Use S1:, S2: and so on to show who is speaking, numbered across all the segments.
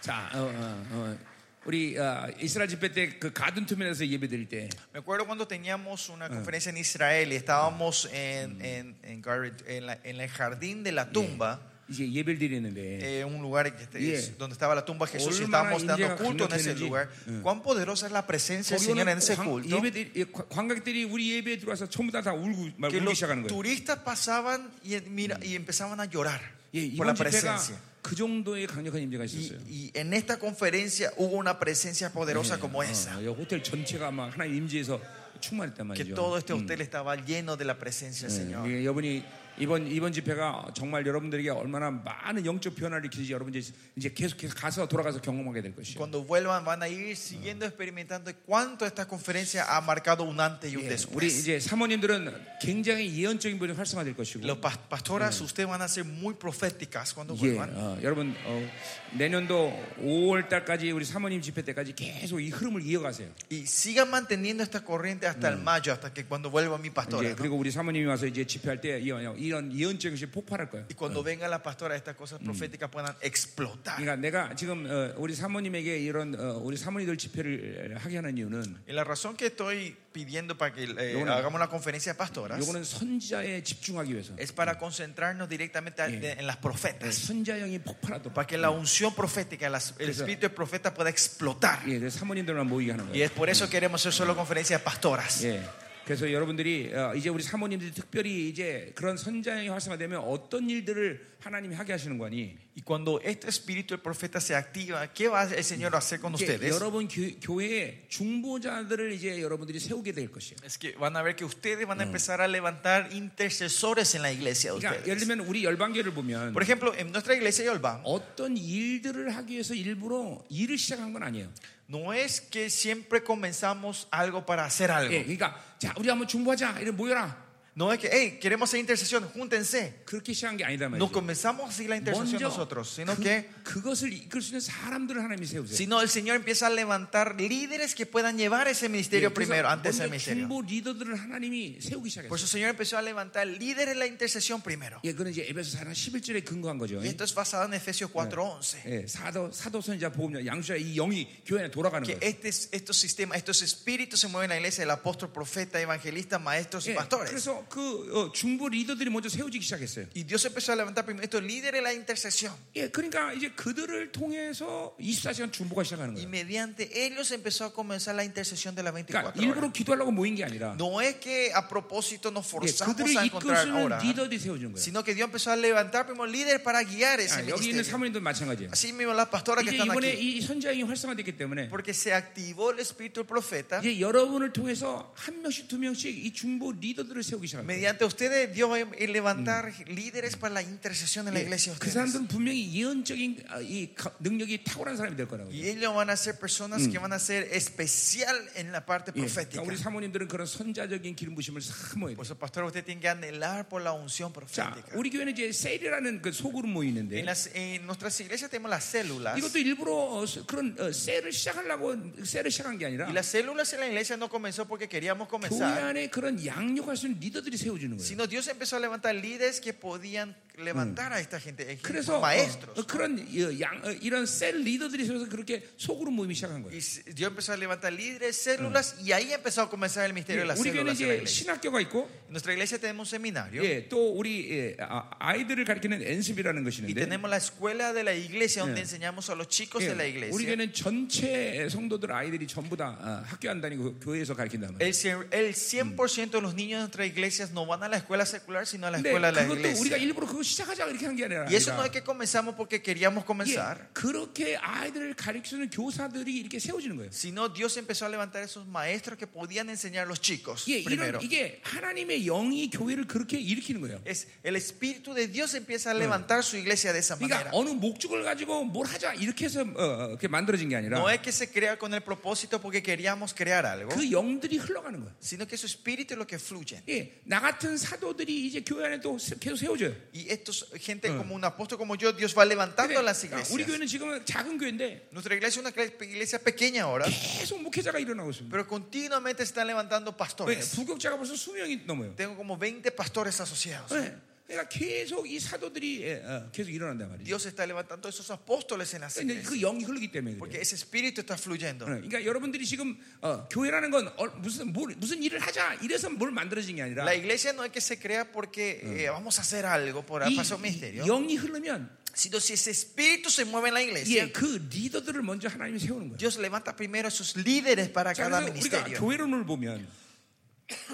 S1: 자, 어, 어, 어. 우리 어, 이스라엘 집회 때 그 가든 투면에서 예배 드릴 때
S2: Me acuerdo cuando teníamos una conferencia en Israel y estábamos en, en, en, Garret- en la- en el jardín de la tumba,
S1: 이제 예배를 드리는데
S2: eh, un lugar que te-
S1: Yeah.
S2: donde estaba la tumba de Jesús, y
S1: Olma
S2: estábamos dando
S1: India
S2: culto en ese
S1: Kanokhenji.
S2: lugar. Cuán poderosa es la presencia del Señor en
S1: 거기는
S2: ese
S1: 광,
S2: culto.
S1: 어, 예배 드리, 예, 관- 관객들이 우리 예배에 들어와서 전부 다, 다 울고 막
S2: Que
S1: 울기
S2: los
S1: 시작하는 거예요.
S2: turistas pasaban y, mira, y empezaban a llorar
S1: 예,
S2: por la
S1: 이번 집회가
S2: presencia.
S1: 그 정도의 강력한 임재가 있었어요.
S2: Y, y en esta conferencia hubo una presencia poderosa como esa.
S1: 어, 이 호텔 전체가 막 하나님 임재에서 충만했단
S2: Que
S1: 말이죠.
S2: todo este hotel estaba lleno de la presencia
S1: Eh,
S2: del Señor.
S1: 예, 여러분이 이번 이번 집회가 정말 여러분들에게 얼마나 많은 영적 변화를 일으키는지 여러분 이제 이제 계속해서 가서 돌아가서 경험하게 될 것이에요.
S2: Cuando vuelvan van a ir siguiendo experimentando cuánto esta conferencia ha marcado un antes y un
S1: 예, 우리
S2: después.
S1: 이제 사모님들은 굉장히 예언적인 분이 활성화될 것이고,
S2: Los pas- pastoras, ustedes van a ser muy proféticas cuando
S1: 예,
S2: vuelvan.
S1: 어, 여러분 어, 내년도 5월 달까지 우리 사모님 집회 때까지 계속 이 흐름을 이어가세요.
S2: Y sigan manteniendo esta corriente hasta el mayo, hasta que cuando vuelva mi pastora.
S1: 이제
S2: ¿no?
S1: 그리고 우리 사모님이 와서 이제 집회할 때 이런, 이런 예언적인 것이 폭발할 거예요.
S2: Y cuando venga la pastora, estas cosas proféticas puedan explotar.
S1: 그러니까 내가 지금 어, 우리 사모님에게 이런 어, 우리 사모님들 집회를 하게 하는 이유는
S2: Y la razón que estoy pidiendo para que eh,
S1: Yo거는-
S2: hagamos la conferencia de pastoras
S1: 이거는 선지자에 집중하기 위해서
S2: es para concentrarnos directamente a- de- en las profetas.
S1: 선자형이 폭발하도록
S2: Para que la unción profética, las- el
S1: Eso.
S2: espíritu de profeta pueda explotar.
S1: 예, 그래서 사모님들만 모이게 하는
S2: Y
S1: 거예요.
S2: es por eso queremos hacer solo conferencias de pastoras.
S1: 예. 그래서 여러분들이 어, 이제 우리 사모님들이 특별히 이제 그런 선자형이 활성화되면 어떤 일들을 하나님이 하게 하시는 거니?
S2: Y cuando este espíritu del profeta se activa, ¿qué va el Señor a hacer con
S1: 이제
S2: ustedes?
S1: 여러분 교, 회에 중보자들을 이제 여러분들이 세우게 될 것이에요.
S2: Es que van a ver que ustedes van a empezar a levantar intercesores en la iglesia de
S1: 그러니까 예를
S2: ustedes.
S1: 들면 우리 열방계를 보면
S2: Por ejemplo, en nuestra iglesia de Olba,
S1: 어떤 일들을 하기 위해서 일부러 일을 시작한 건 아니에요.
S2: no es que siempre comenzamos algo para hacer
S1: 예,
S2: algo.
S1: 그러니까 자 우리 한번 중보하자, 이래 모여라
S2: No es que, hey, queremos hacer intercesión, júntense.
S1: 그렇게 시작한 게 아니다
S2: No
S1: 말이죠.
S2: comenzamos así la intercesión nosotros, sino que,
S1: 그, 것을 이끌 수 있는 사람들을 하나님이 세우세요.
S2: sino el Señor empieza a levantar líderes que puedan llevar ese ministerio
S1: 예, 그래서
S2: primero, antes del
S1: 먼저
S2: ministerio.
S1: 중보 리더들을 하나님이 세우기 시작했어요.
S2: Por eso el Señor empezó a levantar líderes en la intercesión primero.
S1: 예, 그는 이제 에베소 4장 11절에 근거한 거죠.
S2: Y esto es basado en Efesios 4:11.
S1: 예, 사도 사도선자 보험자 양수자 이 영이 교회 안에 돌아가는
S2: Que
S1: 거예요.
S2: este, estos sistemas, estos espíritus se mueven en la iglesia del apóstol, profeta, evangelista, maestros y
S1: 예,
S2: pastores.
S1: 그래서 그 어, 중보 리더들이 먼저 세워지기 시작했어요.
S2: Y Dios empezó a levantar primero estos líderes en la intercesión.
S1: 예, 그러니까 이제 그들을 통해서 24시간 중보가 시작하는
S2: Y
S1: 거예요.
S2: mediante ellos empezó a comenzar la intercesión de las
S1: 그러니까
S2: 24
S1: 일부러
S2: horas.
S1: 기도하려고 모인 게 아니라
S2: No es que a propósito nos
S1: 예,
S2: forzamos a
S1: 그들을
S2: encontrar
S1: 이끌수는
S2: ahora,
S1: 리더들이 세워준 거예요.
S2: sino que Dios empezó a levantar primero líderes para guiar ese
S1: 아, 여기 있는
S2: ministerio.
S1: 사모님도 마찬가지예요.
S2: Así mismo las pastoras que
S1: 이제
S2: están
S1: 이번에
S2: aquí.
S1: 이 선자형이 활성화됐기 때문에
S2: Porque se activó el espíritu del profeta.
S1: 이제 여러분을 통해서 한 명씩 두 명씩 이 중보 리더들을 세우기 시작합니다.
S2: Mediante ustedes Dios va a levantar líderes para la intercesión en la iglesia de
S1: 그
S2: ustedes.
S1: 사람들은 분명히 예언적인 아, 이 가- 능력이 탁월한 사람이 될 거라고. 예.
S2: Y ellos van a ser personas que van a ser especial en la parte
S1: 예, 그러니까
S2: profética.
S1: 우리 사모님들은 그런 선자적인 기름 부심을 사모해요.
S2: Por eso, pastor, usted tiene que anhelar por la unción
S1: 자,
S2: profética.
S1: 우리 교회는 이제 세일이라는 그 소그룹 모이는데
S2: En, las- en nuestras iglesias tenemos las células.
S1: 이것도 일부러 어, 스- 그런 어, 세일을 시작하려고 세일을 시작한 게 아니라
S2: Y las células en la iglesia no comenzó porque queríamos
S1: 교회
S2: comenzar,
S1: 안에 그런 양육할 수 있는 리더들이 세워주는 거예요.
S2: sino Dios empezó a levantar líderes que podían levantar a esta gente, eh,
S1: 그래서 어,
S2: maestros.
S1: 어, 그런 어, 양, 어, 이런 셀 리더들이 세워서 그렇게 소그룹 모임이 시작한 거예요.
S2: Y s- Dios empezó a levantar líderes, células, y ahí empezó a comenzar el misterio de las
S1: 예, 우리 교회는
S2: células. En, la
S1: 이제
S2: iglesia.
S1: 신학교가 있고
S2: En nuestra iglesia tenemos un seminario.
S1: 예, 또 우리 예, 아, 아이들을 가르치는 엔습이라는 것이
S2: Y
S1: 있는데
S2: tenemos la escuela de la iglesia donde enseñamos a los chicos de la
S1: 예, 우리
S2: iglesia.
S1: 교회는 전체 성도들 아이들이 전부 다 아, 학교 안 다니고 교회에서 가르친다면
S2: El, cien- el 100% de los niños de nuestras iglesias no van a la escuela secular, sino a la
S1: 근데
S2: escuela de la
S1: 그것도 우리가
S2: iglesia.
S1: 일부러 그거 시작하자 이렇게 한 게 아니라
S2: Y eso no
S1: 아니라
S2: es que comenzamos porque queríamos
S1: 예,
S2: comenzar,
S1: 그렇게 아이들을 가르치는 교사들이 이렇게 세워지는 거예요.
S2: sino Dios empezó a levantar esos maestros que podían enseñar a los chicos
S1: 예, 이런,
S2: primero.
S1: 이게 하나님의 영이 교회를 그렇게 일으키는 거예요.
S2: Es, el Espíritu de Dios empieza a levantar su iglesia de esa
S1: 그러니까
S2: manera.
S1: 어느 목적을 가지고 뭘 하자 이렇게 해서 어, 어, 그렇게 만들어진 게 아니라
S2: No es que se crea con el propósito porque queríamos crear algo,
S1: 그 영들이 흘러가는 거예요.
S2: sino que su espíritu es lo que fluye.
S1: 예, 나 같은 사도들이 이제 교회 안에 또 세- 계속 세워져요.
S2: Y estos gente como un apóstol como yo, Dios va levantando a
S1: 근데,
S2: las
S1: 아, 우리
S2: iglesias.
S1: 교회는 지금은 작은 교회인데
S2: Nuestra iglesia es una cle- iglesia pequeña ahora,
S1: 계속 목회자가 일어나고 있습니다.
S2: pero continuamente se están levantando
S1: 예,
S2: pastores. 네,
S1: 부격자가 벌써 수명이 넘어요.
S2: Tengo como 20 pastores asociados.
S1: 예, 그러니까 계속 이 사도들이 예, 어, 계속 일어난단 말이죠.
S2: Dios está levantando esos apóstoles en las
S1: 근데
S2: iglesias.
S1: 그 영이 흐르기 때문에
S2: Porque
S1: 그래요.
S2: ese espíritu está fluyendo.
S1: 어, 그러니까 여러분들이 지금 어, 교회라는 건 어, 무슨 뭘, 무슨 일을 하자 이래서 뭘 만들어진 게 아니라
S2: La iglesia no es que se crea porque eh, vamos a hacer algo por
S1: 이,
S2: paso
S1: 이
S2: misterio,
S1: 영이 흐르면
S2: sino si ese espíritu se mueve en la iglesia,
S1: 예, 그 리더들을 먼저 하나님이 세우는 거예요.
S2: Dios levanta primero a sus líderes para
S1: 자,
S2: cada
S1: 그래서 우리가
S2: ministerio.
S1: 교회론을 보면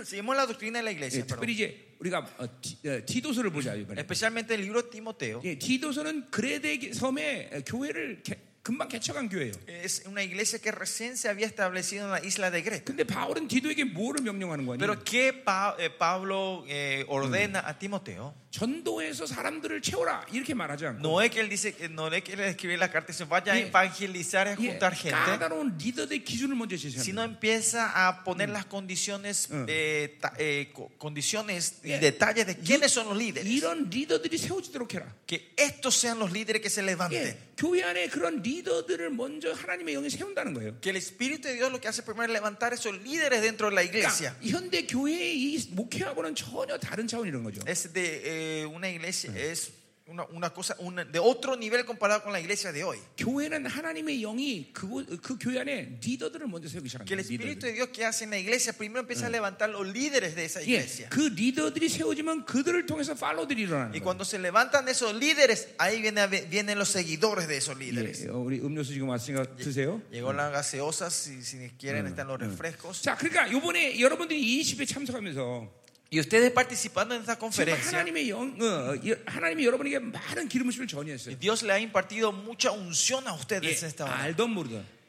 S2: Seguimos la doctrina de la
S1: 예,
S2: iglesia, perdón.
S1: 특별히 이제 우리가 어, 디, 어, 디도서를 보자 이번에.
S2: especialmente el libro de Timoteo.
S1: 예, 디도서는 그레데 섬의 교회를 개- 금방 개척한 교회예요.
S2: Es una iglesia que recién se había establecido en la isla de Grecia.
S1: 근데 바울은 디도에게 뭐를 명령하는 거아니에
S2: Pero ¿qué Pa- eh, Pablo eh, ordena a Timoteo?
S1: 전도해서 사람들을 채워라 이렇게 말하지 않고
S2: No es que él dice, eh, no es que él escribe la carta y dice, vaya a
S1: Yeah.
S2: evangelizar y a
S1: 예,
S2: juntar gente,
S1: 까다로운 리더들의 기준을 먼저
S2: sino
S1: 제시합니다.
S2: empieza a poner las condiciones,
S1: Mm.
S2: eh, ta- eh, co- condiciones y
S1: Yeah.
S2: detalles de quiénes son los líderes.
S1: 이런 리더들이 세워지도록 해라.
S2: Que estos sean los líderes que se levanten.
S1: 예, 교회 안에 그런 리더들을 먼저 하나님의 영이 세운다는 거예요.
S2: Que el Espíritu de Dios lo que hace primero es levantar esos líderes dentro de la iglesia.
S1: 그러니까 현대 교회의 이 목회하고는 전혀 다른 차원이 런 거죠.
S2: es de eh, una iglesia, es una, una cosa una- de otro nivel comparado con la iglesia de hoy.
S1: 교회는 하나님의 영이 그, 그 교회 안에 리더들을 먼저 세우기
S2: Que
S1: 시작합니다.
S2: el
S1: 리더들.
S2: Espíritu de Dios que hace en la iglesia, primero empieza a levantar los líderes de esa
S1: 예,
S2: iglesia.
S1: 그 리더들이 세워지면 그들을 통해서 팔로들이 일어나는
S2: Y
S1: 거예요.
S2: cuando se levantan esos líderes, ahí viene- vienen los seguidores de esos líderes. 예.
S1: 예, 어, 우리 음료수 지금 왔으니까 드세요.
S2: Llegó las gaseosas, si, si quieren están los refrescos.
S1: 자, 그러니까 요번에 여러분들이 이 20회 참석하면서
S2: Y ustedes participando en esta
S1: 정말
S2: conferencia,
S1: 하나님의 영, 어, 예, 하나님이 여러분에게 많은 기름을 전이했어요.
S2: Dios le ha impartido mucha unción a
S1: 예,
S2: ustedes en esta hora.
S1: 알던 모르던.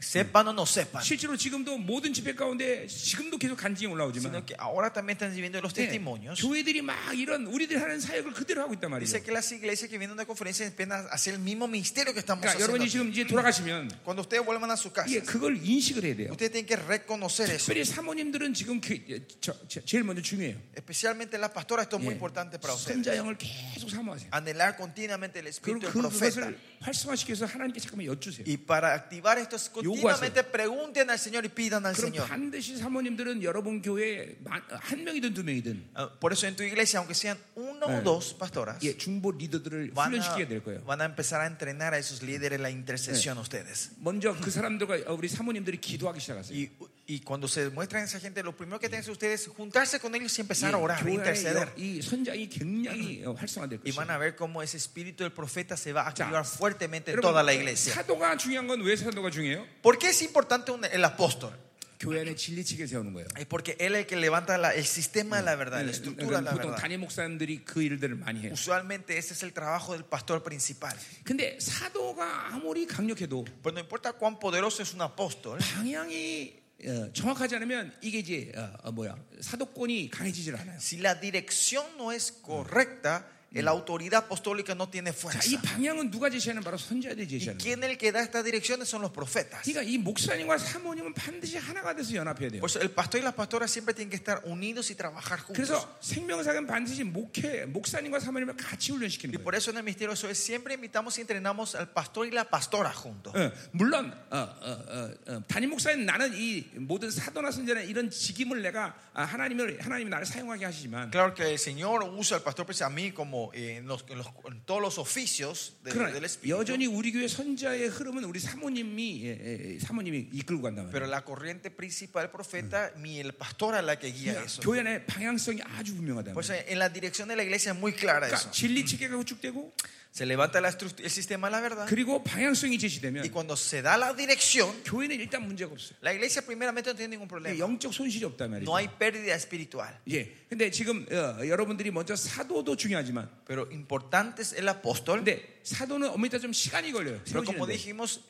S2: Sepan o no sepan,
S1: 실제로 지금도 모든 집회 가운데 지금도 계속 간증이 올라오지만
S2: sino que ahora también están viviendo los
S1: 예,
S2: testimonios.
S1: 교회들이 막 이런 우리들이 하는 사역을 그대로 하고 있단 말이에요.
S2: Dice que las iglesias que vienen a una conferencia empiezan a hacer el mismo ministerio que estamos
S1: 그러니까
S2: haciendo.
S1: 여러분이 지금 이제 돌아가시면
S2: Cuando ustedes vuelvan a su casa,
S1: 예, 그걸 인식을 해야 돼요.
S2: ustedes tienen que reconocer eso.
S1: 특별히 사모님들은 지금 그, 예, 저- 저- 제일 먼저 중요해요.
S2: Especialmente las pastoras, esto es muy
S1: 예,
S2: importante para ustedes.
S1: 선자형을 계속 사모하세요.
S2: Anhelar continuamente el
S1: 그럼
S2: espíritu del
S1: 그,
S2: Ah, profeta.
S1: 그것을 활성화시켜서 하나님께 잠깐만 여쭈세요.
S2: Y para activar esto, es continuamente pregunten al Señor y pidan al
S1: 그럼
S2: Señor.
S1: 반드시 사모님들은 여러분 교회에 만- 한 명이든 두 명이든
S2: Ah, Por eso en tu iglesia, aunque sean uno o dos pastoras,
S1: 예, 중보 리더들을
S2: van a,
S1: 훈련시켜야 될 거예요.
S2: van a empezar a entrenar a esos líderes la intercesión a ustedes.
S1: 먼저 그 사람들과 우리 사모님들이 기도하기 시작하세요.
S2: Y, y cuando se muestran esa gente, lo primero que tienen que hacer ustedes es juntarse con ellos y empezar a orar,
S1: 교회 안에
S2: interceder.
S1: 여- 이 선장이 굉장히 어, 활성화될
S2: Y
S1: 것이에요.
S2: van a ver cómo ese espíritu del profeta se va a activar fuertemente en
S1: 여러분,
S2: toda la iglesia.
S1: 사도가 중요한 건 왜 사도가 중요해요?
S2: ¿Por qué es importante un- el apóstol?
S1: 교회 안에 진리 체계 세우는 거예요.
S2: Es porque él es el que levanta la- el sistema de la verdad, la estructura
S1: 그러니까
S2: de la
S1: 보통
S2: verdad.
S1: 단임 목사님들이 그 일들을 많이 해요.
S2: Usualmente ese es el trabajo del pastor principal.
S1: 근데 사도가 아무리 강력해도
S2: Pero no importa cuán poderoso es un apóstol,
S1: 방향이 어, 정확하지 않으면 이게 이제 어, 어, 뭐야 사도권이 강해지질 않아요.
S2: si la dirección no es correcta, la autoridad apostólica no tiene
S1: 자, 이
S2: fuerza.
S1: 방향은 누가 제시하는 바로 선자들이
S2: ¿Y
S1: 제시하는 거예요.
S2: quién es el que da estas direcciones? Son los profetas.
S1: 그러니까 이 목사님과 사모님은 반드시 하나가 돼서 연합해야 돼요.
S2: Por eso el pastor y las pastoras siempre tienen que estar unidos y trabajar juntos.
S1: 그래서 생명사는 반드시 목회 목사님과 사모님을 같이
S2: Y
S1: 훈련시키는
S2: por
S1: 거예요.
S2: eso en el Ministerio Soy siempre invitamos y entrenamos al pastor y la pastora juntos.
S1: 어, 물론 어, 어, 어, 어, 단임 목사인 나는 이 모든 사도나 선자나 이런 직임을 내가 아, 하나님을 하나님이 나를 사용하게 하시지만
S2: Claro que el Señor usa al pastor pues, a mí como eh, en, los- en los- en todos los oficios de-
S1: 그러나
S2: del Espíritu.
S1: 여전히 우리 교회 선자의 흐름은 우리 사모님이 예, 예, 사모님이 이끌고 간단 말이에요.
S2: Pero la corriente principal del profeta, mi el pastor a la que guía eso.
S1: 교회 안에 방향성이 아주 분명하다.
S2: Por eso en la dirección de la iglesia es muy clara eso.
S1: 그러니까 진리 체계가 구축되고
S2: Se levanta la estru- el sistema de la verdad
S1: 그리고 음. 방향성이
S2: y
S1: 제시되면
S2: cuando se da la dirección,
S1: 교회는 일단 문제가 없어요.
S2: la iglesia primeramente no tiene ningún problema.
S1: 영적 손실이 없단 말이죠.
S2: No hay pérdida espiritual.
S1: 예. 근데 지금 어, 여러분들이 먼저 사도도 중요하지만
S2: Pero importante es el apóstol.
S1: 근데 사도는 어머니 따좀 시간이 걸려요.
S2: Pero como
S1: 세워지는데.
S2: dijimos,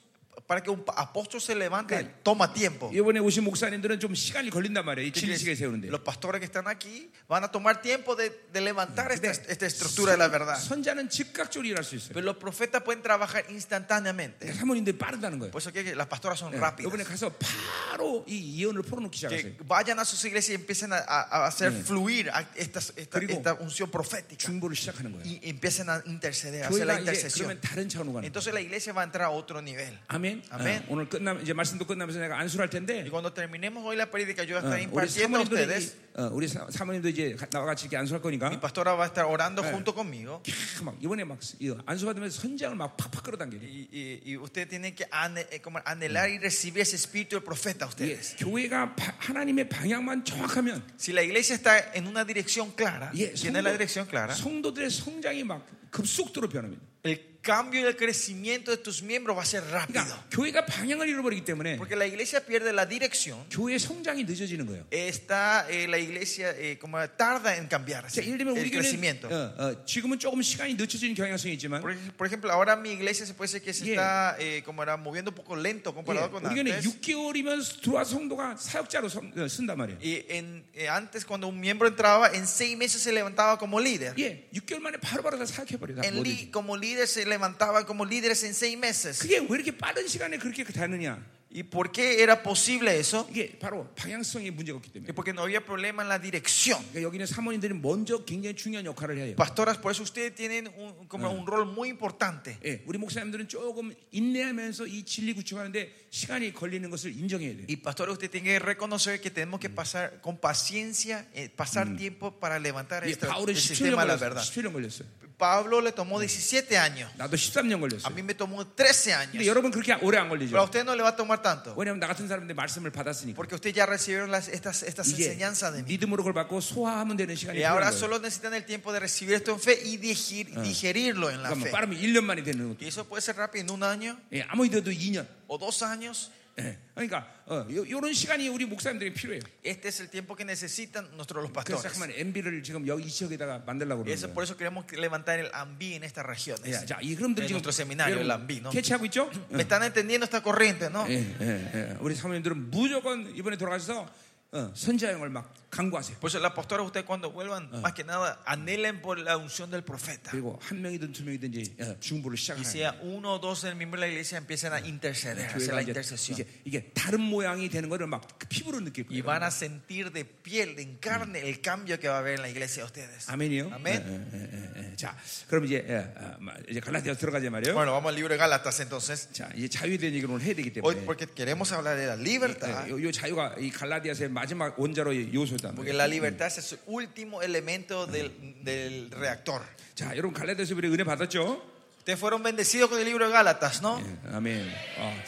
S2: para que un pa- apóstol se levante, toma tiempo.
S1: 이번에 오신 목사님들은 좀 시간이 걸린단 말이에요. 이 진리식에 세우는데.
S2: Los pastores que están aquí van a tomar tiempo de, de levantar esta, esta estructura de la verdad.
S1: 선- 선자는 즉각적으로 일할 수 있어요. 네,
S2: Pero los profetas pueden trabajar instantáneamente.
S1: 사모님들 빠르다는 거예요.
S2: Por eso que que las pastoras son
S1: 이번에
S2: rápidas.
S1: 가서 바로 이 예언을 풀어놓기
S2: Eh, Que
S1: 시작했어요.
S2: vayan a sus iglesias y empiecen a, a- a hacer fluir a- esta, esta,
S1: 그리고
S2: esta unción profética.
S1: 중보를 시작하는 거예요.
S2: Y empiecen a interceder, a hacer la
S1: 교회가 이제
S2: intercesión.
S1: 그러면 다른 차원으로 가는 거예요.
S2: Entonces la iglesia va a entrar a otro nivel.
S1: 아멘. 아멘.
S2: 아멘.
S1: 어, 오늘 끝나면 이제 말씀도 끝나면서 내가 안수할 텐데.
S2: Y cuando terminemos hoy la prédica, yo voy a
S1: 어,
S2: estar
S1: 우리
S2: impartiendo a
S1: 사모님도
S2: ustedes.
S1: 이- 어, 우리 사- 사모님도 이제 가- 나와 같이 이렇게 안수할 거니까.
S2: Mi pastora va a estar orando junto conmigo.
S1: 캬, 막 이번에 막 이- 안수 받으면서 선장을 막 팍팍 끌어당기네.
S2: Y, y- y usted tiene que ane- eh, como anhelar y recibir ese espíritu del profeta a
S1: 예,
S2: ustedes.
S1: 교회가 바- 하나님의 방향만 정확하면
S2: Si la iglesia está en una dirección clara,
S1: 예,
S2: tiene la dirección clara,
S1: 성도들의 성장이 막 급속도로 변합니다.
S2: el cambio y el crecimiento de tus miembros va a ser rápido.
S1: 그러니까 교회가 방향을 잃어버리기 때문에
S2: Porque la iglesia pierde la dirección,
S1: 교회 성장이 늦어지는 거예요.
S2: está eh, la iglesia eh, como tarda en cambiarse
S1: 자, 예를 들면
S2: el Ah.
S1: 우리 교회는
S2: crecimiento.
S1: 어, 어, 지금은 조금 시간이 늦춰지는 경향성이 있지만
S2: Por, ej- por ejemplo, ahora mi iglesia se puede decir que se
S1: Yeah.
S2: está eh, como era moviendo un poco lento comparado
S1: 예,
S2: con
S1: 우리 교회는
S2: antes.
S1: 6개월이면 들어와 성도가 사역자로 선- 어, 쓴단 말이에요.
S2: Y en- eh, antes cuando un miembro entraba, en seis meses se levantaba como líder.
S1: 예, 6개월 만에 바로바로 다 사역해버려요. 다
S2: En li-
S1: 뭐든지.
S2: como líder se levantaba como líderes en seis meses.
S1: 그게 왜 이렇게 빠른 시간에 그렇게 되느냐?
S2: ¿Y por qué era posible eso?
S1: 이게 바로 방향성의 문제가 없기 때문에.
S2: Y porque no había problema en la dirección.
S1: 그러니까 여기는 사모님들이 먼저 굉장히 중요한 역할을 해요.
S2: Pastoras, por eso ustedes tienen un, como un rol muy importante.
S1: 예, 우리 목사님들은 조금 인내하면서 이 진리 구축하는데 시간이 걸리는 것을 인정해야 돼요.
S2: Y pastores, usted tiene que reconocer que tenemos que pasar con paciencia, eh, pasar tiempo para levantar
S1: 예,
S2: este,
S1: 바울은
S2: el
S1: 17년
S2: sistema de la
S1: 걸렸어요.
S2: verdad.
S1: 17년 걸렸어요.
S2: Pablo le tomó 17 años.
S1: 나도 13년
S2: A
S1: 걸렸어요.
S2: mí me tomó 13
S1: 근데
S2: años.
S1: 여러분 그렇게 오래 안
S2: Pero a
S1: 걸리죠.
S2: usted no le va a tomar tanto.
S1: 왜냐하면 나 같은 사람들 말씀을 받았으니까.
S2: Porque usted ya recibieron las, estas, estas
S1: 이게
S2: enseñanzas de mí.
S1: 믿음으로 그걸 받고 소화하면 되는 시간이
S2: Y
S1: 필요한
S2: ahora
S1: 거예요.
S2: solo necesitan el tiempo de recibir esto en fe y digir- digerirlo en la
S1: 그러니까 뭐
S2: fe.
S1: 빠르면 1년 만이 되는 것도.
S2: Y eso puede ser rápido en un año
S1: 예, 아무 일도 2년.
S2: o dos años.
S1: 예. 그러니까 어, 요, 요런 시간이 우리 목사님들이 필요해요.
S2: Este es el tiempo que necesitan nuestros los
S1: 그래서
S2: pastores.
S1: 잠깐만 MB를 지금 여기 이 지역에다가 만들려고
S2: Y
S1: 그러는
S2: eso,
S1: 거예요.
S2: por eso queremos que- levantar el AMBI en estas regiones.
S1: 예, 자, 이 흐름들
S2: En
S1: 지금
S2: nuestro seminario,
S1: 여러분
S2: el AMBI, ¿no?
S1: 캐치하고 있죠?
S2: ¿Me están entendiendo esta corriente, no?
S1: 예, 예, 예. 우리 사모님들은 무조건 이번에 돌아가셔서 어, 선자형을 막 강구하세요.
S2: Por eso la pastora, ustedes cuando vuelvan, más que nada, anhelen por la unción del profeta.
S1: 그리고 한 명이든 두 명이든지 어, 중보를
S2: Y
S1: 시작하는
S2: sea uno o dos del miembro de la iglesia empiecen a interceder, hacer
S1: 교회가
S2: la
S1: 이제
S2: intercesión.
S1: 이제 이게 다른 모양이 되는 거를 막그 피부로 느낄
S2: Y
S1: 거예요.
S2: van a sentir de piel, de en carne, el cambio que va a haber en la iglesia de ustedes.
S1: 아멘이요. 예,
S2: 아멘.
S1: 예, 예, 예. 자, 그럼 이제 예, 아, 마- 이제 갈라디아 들어가자 말이에요.
S2: Bueno, vamos al libro de Gálatas entonces.
S1: 자, 이제 자유에 대한 얘기를 오늘 해야 되기
S2: Hoy,
S1: 때문에
S2: porque queremos hablar de la libertad,
S1: 예, 요, 요 자유가 이 갈라디아서의 마지막 원자로의 요소다.
S2: porque la libertad es el último elemento del, del reactor.
S1: 자, 여러분 갈라디아서 우리 은혜 받았죠?
S2: Ustedes fueron bendecidos con el libro de Gálatas, ¿no?
S1: 예, 아멘. 아,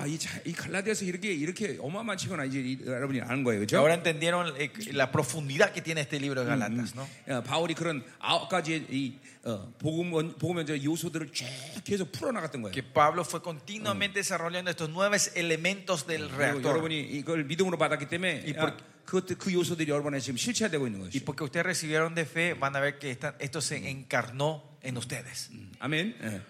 S1: 아, 이, 자- 이 갈라디아서 이렇게 이렇게 어마어마한 책이구나 이제 이- 여러분이 아는 거예요,
S2: Y
S1: 그렇죠?
S2: ahora entendieron eh, la profundidad que tiene este libro de Gálatas, ¿no?
S1: 예, 바울이 그런 아홉 가지의 이 어, 복음 원, 복음 원자 요소들을 쭉 계속 풀어나갔던 거예요.
S2: Que Pablo fue continuamente desarrollando estos nueve elementos del
S1: 그리고
S2: reactor.
S1: 여러분이 이걸 믿음으로 받았기 때문에
S2: 이
S1: 야, 그것 그 요소들이 여러분의 지금 실체화되고 있는
S2: Y
S1: 것이죠.
S2: porque ustedes recibieron de fe, van a ver que esta- esto se encarnó en ustedes.
S1: Mm. 아멘. 예.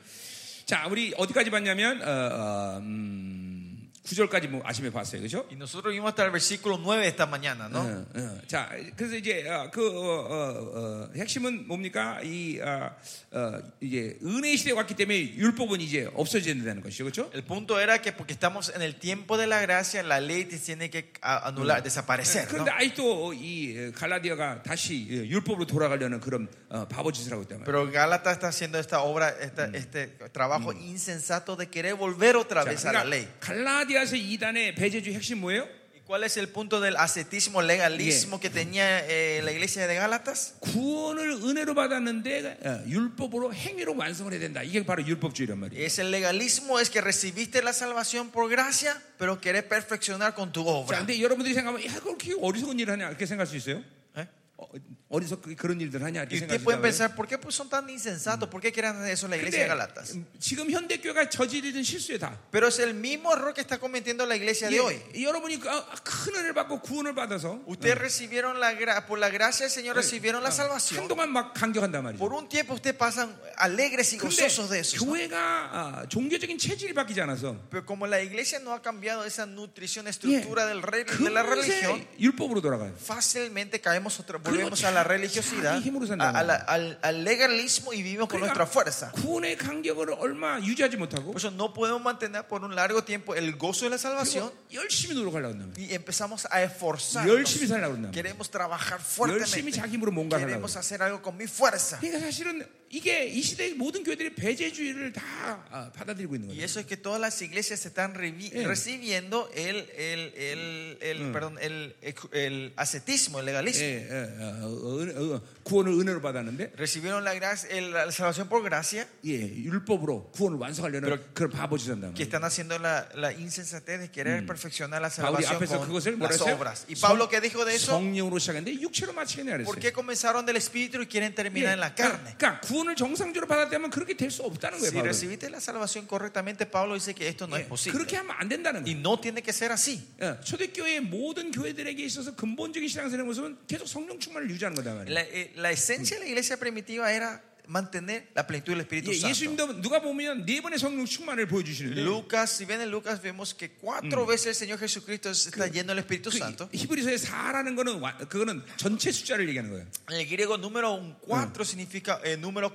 S1: 자, 우리 어디까지 봤냐면 어, 어, 음, 9절까지 뭐 아침에 봤어요, 그렇죠?
S2: Y nosotros vimos hasta el versículo 9 esta mañana, ¿no?
S1: 어, 어. 자, 그래서 이제 어, 그 어, 어, 어, 핵심은 뭡니까? 이 아, 어, 이제 은혜 시대에 왔기 때문에 율법은 이제 없어진다는 것이죠, 그렇죠?
S2: El punto era que porque estamos en el tiempo de la gracia, la ley te tiene que a- anular, desaparecer. ¿no?
S1: 네, 그런데 아직도 이 어, 갈라디아가 다시 예, 율법으로 돌아가려는 그런 어, 바보 짓을 하고 있단 말이에요.
S2: Pero Gálatas está haciendo esta obra, esta- este trabajo insensato de querer volver otra vez
S1: 자,
S2: a la
S1: 그러니까
S2: ley.
S1: 갈라디아서 2단의 배제주의 핵심 뭐예요?
S2: ¿Y cuál es el punto del ascetismo, legalismo que tenía eh, la iglesia de Gálatas?
S1: 구원을 은혜로 받았는데 어, 율법으로 행위로 완성을 해야 된다. 이게 바로 율법주의란 말이에요.
S2: Es el legalismo es que recibiste la salvación por gracia, pero querés perfeccionar con tu
S1: 자,
S2: obra.
S1: 근데 여러분들이 생각하면 야, 그걸 그렇게 어리석은 일을 하냐 이렇게 생각할 수 있어요?
S2: ¿Eh?
S1: 어, 어디서 그- 그런 일들 하냐 이렇게
S2: Y
S1: 생각할
S2: ustedes
S1: 수
S2: pueden
S1: 있어요.
S2: pensar, ¿por qué pues, son tan insensatos? ¿Por qué quieren hacer eso en la iglesia de
S1: 근데
S2: Galatas?
S1: 지금 현대교회가 저지르는 실수에 다.
S2: Pero es el mismo error que está cometiendo la iglesia de hoy.
S1: 예, 여러분이 그- 아, 큰 은혜를 받고 구원을 받아서
S2: Ustedes recibieron la gracia, por la gracia del Señor recibieron la salvación.
S1: 한동안 막 강경한단 말이죠.
S2: Por un tiempo ustedes pasan alegres y
S1: 근데
S2: gozosos de eso. ¿no?
S1: 교회가 아, 종교적인 체질이 바뀌지 않아서
S2: Pero como la iglesia no ha cambiado esa nutrición,
S1: 예,
S2: estructura del rey, de la religión,
S1: 금세 율법으로 돌아가요.
S2: fácilmente caemos otra, volvemos
S1: 자-
S2: a la religiosidad,
S1: 자기 힘으로
S2: a-
S1: 산다는
S2: a la- al, al legalismo y vivimos con
S1: 그러니까
S2: nuestra fuerza.
S1: 구원의 간격을 얼마 유지하지 못하고
S2: Por eso no podemos mantener por un largo tiempo el gozo de la salvación
S1: 그리고 열심히 노력하려고 한다면
S2: y empezamos a esforzarnos.
S1: 열심히 살려고 한다면
S2: Queremos trabajar
S1: 열심히
S2: fuertemente.
S1: 자기 힘으로 뭔가를 하려고
S2: Queremos hacer algo con mi fuerza.
S1: 그러니까 사실은 이게 이 시대의 모든 교회들이 배제주의를 다 아, 받아들이고 있는
S2: Y
S1: 거예요.
S2: eso es que todas las iglesias están revi-
S1: Eh.
S2: recibiendo el, el, el, el, perdón, el, el ascetismo, el legalismo.
S1: 예, 예, 어, 어, 은- 어, 구원을 은혜로 받았는데
S2: Recibieron la, gracia, el- la salvación por gracia,
S1: 예, 율법으로 구원을 완성하려는 그런 바보 짓한다.
S2: que están haciendo la, la insensatez de querer perfeccionar la
S1: 바울이
S2: salvación
S1: 앞에서 그것을
S2: con
S1: 뭐라
S2: las
S1: 했어요?
S2: obras. ¿Y
S1: 성-
S2: Pablo qué dijo de eso?
S1: 성령으로 시작했는데 육체로 마치겠냐
S2: ¿Por
S1: 그랬어요.
S2: qué comenzaron del espíritu y quieren
S1: 예,
S2: terminar en la carne?
S1: 그러니까 구원을 정상적으로 받았다면 그렇게 될 수 없다는 거예요.
S2: Si
S1: 바울은.
S2: recibiste la salvación correctamente, Pablo dice que esto no es
S1: 예, 그렇게
S2: posible.
S1: 하면 안 된다는
S2: Y
S1: 거예요.
S2: no tiene que ser así.
S1: 예, 초대교회의 모든 교회들에게 있어서 근본적인 신앙생활의 모습은 계속 성령 충만을 유지하는 거다 말이에요.
S2: La, eh, la esencia de la iglesia primitiva era mantener la plenitud del Espíritu
S1: 예,
S2: Santo.
S1: 예수님도 누가 보면 네 번의 성령 충만을 보여주시는데
S2: Lucas, si ven en Lucas, vemos que cuatro veces el Señor Jesucristo está lleno del Espíritu
S1: 그
S2: Santo.
S1: 히브리서의 4라는 거는 와- 그거는 전체 숫자를 얘기하는 거예요.
S2: En el griego, número un, cuatro significa eh, número
S1: 그래서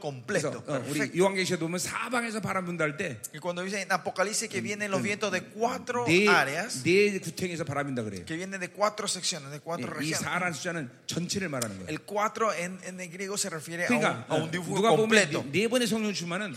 S2: completo.
S1: 어, 우리
S2: perfecto.
S1: 요한계시록 보면 사방에서 바람 분다 할때
S2: Y cuando dice en Apocalipsis que vienen los vientos de cuatro
S1: 네,
S2: áreas,
S1: 네 구탱에서 바람 분다 그래요.
S2: que vienen de cuatro secciones, de
S1: 예,
S2: cuatro
S1: 이
S2: regiones.
S1: 사라는 숫자는 전체를 말하는 거예요.
S2: El cuatro en, en el griego se refiere a un,
S1: 그러니까
S2: a eh, un
S1: 어,
S2: dibujo
S1: 누가 보면
S2: completo.
S1: 네, 네 번의 성령 충만은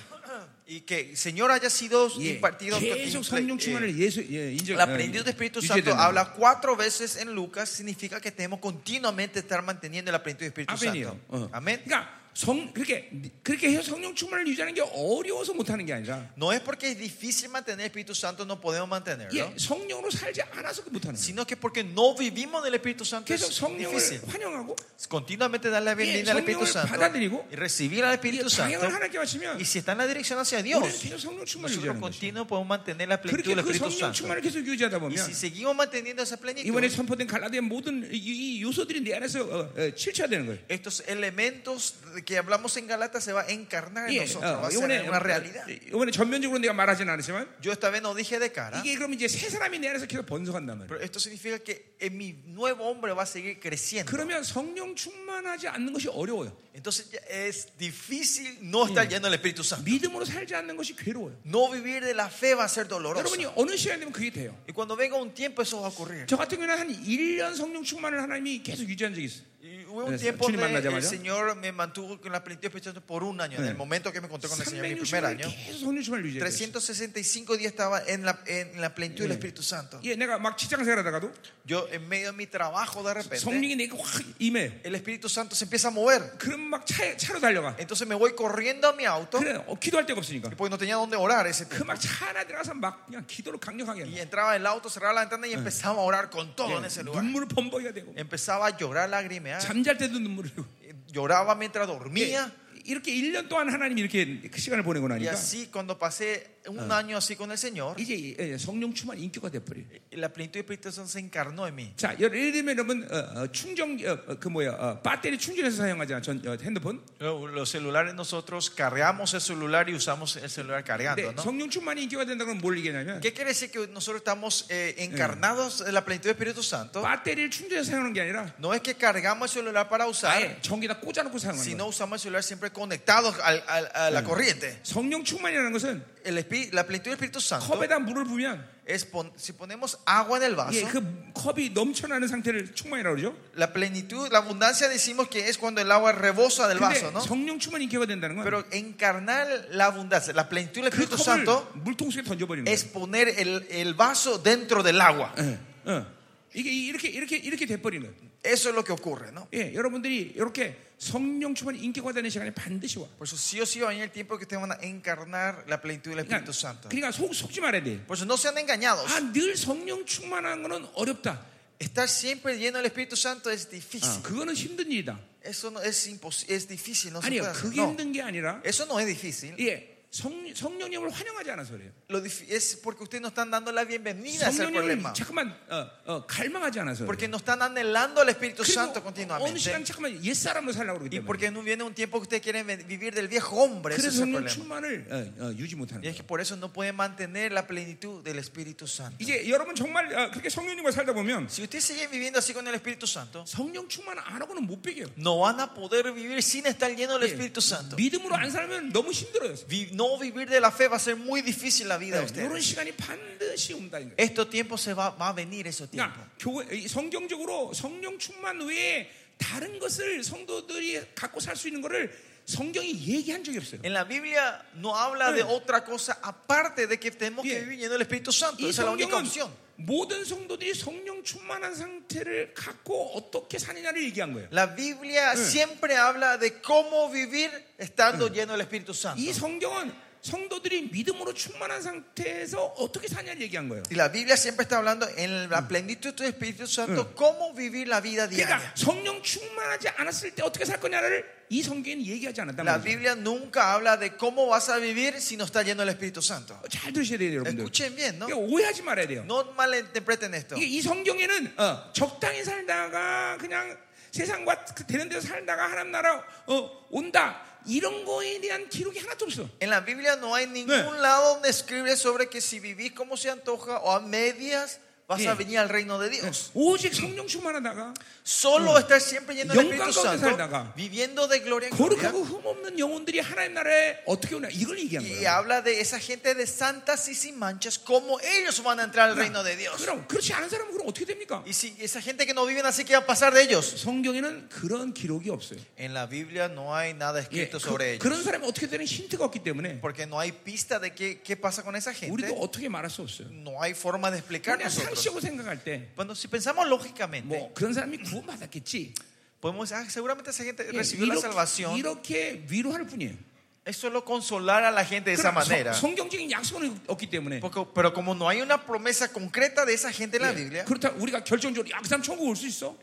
S2: Y que el Señor haya sido
S1: 예,
S2: impartido. eh,
S1: 계속 성령 충만을 예수 예, 인정.
S2: La plenitud del Espíritu Santo habla cuatro veces en Lucas, significa que tenemos continuamente estar manteniendo la plenitud del Espíritu
S1: 아멘이요.
S2: Santo. Amén.
S1: 그러니까 성 그렇게 그렇게 해서 성령 충만을 유지하는 게 어려워서 못하는 게 아니라
S2: No es porque es difícil mantener el Espíritu Santo, no podemos mantenerlo,
S1: 예, 성령으로 살지 않아서 그 못하는 거예요.
S2: sino que porque no vivimos del Espíritu Santo es
S1: 계속 성령을
S2: difícil.
S1: 환영하고
S2: Continuamente dar la
S1: 예,
S2: bienvenida al Espíritu
S1: 성령을
S2: Santo
S1: 받아들이고,
S2: y recibir al
S1: 예,
S2: Espíritu Santo.
S1: 방향을 하나님께 맞추면
S2: Y si está en la dirección hacia
S1: 우리는
S2: Dios,
S1: 계속 성령 충만을
S2: nosotros
S1: 유지하는 것이.
S2: continuamente podemos mantener la plenitud
S1: 그렇게
S2: del
S1: 그
S2: Espíritu
S1: 성령
S2: Santo.
S1: 충만을 계속 유지하다
S2: Y
S1: 보면
S2: si seguimos manteniendo esa plenitud,
S1: 이번에 선포된 갈라디아 모든 이- 이 요소들이 내 안에서 어, 어, 실체화되는 거예요.
S2: estos elementos que hablamos en Galata se va a encarnar en
S1: 예,
S2: nosotros, va
S1: 어,
S2: a ser
S1: 이번에
S2: una realidad.
S1: 이번에 전면적으로 내가 말하진 않았지만
S2: Yo esta vez no dije de cara,
S1: 이게 그럼 이제 새 사람이 내 안에서 계속 번성한단 말이에요.
S2: pero esto significa que en mi nuevo hombre va a seguir creciendo.
S1: 그러면 성령 충만하지 않는 것이 어려워요.
S2: Entonces ya es difícil no estar lleno del Espíritu Santo.
S1: 믿음으로 살지 않는 것이 괴로워요.
S2: No vivir de la fe va a ser doloroso.
S1: 여러분이 어느 시간이 되면 그게 돼요.
S2: Y cuando venga un tiempo eso va a ocurrir.
S1: 저 같은 경우는 한 1년 성령 충만을 하나님이 계속 유지한 적이 있어요.
S2: Y hubo un
S1: Eh,
S2: tiempo
S1: 주님
S2: donde
S1: 만나자마자?
S2: el Señor me mantuvo con la plenitud del Espíritu Santo por un año. En
S1: Eh.
S2: el momento que me encontré con el Señor, mi primer
S1: 360일
S2: año,
S1: 계속 성령 충만을 유지했어요.
S2: 365 días estaba en la, en la plenitud del Espíritu Santo.
S1: 예, 내가 막 직장생활 하다가도
S2: Yo en medio de mi trabajo de repente,
S1: 성령이 내게 확 임해요.
S2: el Espíritu Santo se empieza a mover.
S1: 그럼 막 차에, 차로 달려가.
S2: Entonces me voy corriendo a mi auto,
S1: 그래, 어, 기도할 데가 없으니까.
S2: porque no tenía dónde orar ese tiempo.
S1: 그 막 차 하나 들어가서 막 그냥 기도를 강력하게 하는
S2: Y
S1: 거예요.
S2: entraba el auto, cerraba la ventana y empezaba a orar con todo en ese lugar.
S1: 눈물을 범벅이가 되고
S2: Empezaba a llorar, lagrimear.
S1: 잠잘 때도 눈물을 흘리고
S2: Lloraba mientras dormía.
S1: 예, 이렇게 1년 동안 하나님이 이렇게 그 시간을 보내고
S2: Y
S1: 나니까
S2: así, cuando pasé un año así con el Señor,
S1: 이제 예, 성령 충만 인격화 돼버려요.
S2: la plenitud del Espíritu Santo se encarnó en mí.
S1: 자, 예를 들면 여러분 어, 어, 충전 어, 어, 그 뭐야 어, 배터리 충전해서 사용하잖아 전 어, 핸드폰.
S2: Lo- Los celulares nosotros cargamos el celular y usamos el celular cargando,
S1: 근데
S2: ¿no?
S1: 성령 충만이 인격화 된다는 건 뭘 얘기하냐면
S2: ¿Qué quiere decir que nosotros estamos eh, encarnados en la plenitud del Espíritu Santo?
S1: 배터리를 충전해서 사용하는 게 아니라
S2: No es que cargamos el celular para usar,
S1: 아예 전기에다 꽂아놓고 사용하는
S2: sino
S1: 거예요.
S2: usamos el celular siempre conectados al- al- a la corriente.
S1: 성령 충만이라는 것은
S2: El espí- la plenitud del Espíritu Santo
S1: 컵에다 물을 부으면
S2: es pon- si ponemos agua en el vaso,
S1: 예, 그 컵이 넘쳐나는 상태를 충만이라고 그러죠.
S2: la plenitud, la abundancia decimos que es cuando el agua rebosa del vaso,
S1: 근데
S2: ¿no?
S1: 성령 충만 인격화 된다는 건 그
S2: Pero encarnar la abundancia, la plenitud del Espíritu
S1: 컵을
S2: Santo
S1: 물통 속에 던져버리는 거예요.
S2: es poner el, el vaso dentro del agua.
S1: Eh. 예, 어. 이게 이렇게 이렇게 이렇게 돼버리는 거예요.
S2: Eso es lo que ocurre, ¿no?
S1: 예, 여러분들이 이렇게 성령 충만 인격화되는 시간이 반드시 와.
S2: Por eso sí o sí va a venir el tiempo que ustedes van a encarnar la plenitud del
S1: 그러니까,
S2: Espíritu Santo.
S1: 그러니까 속, 속지 말아야 돼.
S2: Por eso no sean engañados.
S1: 아, 늘 성령 충만한 거는 어렵다.
S2: Estar siempre lleno del Espíritu Santo es
S1: 어.
S2: difícil.
S1: 그거는 힘든 일이다.
S2: Eso no es impos- es difícil, no se
S1: 아니요,
S2: puede hacer.
S1: 그게
S2: No.
S1: 힘든 게 아니라
S2: Eso no es difícil.
S1: 예, 성, 성령님을 환영하지 않아서 그래요.
S2: Lo dif- es porque ustedes no están dando la bienvenida es el
S1: 성령님을
S2: problema.
S1: 잠깐만 어, 어, 갈망하지 않아서
S2: Porque
S1: 그래요.
S2: no están anhelando al Espíritu Santo
S1: 그리고 어느 시간
S2: continuamente.
S1: 잠깐만 옛사람으로 살려고 그러기
S2: Y
S1: 때문에
S2: porque no viene un tiempo que ustedes quieren ve- vivir del viejo hombre. Ese
S1: 그래서
S2: es el
S1: 성령
S2: problema.
S1: 충만을 어, 어, 유지 못하는
S2: Y es
S1: 거예요.
S2: que por eso no pueden mantener la plenitud del Espíritu Santo.
S1: 이제 여러분 정말 어, 그렇게 성령님과 살다 보면
S2: Si ustedes siguen viviendo así con el Espíritu Santo,
S1: 성령 충만 안 하고는 못 배겨요.
S2: no van a poder vivir sin estar lleno del Espíritu Santo.
S1: 믿음으로 안 살면 너무 힘들어요.
S2: Vi- No vivir de la fe va a ser muy difícil la vida de
S1: 이런
S2: ustedes.
S1: 시간이 반드시 온다는 거예요.
S2: Estos tiempos se va, va a venir esos tiempos.
S1: 그러니까 교회 이 성경적으로 성령 충만 외에 다른 것을 성도들이 갖고 살 수 있는 것을 성경이 얘기한 적이 없어요.
S2: En la Biblia no habla de otra cosa aparte de que tenemos que
S1: Bien.
S2: vivir lleno del Espíritu Santo.
S1: 그 이
S2: Esa es la única
S1: 성경은
S2: opción.
S1: 모든 성도들이 성령 충만한 상태를 갖고 어떻게 사느냐를 얘기한 거예요.
S2: La Biblia siempre habla de cómo vivir estando lleno del Espíritu Santo.
S1: 이 성경은 성도들이 믿음으로 충만한 상태에서 어떻게 사냐를 얘기한 거예요.
S2: Y la Biblia siempre está hablando en la plenitud del Espíritu Santo, cómo vivir la vida diaria.
S1: 그러니까 성령 충만하지 않았을 때 어떻게 살 거냐를 이 성경은 얘기하지 않았단
S2: La
S1: 말이에요.
S2: Biblia nunca habla de cómo vas a vivir si no está lleno del Espíritu Santo.
S1: 잘 들으셔야 돼요, 여러분들.
S2: Escuchen bien, ¿no?
S1: 그러니까 오해하지 말아야 돼요.
S2: No malinterpreten esto.
S1: 이게 이 성경에는 어, 적당히 살다가 그냥 세상과 그 되는 대로 살다가 하나님 나라 어, 온다 이런 거에 대한 기록이 하나도 없어.
S2: En la Biblia no hay ningún lado donde escribe sobre que si vivís como se antoja o a medias vas
S1: Bien.
S2: a
S1: Eh.
S2: venir al reino de Dios.
S1: 오직 성령 충만하다가
S2: Solo estar siempre lleno del
S1: Yonggang
S2: Espíritu
S1: 가운데
S2: Santo,
S1: 살다가.
S2: viviendo de gloria en gloria.
S1: 거룩하고 흠 없는 영혼들이 하나님 나라에 어떻게 오냐 이걸 얘기한
S2: Y
S1: 거예요.
S2: habla de esa gente de santas y sin manchas, cómo ellos van a entrar al reino de Dios.
S1: 그럼 그렇지 않은 사람은 그럼 어떻게 됩니까?
S2: Y si esa gente que no viven así, ¿qué va a pasar de ellos?
S1: 성경에는 그런 기록이 없어요.
S2: En la Biblia no hay nada
S1: 예,
S2: escrito sobre
S1: 그, 그런
S2: ellos.
S1: 사람이 어떻게 되는 힌트가 없기 때문에
S2: Porque no hay pista de qué, qué pasa con esa
S1: 우리도
S2: gente.
S1: 어떻게 말할 수 없어요.
S2: No hay forma de explicar
S1: 그러니까 그냥
S2: nosotros.
S1: 상식으로 생각할 때 뭐
S2: Cuando si pensamos lógicamente,
S1: 그런 사람이 구원받았겠지.
S2: podemos decir, "Ah, seguramente esa gente
S1: 예,
S2: recibió la
S1: 이렇게-
S2: salvación.
S1: 이렇게 위로할 뿐이에요.
S2: Es solo consolar a la gente de esa
S1: 그럼 성-
S2: manera.
S1: 성경적인 약속은 없기 때문에
S2: Porque- pero como no hay una promesa concreta de esa gente en la
S1: 예,
S2: Biblia,
S1: 뭐, 그렇다 우리가 결정적으로 야그 사람 천국 올 수 있어?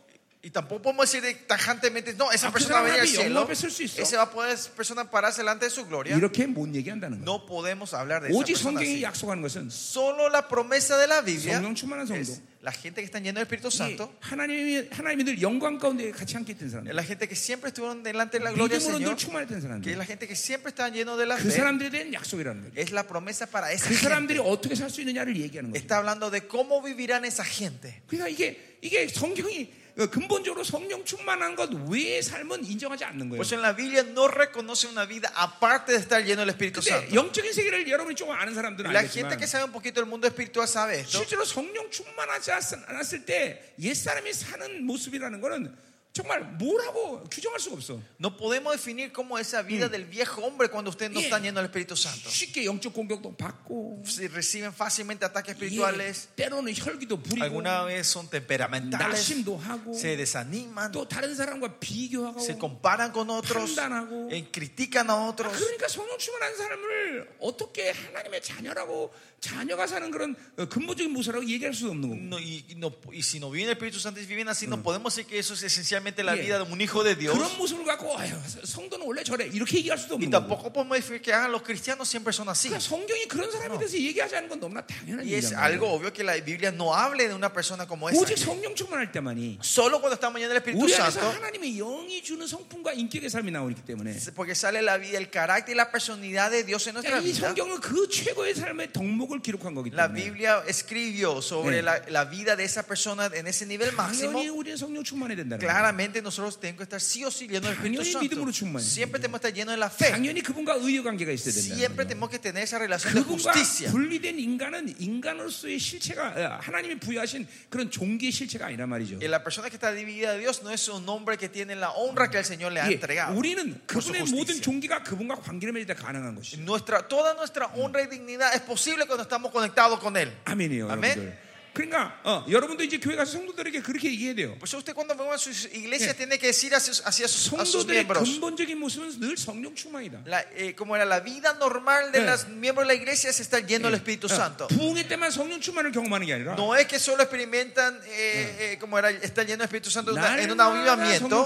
S2: y tampoco podemos decir de- tajantemente, no, esa
S1: Ah,
S2: persona va a venir al
S1: pues, ah,
S2: cielo,
S1: no, pues, eso hizo.
S2: esa va a poder persona pararse delante de su gloria.
S1: 이렇게 못 얘기한다는 거예요.
S2: No podemos hablar de esa
S1: 오직
S2: persona
S1: 성경이
S2: así.
S1: 약속하는 것은
S2: Solo la promesa de la Biblia
S1: 성령 충만한
S2: es
S1: 성도.
S2: la gente que está llena del Espíritu
S1: 예,
S2: Santo,
S1: 하나님이 하나님이 늘 영광 가운데 같이 함께 있던 사람.
S2: la gente que siempre estuvo delante de la gloria del
S1: 믿음으로 늘
S2: Señor,
S1: 충만했던
S2: que es
S1: 사람들.
S2: la gente que siempre está lleno de la
S1: 그
S2: fe,
S1: 사람들에 대한 약속이라는 거죠.
S2: es la promesa para esa
S1: 그 사람들이
S2: gente.
S1: 어떻게 살 수 있느냐를 얘기하는 거죠.
S2: Está hablando de cómo vivirán esa gente.
S1: 그러니까 이게 이게 성경이 어, 근본적으로 성령 충만한 것 외의 삶은 인정하지 않는 거예요.
S2: Por eso Pues en la Biblia no reconoce una vida aparte de estar lleno del Espíritu
S1: 근데
S2: Santo.
S1: 영적인 세계를 여러분이 조금 아는 사람들은
S2: La gente
S1: 알겠지만
S2: que sabe un poquito del mundo espiritual sabe esto.
S1: 실제로 성령 충만하지 않았- 않았을 때 옛사람이 사는 모습이라는 거는 정말 뭐라고 규정할 수가 없어.
S2: No podemos definir cómo es esa vida del viejo hombre cuando ustedes no
S1: Bien.
S2: están llenos del Espíritu Santo.
S1: 쉽게 영적 공격도 받고
S2: Si reciben fácilmente ataques
S1: 예,
S2: espirituales,
S1: 때로는 혈기도 부리고
S2: alguna vez son temperamentales,
S1: 나심도 하고
S2: se desaniman,
S1: 또 다른 사람과 비교하고
S2: se comparan con otros,
S1: 판단하고.
S2: eh, critican a otros.
S1: 그러니까 성령 충만한 사람을 어떻게 하나님의 자녀라고 자녀가 사는 그런 어, 근본적인 모습이라고 얘기할 수 없는 거고
S2: No, y, y no- y si no viven el Espíritu Santo y viven así, no podemos decir que eso es esencialmente la
S1: Bien.
S2: vida de un hijo de Dios.
S1: 그런 모습을 갖고 아유, 성도는 원래 저래 이렇게 얘기할 수도
S2: Y
S1: 없는 거고
S2: tampoco podemos decir que ah, los cristianos siempre son así.
S1: 그러니까 성경이 그런 사람에 대해서 얘기하지 않은 건 너무나 당연한
S2: Y es
S1: 얘기잖아요.
S2: algo obvio que la Biblia no hable de una persona como esa.
S1: 오직 성령 충만할 때만이
S2: Solo cuando estamos llenos del Espíritu
S1: 우리 안에서
S2: Santo,
S1: 하나님의 영이 주는 성품과 인격의 삶이 나오기 때문에
S2: porque sale la vida, el carácter y la personalidad de Dios en
S1: 그러니까
S2: nuestra
S1: 이
S2: vida.
S1: 성경은 그 최고의 삶의 덕목을 기록한 거기
S2: La
S1: 때문에
S2: Biblia escribió sobre
S1: Sí.
S2: la, la vida de esa persona en ese nivel máximo.
S1: 당연히 우리는 성령 충만해야 된다는 거예요.
S2: Claramente nosotros tenemos que estar sí o sí llenos del Espíritu
S1: 당연히 믿음으로 충만해야
S2: Santo. Siempre tenemos que estar llenos de la fe.
S1: 당연히 그분과 의의 관계가 있어야 된다는
S2: Siempre
S1: 거예요.
S2: tenemos que tener esa relación de
S1: 그분과
S2: justicia.
S1: 분리된 인간은 인간으로서의 실체가 어, 하나님이 부여하신 그런 종기의 실체가 아니란 말이죠.
S2: Y La persona que está dividida de Dios no es un hombre que tiene la honra que el Señor le ha
S1: 예,
S2: entregado.
S1: 우리는
S2: por su
S1: 그분의 모든
S2: justicia.
S1: 종기가 그분과 관계를 맺을 때 가능한 것이죠.
S2: Nuestra, toda nuestra honra y dignidad es posible cuando estamos conectados con Él.
S1: 아멘이에요,
S2: 아멘.
S1: 여러분들. 그러니까 어, 여러분도 이제 교회 가서 성도들에게 그렇게 얘기해야 돼요.
S2: Por eso usted cuando va a su iglesia
S1: Yeah.
S2: tiene que decir hacia, sus- hacia sus, a sus
S1: 성도들의
S2: miembros.
S1: 근본적인 모습은 늘 성령 충만이다.
S2: La, eh, como era la vida normal de
S1: Yeah.
S2: los miembros de la iglesia es estar lleno del Espíritu Santo.
S1: 어, 부흥회 때만 성령 충만을 경험하는 게 아니라
S2: No es que solo experimentan eh, eh, como era estar lleno del Espíritu Santo en una- en un
S1: 날마다
S2: avivamiento,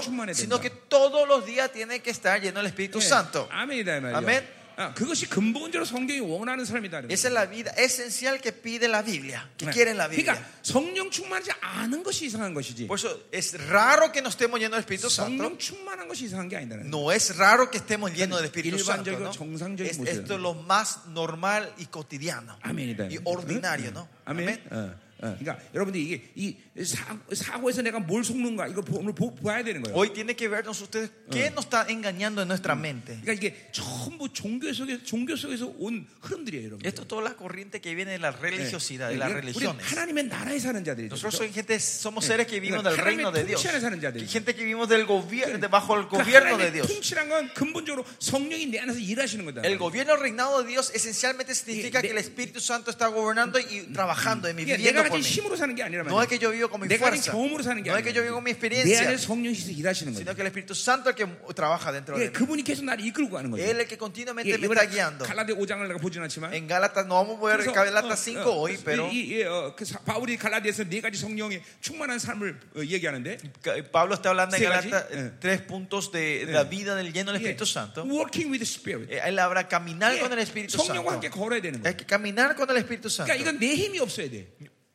S1: 성령 충만해야
S2: sino
S1: 된다.
S2: que todos los días tiene que estar lleno del Espíritu
S1: 예,
S2: Santo.
S1: 아멘이다 이 말이야.
S2: 아멘.
S1: 아, 그것이 근본적으로 성경이 원하는 삶이다. 이런
S2: Esa es la vida esencial que pide la Biblia, que
S1: 거예요.
S2: quiere la
S1: 그러니까
S2: Biblia.
S1: 성령 충만하지 않은 것이 이상한 것이지.
S2: Por eso es raro que no estemos llenos del Espíritu Santo.
S1: 성령 충만한 것이 이상한 게 아니라는. 거예요.
S2: 그렇죠. No es raro que estemos llenos del Espíritu Santo.
S1: 일반적이고
S2: ¿no?
S1: 정상적인
S2: Es-
S1: 모습.
S2: esto es lo más normal y cotidiano
S1: 아멘이다. 이
S2: y
S1: 말이야.
S2: ordinario.
S1: 응?
S2: ¿no?
S1: 아멘.
S2: Amén.
S1: 어, 어, 그러니까 여러분들이 이게 이 사, 사고에서 내가 뭘 속는가 이걸 보- 오늘 보, 봐야 되는 거예요.
S2: Hoy tiene que vernos ustedes qué nos está engañando en nuestra mente.
S1: 그러니까 이게 전부 종교 속에서 종교 속에서 온 흐름들이에요, 여러분.
S2: Esto es toda la corriente que viene de la religiosidad, de las
S1: 우리
S2: religiones.
S1: 하나님의 나라에 사는 자들이죠.
S2: Nosotros soy gente, somos
S1: Eh,
S2: seres que vivimos
S1: 그러니까
S2: del reino
S1: 하나님의
S2: de Dios.
S1: 통치 안에 사는 자들이죠.
S2: Que gente que vivimos del gobierno, debajo del
S1: 그
S2: gobierno de
S1: 하나님의
S2: Dios.
S1: 통치란 건 근본적으로 성령이 내 안에서 일하시는 거다.
S2: El gobierno reinado de Dios esencialmente significa
S1: de-
S2: que el Espíritu Santo está gobernando y trabajando en mi
S1: 그러니까 내가
S2: viviendo
S1: 가진
S2: por mí.
S1: 힘으로 사는 게 아니라
S2: No es
S1: 말이야.
S2: que yo vivo con mi
S1: 내가 가진
S2: fuerza,
S1: 경험으로 사는 게
S2: no es que yo
S1: 아니라
S2: vivo con mi
S1: 내 안에
S2: experiencia,
S1: 성령이 일하시는 거예요.
S2: sino que el Espíritu Santo es el que trabaja dentro de
S1: 예,
S2: mí.
S1: 그분이 계속 나를 이끌고 가는 거예요.
S2: Él es el que ¿eh?
S1: 예,
S2: continuamente me está
S1: 이번에
S2: guiando.
S1: 갈라데 5장을 내가 보진 않지만 어,
S2: En Gálatas, no vamos a poder en Gálatas 5 hoy, pero
S1: 이, 이, 이, 어, 그 사- 바울이 갈라디에서 네 가지 성령에 충만한 삶을 어, 얘기하는데
S2: Ca- Pablo está hablando en
S1: Sí,
S2: Gálatas
S1: allí. Eh.
S2: tres puntos de la vida del lleno del
S1: 예,
S2: Espíritu Santo.
S1: working with the Spirit
S2: Eh, Él habla caminar con el
S1: 예,
S2: Espíritu
S1: 성령과 함께
S2: Santo.
S1: 걸어야 되는
S2: Hay
S1: 거예요.
S2: que caminar con el Espíritu Santo.
S1: 그러니까 이건 내 힘이 없어야 돼.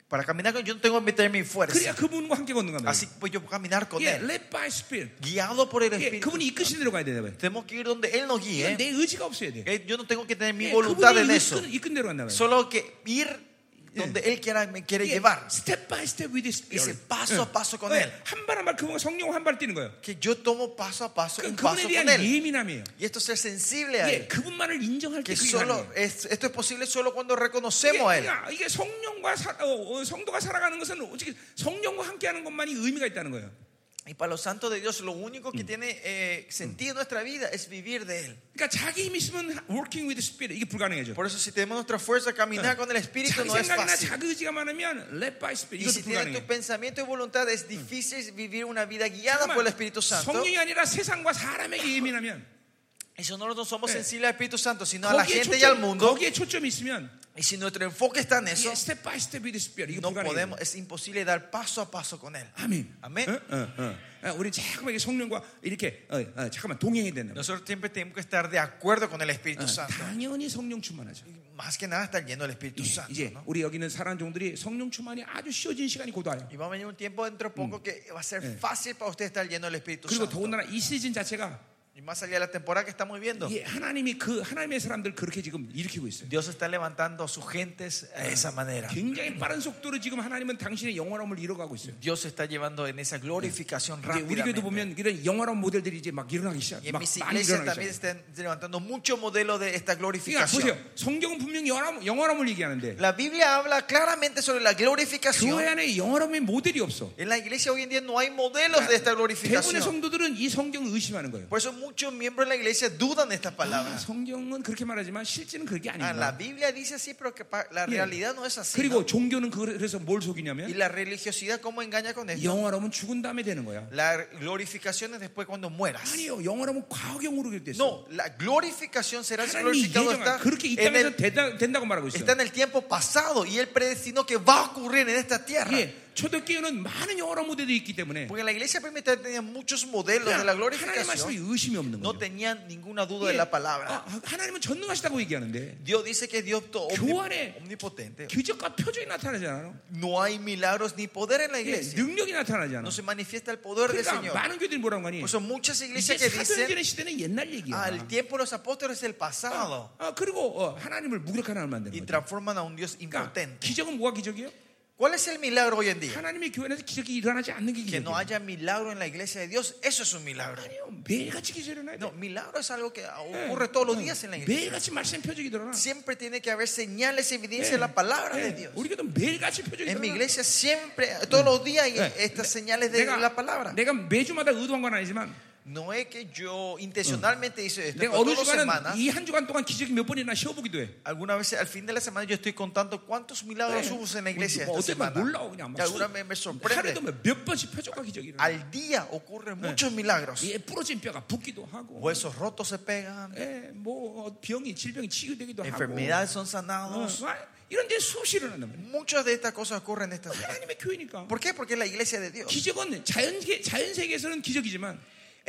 S2: Para caminar con yo no tengo que meter mi
S1: 그래야
S2: fuerza.
S1: 그분과 함께 걷는 겁니다.
S2: Así pues yo puedo caminar con
S1: 예,
S2: él.
S1: led by Spirit.
S2: Guiado por el
S1: 예,
S2: Espíritu.
S1: 그분이 이끄시는 대로 가야 되나 봐요.
S2: Tenemos que ir donde él nos
S1: 이건
S2: guíe.
S1: 내 의지가 없어야 돼.
S2: Eh, Yo no tengo que tener 예. mi
S1: 예,
S2: voluntad en
S1: 그분이
S2: eso.
S1: 이끈, 이끈 대로 간다 예, 말이야.
S2: Solo que ir donde él quiera me quiere llevar.
S1: 스텝 바이 스텝 위드
S2: Dice
S1: 스피릿.
S2: paso a paso con él.
S1: 예. 한발 한 발 그분과 성령 한 발 뛰는 거예요.
S2: Que yo tomo paso a paso
S1: 그,
S2: un
S1: 그분에
S2: paso
S1: 대한
S2: con él.
S1: 예민함이에요.
S2: Y esto es ser sensible a
S1: 예,
S2: él.
S1: 그분만을 인정할 때
S2: Que
S1: 그게
S2: solo,
S1: 가능해요.
S2: es- esto es posible solo cuando
S1: 이게,
S2: reconocemos a él.
S1: 그러니까 이게 성령과 사, 어, 어, 성도가 살아가는 것은 오직 성령과 함께하는 것만이 의미가 있다는 거예요.
S2: Y para los santos de Dios, lo único que tiene eh, sentido en nuestra vida es vivir de él.
S1: 그러니까 자기 힘이 있으면 working with the spirit 이게 불가능해져.
S2: Por eso si tenemos nuestra fuerza, caminar con el Espíritu
S1: 자기
S2: no es
S1: 생각이나
S2: fácil.
S1: 자기 의지가 많으면 led by
S2: Y
S1: spirit
S2: si
S1: 이것도
S2: tienes tu
S1: 불가능해.
S2: pensamiento y voluntad, es difícil vivir una vida guiada por el Espíritu Santo.
S1: 성령이 아니라 세상과 사람에게 예민하면
S2: Y si nosotros no somos
S1: Eh.
S2: sensibles al Espíritu Santo, sino a la
S1: 거기에
S2: gente y al
S1: 초점,
S2: mundo,
S1: 거기에 초점이 있으면
S2: y si nuestro enfoque está en eso,
S1: 이게 step by step with the spirit 이게
S2: no
S1: 불가능해.
S2: podemos, es imposible dar paso a paso con él.
S1: 아멘.
S2: 뭐 아멘.
S1: 어, 어, 어. 아, 우리 잠깐만 이게 성령과 이렇게 어, 어, 잠깐만 동행해야 된다.
S2: Nosotros siempre tenemos que estar de acuerdo con el Espíritu
S1: 어,
S2: Santo.
S1: 당연히 성령 충만하죠.
S2: Y Más que nada estar lleno del Espíritu Santo.
S1: 이제
S2: ¿no?
S1: 우리 여기는 사랑 종들이 성령 충만이 아주 쉬워진 시간이 곧 와요.
S2: Y va a venir un tiempo dentro de poco que va a ser fácil para usted estar lleno del Espíritu
S1: 그리고
S2: Santo.
S1: 더군다나 이 시즌 자체가
S2: Y más allá de la temporada que estamos viviendo.
S1: 예, 하나님이 그 하나님의 사람들 그렇게 지금 일으키고 있어요.
S2: Dios está levantando a sus gentes a esa manera.
S1: 굉장히 빠른 속도로 지금 하나님은 당신의 영화로움을 이뤄가고 있어요.
S2: Dios está llevando en esa glorificación
S1: 이제 우리 교도
S2: rápidamente.
S1: 보면 이런 영화로운 모델들이 이제 막 일어나기 시작,
S2: Y en
S1: 막
S2: mis
S1: 많이
S2: iglesias
S1: 일어나기
S2: también
S1: 시작.
S2: están levantando muchos modelos de esta
S1: 그러니까
S2: glorificación.
S1: 보세요, 성경은 분명히 영화로움, 영화로움을 얘기하는데
S2: La Biblia habla claramente sobre la glorificación.
S1: 교회 안에 영화로움의 모델이 없어.
S2: En la iglesia hoy en día no hay modelos de esta
S1: 대부분의
S2: glorificación.
S1: 성도들은 이 성경을 의심하는 거예요.
S2: Por eso muchos miembros de la iglesia dudan de estas
S1: 아,
S2: palabras.
S1: 성경은 그렇게 말하지만 실제는 그렇게
S2: Ah, la
S1: 아닙니다.
S2: Biblia dice así, pero que pa- la
S1: Yeah.
S2: realidad no es así.
S1: 그리고
S2: ¿no?
S1: 종교는 그걸- 그래서 뭘
S2: Y
S1: 속이냐면
S2: la religiosidad, ¿cómo engaña con
S1: 예.
S2: esto?
S1: 영화로움은 죽은 다음에 되는 거야.
S2: La glorificación es después cuando mueras.
S1: 아니요, 영화로움은 과거형으로 기록됐어.
S2: No, la glorificación será
S1: 하나님이
S2: glorificado
S1: 예정한
S2: está
S1: 그렇게 이
S2: en,
S1: 땅에서
S2: el,
S1: 된다, 된다고 말하고 있어요.
S2: está en el tiempo pasado y él predestinó que va a ocurrir en esta tierra.
S1: 예, 초대교회는 많은 영화로움 모델이 있기 때문에
S2: Porque en la iglesia primitiva tenían muchos modelos de la
S1: 뭐, 그냥 하나님 말씀에
S2: glorificación.
S1: 의심이 없는
S2: No
S1: 거죠.
S2: tenían ninguna duda
S1: 예,
S2: de la palabra.
S1: 아, 하나님은 전능하시다고 얘기하는데
S2: Dios dice que Dios to- omni-
S1: 교활해.
S2: omnipotente.
S1: 기적과 표적이 나타나잖아요.
S2: No hay milagros ni poder en la
S1: 예,
S2: iglesia.
S1: 능력이 나타나잖아.
S2: No se manifiesta el poder del
S1: 그러니까
S2: Señor.
S1: 많은 교회들이 뭐라고 하니?
S2: Por eso muchas
S1: 이제
S2: iglesias que dicen,
S1: 사도행전의 시대는 옛날 얘기야.
S2: al tiempo de los apóstoles es el pasado.
S1: 아, 그리고 어, 하나님을 무력한 하나님
S2: Y
S1: 만드는 거죠.
S2: transforman a un Dios
S1: 그러니까
S2: impotente.
S1: 기적은 뭐가 기적이에요?
S2: ¿Cuál es el milagro hoy en día?
S1: 하나님의 교회 안에서 기적이 일어나지 않는 게
S2: que no
S1: 기적이에요.
S2: haya milagro en la iglesia de Dios, eso es un milagro.
S1: 아니요, 매일같이 기적이 일어나야
S2: No, Eh,
S1: 돼.
S2: milagro es algo que
S1: 예,
S2: ocurre todos los días en la iglesia.
S1: 매일같이 말씀 표적이 드러나. 네.
S2: Siempre tiene que haber señales, evidencia en la palabra de Dios.
S1: 우리 교도 매일같이 표적이
S2: En mi
S1: 드러나.
S2: iglesia siempre, todos los días hay
S1: 예.
S2: estas señales Eh, de la
S1: 내가,
S2: palabra.
S1: 내가 매주마다 의도한 건 아니지만
S2: No es que yo intencionalmente hice esto,
S1: 내가
S2: pero
S1: 어느
S2: todas las
S1: 주간은
S2: semanas,
S1: 이 한 주간 동안 기적이 몇 번이나 쉬어보기도 해.
S2: alguna vez al fin de la semana yo estoy contando cuántos milagros
S1: 예.
S2: hubo en la iglesia
S1: 뭐
S2: esta
S1: 어때 막
S2: semana.
S1: 놀라워 그냥
S2: Y
S1: 막
S2: alguna vez me
S1: 하루에도
S2: sorprende.
S1: 막몇 번씩 표적과 기적이 일어나.
S2: Al día ocurren muchos milagros.
S1: 예, 부러진 뼈가 붓기도 하고,
S2: Huesos rotos se pegan,
S1: 예, 뭐 병이 질병이 치유되기도 하고.
S2: enfermedades son
S1: 어,
S2: sanados.
S1: 아, 이런 데 수없이 일어난단 말이야.
S2: Muchas de estas cosas ocurren en esta semana.
S1: 하나님의 교회니까.
S2: ¿Por qué? Porque es la iglesia de Dios.
S1: 기적은 자연 자연 세계에서는 기적이지만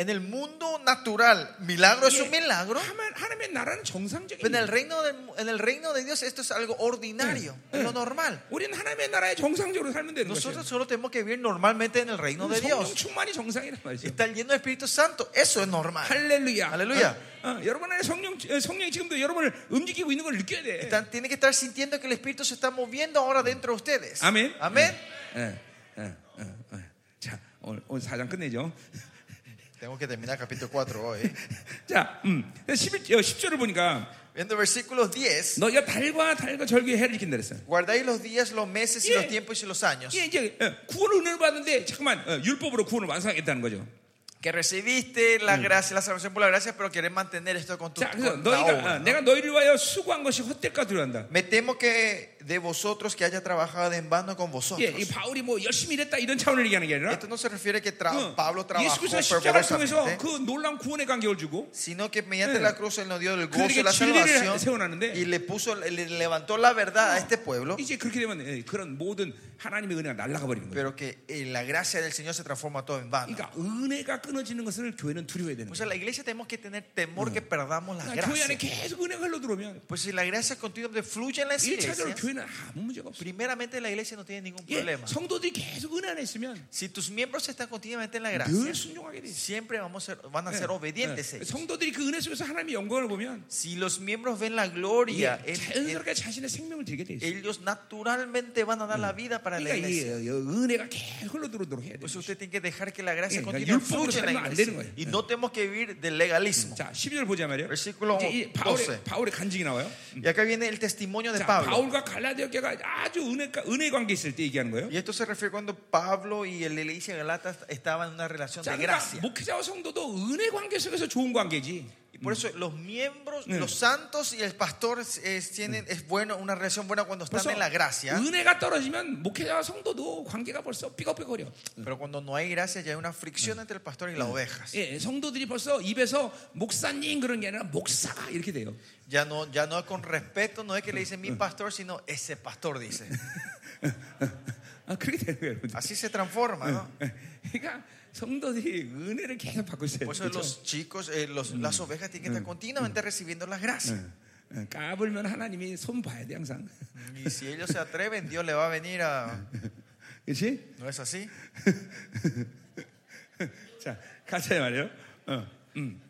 S2: En el mundo natural, milagro es un milagro.
S1: 하나- 하나님의 나라는 정상적인
S2: Pero en el
S1: 일.
S2: reino de, en el reino de Dios esto es algo ordinario,
S1: 예.
S2: lo normal.
S1: 우리는 하나님의 나라에 정상적으로 살면 되는 거죠.
S2: Nosotros solo tenemos que vivir normalmente en el reino de
S1: 성령
S2: Dios.
S1: 충만이 정상이란 말이죠.
S2: Estar lleno del Espíritu Santo, eso es normal.
S1: 할렐루야.
S2: 할렐루야.
S1: 어, 어, 여러분 안에 성령 성령이 지금도 여러분을 움직이고 있는 걸 느껴야 돼.
S2: Están- tienen que estar sintiendo que el Espíritu se está moviendo ahora dentro de ustedes.
S1: 아멘.
S2: Amén.
S1: 예, 예, 예, 예. 자, 오늘 오늘 사장 끝내죠.
S2: Tengo que terminar el capítulo 4 hoy.
S1: 자, 음. 11, 어, 10절을 보니까
S2: Viendo versículos 10,
S1: 너희가 달과 달과 절기의 해를 지킨다 그랬어요.
S2: guardáis los días, los meses y
S1: Yeah.
S2: los tiempos y los años
S1: 이게 이제 어, 구원 은혜를 받는데 잠깐만 어, 율법으로 구원을 완성하겠다는 거죠.
S2: que recibiste la gracia, la salvación por la gracia, pero querés mantener esto con tu
S1: 자, 그래서
S2: con la
S1: 너희가
S2: obra,
S1: 어,
S2: ¿no? ah,
S1: 내가 너희를 위하여 수고한 것이 헛될까 두려한다.
S2: Me temo que de vosotros que haya trabajado en vano con
S1: 예,
S2: vosotros.
S1: 이 바울이 뭐 열심히 일했다 이런 차원을 얘기하는 게 아니라
S2: Esto no se refiere que tra-
S1: 어,
S2: Pablo trabajó
S1: 예수 그리스도 십자가를 통해서
S2: fervorosamente,
S1: 그 놀라운 구원의 간격을 주고
S2: sino que mediante
S1: 예.
S2: la cruz él nos dio el gozo
S1: 그들에게
S2: de la
S1: 진리를
S2: salvación
S1: 세워놨는데
S2: y le puso, le levantó la verdad a este pueblo,
S1: 이제 그렇게 되면 예, 그런 모든 하나님의 은혜가 날아가 버리는 거예요.
S2: pero que eh, la gracia del Señor se transforma todo en vano.
S1: 그러니까 은혜가 끊어지는 것을 교회는 두려워야 되는
S2: O
S1: 거예요.
S2: sea, la iglesia tenemos que tener temor que perdamos la
S1: 그러니까 교회 안에
S2: gracia.
S1: 계속 은혜가 흘러 들어오면
S2: Pues si la gracia continuamente fluye en la iglesia,
S1: 일차적으로 교회는 아무 문제가 없어요.
S2: primeramente la iglesia no tiene ningún
S1: 예,
S2: problema.
S1: 성도들이 계속 은혜 안에 있으면
S2: Si tus miembros están continuamente en la
S1: 늘
S2: gracia,
S1: 네, 순종하게 돼. 있어요.
S2: siempre vamos a ser, van a
S1: 예,
S2: ser obedientes.
S1: 예,
S2: ellos.
S1: 성도들이 그 은혜 속에서 하나님의 영광을 보면
S2: Si los miembros ven la
S1: 이게
S2: gloria, en- en-
S1: 자연스럽게 자신의 생명을 드리게 돼 있어요.
S2: ellos naturalmente van a dar la vida para la
S1: 그러니까 이
S2: iglesia.
S1: 어, 은혜가 계속 흘러 들어오도록 해야 돼.
S2: Pues usted tiene que dejar que la
S1: 예,
S2: gracia
S1: 그러니까
S2: continúe
S1: 율법으로
S2: fluya en
S1: 살면
S2: la
S1: 안 되는
S2: iglesia.
S1: 거예요.
S2: Y no tenemos que vivir del legalismo.
S1: 자, 12절 보자 말이에요.
S2: Versículo
S1: 이제 이 바울의,
S2: 12.
S1: 바울의 간증이 나와요.
S2: Y acá viene el testimonio de
S1: 자,
S2: Pablo.
S1: 바울과 갈라디아가 아주 은혜 은혜 관계 있을 때 얘기하는 거예요.
S2: Y esto se refiere cuando Pablo y el de la iglesia de Galatas estaban en una relación
S1: 자,
S2: de
S1: 그러니까
S2: gracia.
S1: 목회자와 성도도 은혜 관계 속에서 좋은 관계지.
S2: Y por eso los miembros,
S1: Mm.
S2: los santos y el pastor es, tienen, es bueno, una relación buena cuando están
S1: 벌써
S2: en la gracia.
S1: 은혜가 떨어지면 목회자와 성도도 관계가 벌써 삐걱삐걱거려.
S2: Pero cuando no hay gracia ya hay una fricción entre el pastor y las ovejas.
S1: 예, 성도들이 벌써 입에서 목사님 그런 게 아니라 목사가 이렇게 돼요.
S2: Ya no, ya no con respeto, no es que le dicen mi pastor, sino ese pastor dice.
S1: 아, 그렇게 되는 거예요, 여러분들.
S2: Así se transforma, ¿no?
S1: 그러니까 성도들이 은혜를 계속 받고 있어요.
S2: Por eso
S1: 그렇죠?
S2: los chicos, eh, los- las ovejas tienen que estar continuamente recibiendo las gracias.
S1: 예, 예, 까불면 하나님이 손 봐야 돼 항상.
S2: Y si ellos se atreven, Dios le va a venir a.
S1: 그렇지?
S2: ¿No es así?
S1: 자, 가자 말이요. 어, 음.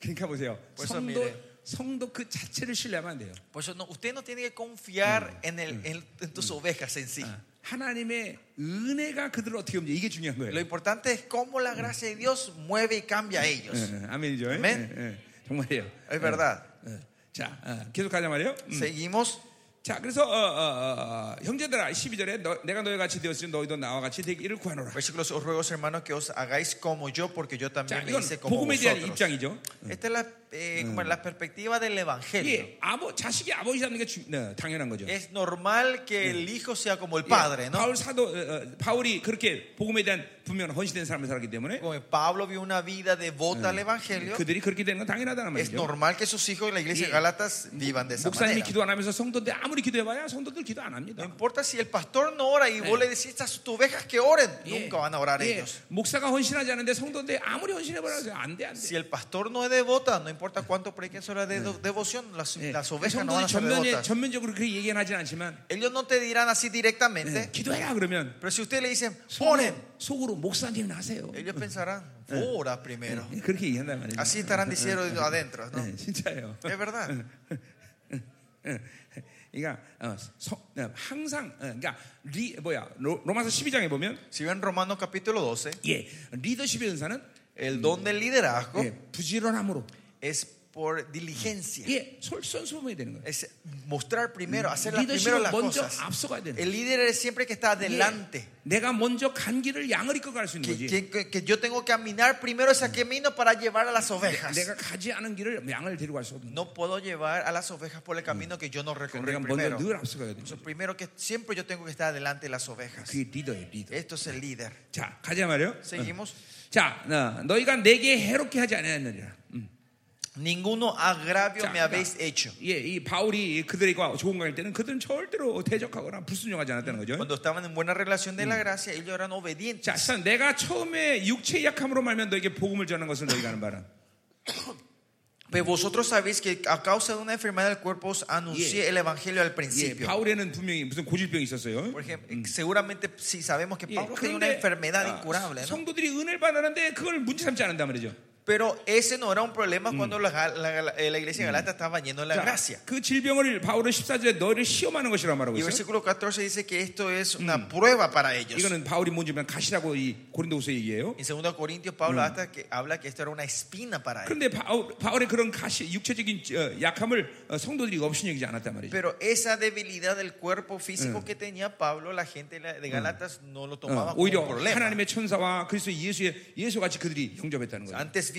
S1: 그러니까 보세요.
S2: 벌써
S1: 성도
S2: 미래.
S1: 성도 그 자체를 신뢰하면 안 돼요.
S2: Por eso no- usted no tiene que confiar en, el, en, en tus ovejas en sí.
S1: 하나님의 은혜가 그들을 어떻게 움직여 이게 중요한
S2: Lo
S1: 거예요.
S2: importante es cómo la gracia de Dios mueve y cambia a ellos.
S1: 예, 예, 아멘이죠. 예?
S2: 아멘.
S1: 예, 예. 정말이에요.
S2: Es verdad.
S1: 예. 자, 어, 계속 가자 말이요.
S2: Mm. Seguimos.
S1: 자, 그래서 어, 어, 어, 형제들아 12절에 내가 너희 같이 되었으니 너희도 나와 같이 되기를 구하노라.
S2: Versículos, os ruego, hermanos, que os hagáis como yo, porque yo
S1: 자,
S2: también me
S1: 이건
S2: hice como
S1: 복음에 대한
S2: vosotros.
S1: 입장이죠.
S2: Esta es la, eh, como la perspectiva del Evangelio.
S1: 이게 아버 자식이 아버지 잡는 게 주- 네, 당연한 거죠.
S2: Es normal que el hijo sea como el padre, ¿no?
S1: 예, 바울 사도 어, 어, 바울이 그렇게 복음에 대한 분명 한 헌신된 삶을 살았기 때문에
S2: Como Pablo vio una vida devota al Evangelio,
S1: 그들이 그렇게 되는 건 당연하다는
S2: es
S1: 말이죠.
S2: normal que sus hijos en la iglesia de
S1: Yeah.
S2: Galatas vivan de esa
S1: 목사님이
S2: manera.
S1: 기도 안 하면서 성도들 아무리 기도해봐야 성도들 기도 안
S2: No
S1: 합니다.
S2: importa si el pastor no ora y vos
S1: Yeah.
S2: le decís a sus ovejas que oren,
S1: 예,
S2: nunca van a orar
S1: 예,
S2: ellos.
S1: 목사가 헌신하지 않는데 성도들 아무리 헌신해봐라 안돼 안돼.
S2: Si el pastor no es devota, no importa cuánto prediquen sobre la devo- devoción, las,
S1: Eh.
S2: las ovejas no
S1: 예. 성도들이
S2: van a ser
S1: 전면,
S2: devotas.
S1: 전면적으로 그렇게 얘기는 하진 않지만
S2: Ellos no te dirán así directamente,
S1: 예, 기도해라 그러면
S2: pero si usted le dicen,
S1: 속으로,
S2: oren,
S1: 속으로 목사님은 하세요.
S2: ellos pensarán, ora primero.
S1: 예, 그렇게 얘기한단 말이죠.
S2: Así estarán diciendo adentro, ¿no?
S1: 예, 진짜예요.
S2: Es verdad.
S1: 예. 그러니까 어, 성- 어, 항상 어, 그러니까 리, 뭐야 로, 로마서 12장에 보면
S2: Si ven Romanos capítulo 12,
S1: 예 리더십의 은사는
S2: el don del liderazgo
S1: 예, 부지런함으로
S2: es por diligencia.
S1: 예 솔선수범이 되는 거예요.
S2: Es mostrar primero, hacer las primero
S1: 리더십은
S2: las
S1: 먼저
S2: cosas.
S1: 앞서가야 되는
S2: El líder es siempre que está
S1: 예,
S2: adelante.
S1: 내가 먼저 간 길을 양을 이끌고 갈 수 있는
S2: Que,
S1: 거지.
S2: que- que- que yo tengo que caminar primero ese camino para llevar a las ovejas.
S1: 내가 가지 않은 길을 양을 데리고 갈 수 없는.
S2: No puedo llevar a las ovejas por el camino que yo no
S1: 거지.
S2: recorrí
S1: 내가 먼저
S2: primero.
S1: 늘 앞서가야 되는. 거지.
S2: Entonces, primero que siempre yo tengo que estar adelante de las ovejas.
S1: 그게 리더예요, 리더.
S2: Esto es el líder.
S1: 자 가자 말이요.
S2: Seguimos.
S1: 자 어, 너희가 내게 해롭게 하지 아니하느니라. 음.
S2: Ninguno agravio
S1: 자,
S2: me habéis hecho.
S1: 예, 이 바울이 그들과 좋은 관계일 때는 그들은 절대로 대적하거나 불순종하지 않았다는 거죠.
S2: Cuando estaban en buena relación de la gracia, ellos eran obedientes.
S1: 자, 사실 내가 처음에 육체의 약함으로 말면 너에게 복음을 전하는 것을 너희가 하는 바는
S2: Pero vosotros sabéis que a causa de una enfermedad del cuerpo os anuncié
S1: Yeah.
S2: el evangelio al
S1: 예,
S2: principio.
S1: 바울에는 분명히 무슨 고질병이 있었어요.
S2: Por ejemplo, seguramente si sabemos que
S1: 예,
S2: Pablo tenía una enfermedad
S1: 아,
S2: incurable, 네. ¿no?
S1: 성도들이 은혜를 받았는데 그걸 문제 삼지 않는다 말이죠.
S2: pero ese no era un problema cuando la, ga- la- la- la iglesia de Galata estaba llena de la
S1: 자,
S2: gracia.
S1: 그 질병을 바울은 14절에 너를 시험하는 것이라 말하고
S2: Y
S1: 있어요.
S2: el versículo 14 dice que esto es una prueba para ellos.
S1: 이거는 바울이 뭔지 면 가시라고 이 고린도후서 얘기해요.
S2: En 2 Corintios, Pablo hasta que habla que esto era una espina para ellos.
S1: 그런데 바울, 바울의 그런 가시, 육체적인 어, 약함을 어, 성도들이 없인 여기지 않았단 말이죠.
S2: Pero esa debilidad del cuerpo físico que tenía Pablo, la gente de Galatas no lo tomaba
S1: 어,
S2: como
S1: 오히려
S2: un problema.
S1: 하나님의 천사와 그리스도 예수의 예수 같이 그들이 영접했다는 거죠.
S2: Antes bien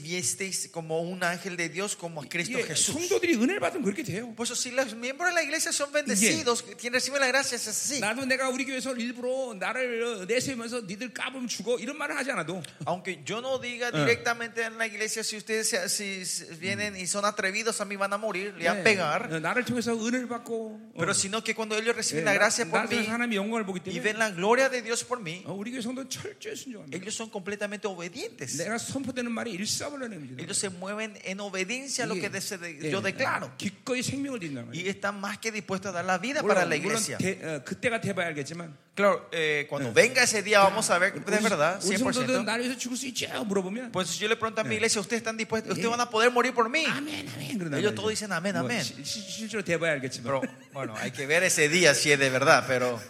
S2: recibisteis como un ángel de Dios, como a Cristo
S1: 이게
S2: Jesús.
S1: 성도들이 은혜를 받으면 그렇게 돼요.
S2: Por eso, si los miembros de la iglesia son bendecidos, quien recibe la gracia es así.
S1: 나도 내가 우리 교회에서 일부러 나를 어, 내세우면서 니들 까불면 죽어 이런 말을 하지 않아도
S2: Aunque yo no diga directamente en la iglesia, si ustedes se- si s- vienen y son atrevidos, a mí van a morir, le van a
S1: 예,
S2: pegar.
S1: 어, 나를 통해서 은혜를 받고 어,
S2: Pero sino que cuando ellos
S1: 예,
S2: reciben la
S1: 나-
S2: gracia por
S1: 나를
S2: mí
S1: 통해서 하나님의 영광을 보기
S2: y
S1: 때문에
S2: ven la gloria de Dios por mí,
S1: 어, 우리 교회 성도는 철저히 순종합니다.
S2: ellos son completamente obedientes.
S1: 내가 선포되는 말이 일사불란입니다.
S2: Ellos se mueven en obediencia a lo
S1: 이게,
S2: que de- se de-
S1: 예,
S2: yo declaro.
S1: 기꺼이 생명을 드린다
S2: Y están más que dispuestos a dar la vida para
S1: 물론,
S2: la
S1: 물론
S2: iglesia.
S1: 대- 어, 그때가 돼봐야 알겠지만
S2: Claro, eh, cuando venga ese día vamos a ver de verdad,
S1: 우리 성도들은
S2: 100%.
S1: 나를 위해서 죽을 수 있죠? 물어보면
S2: Pues si yo le pregunto a mi iglesia, ¿ustedes están dispuestos? ¿Ustedes van a poder morir por mí?
S1: 아멘 아멘 그러나
S2: Ellos todos dicen amén, amén.
S1: 실제로 돼봐야 알겠지만
S2: Pero bueno, hay que ver ese día si es de verdad, pero...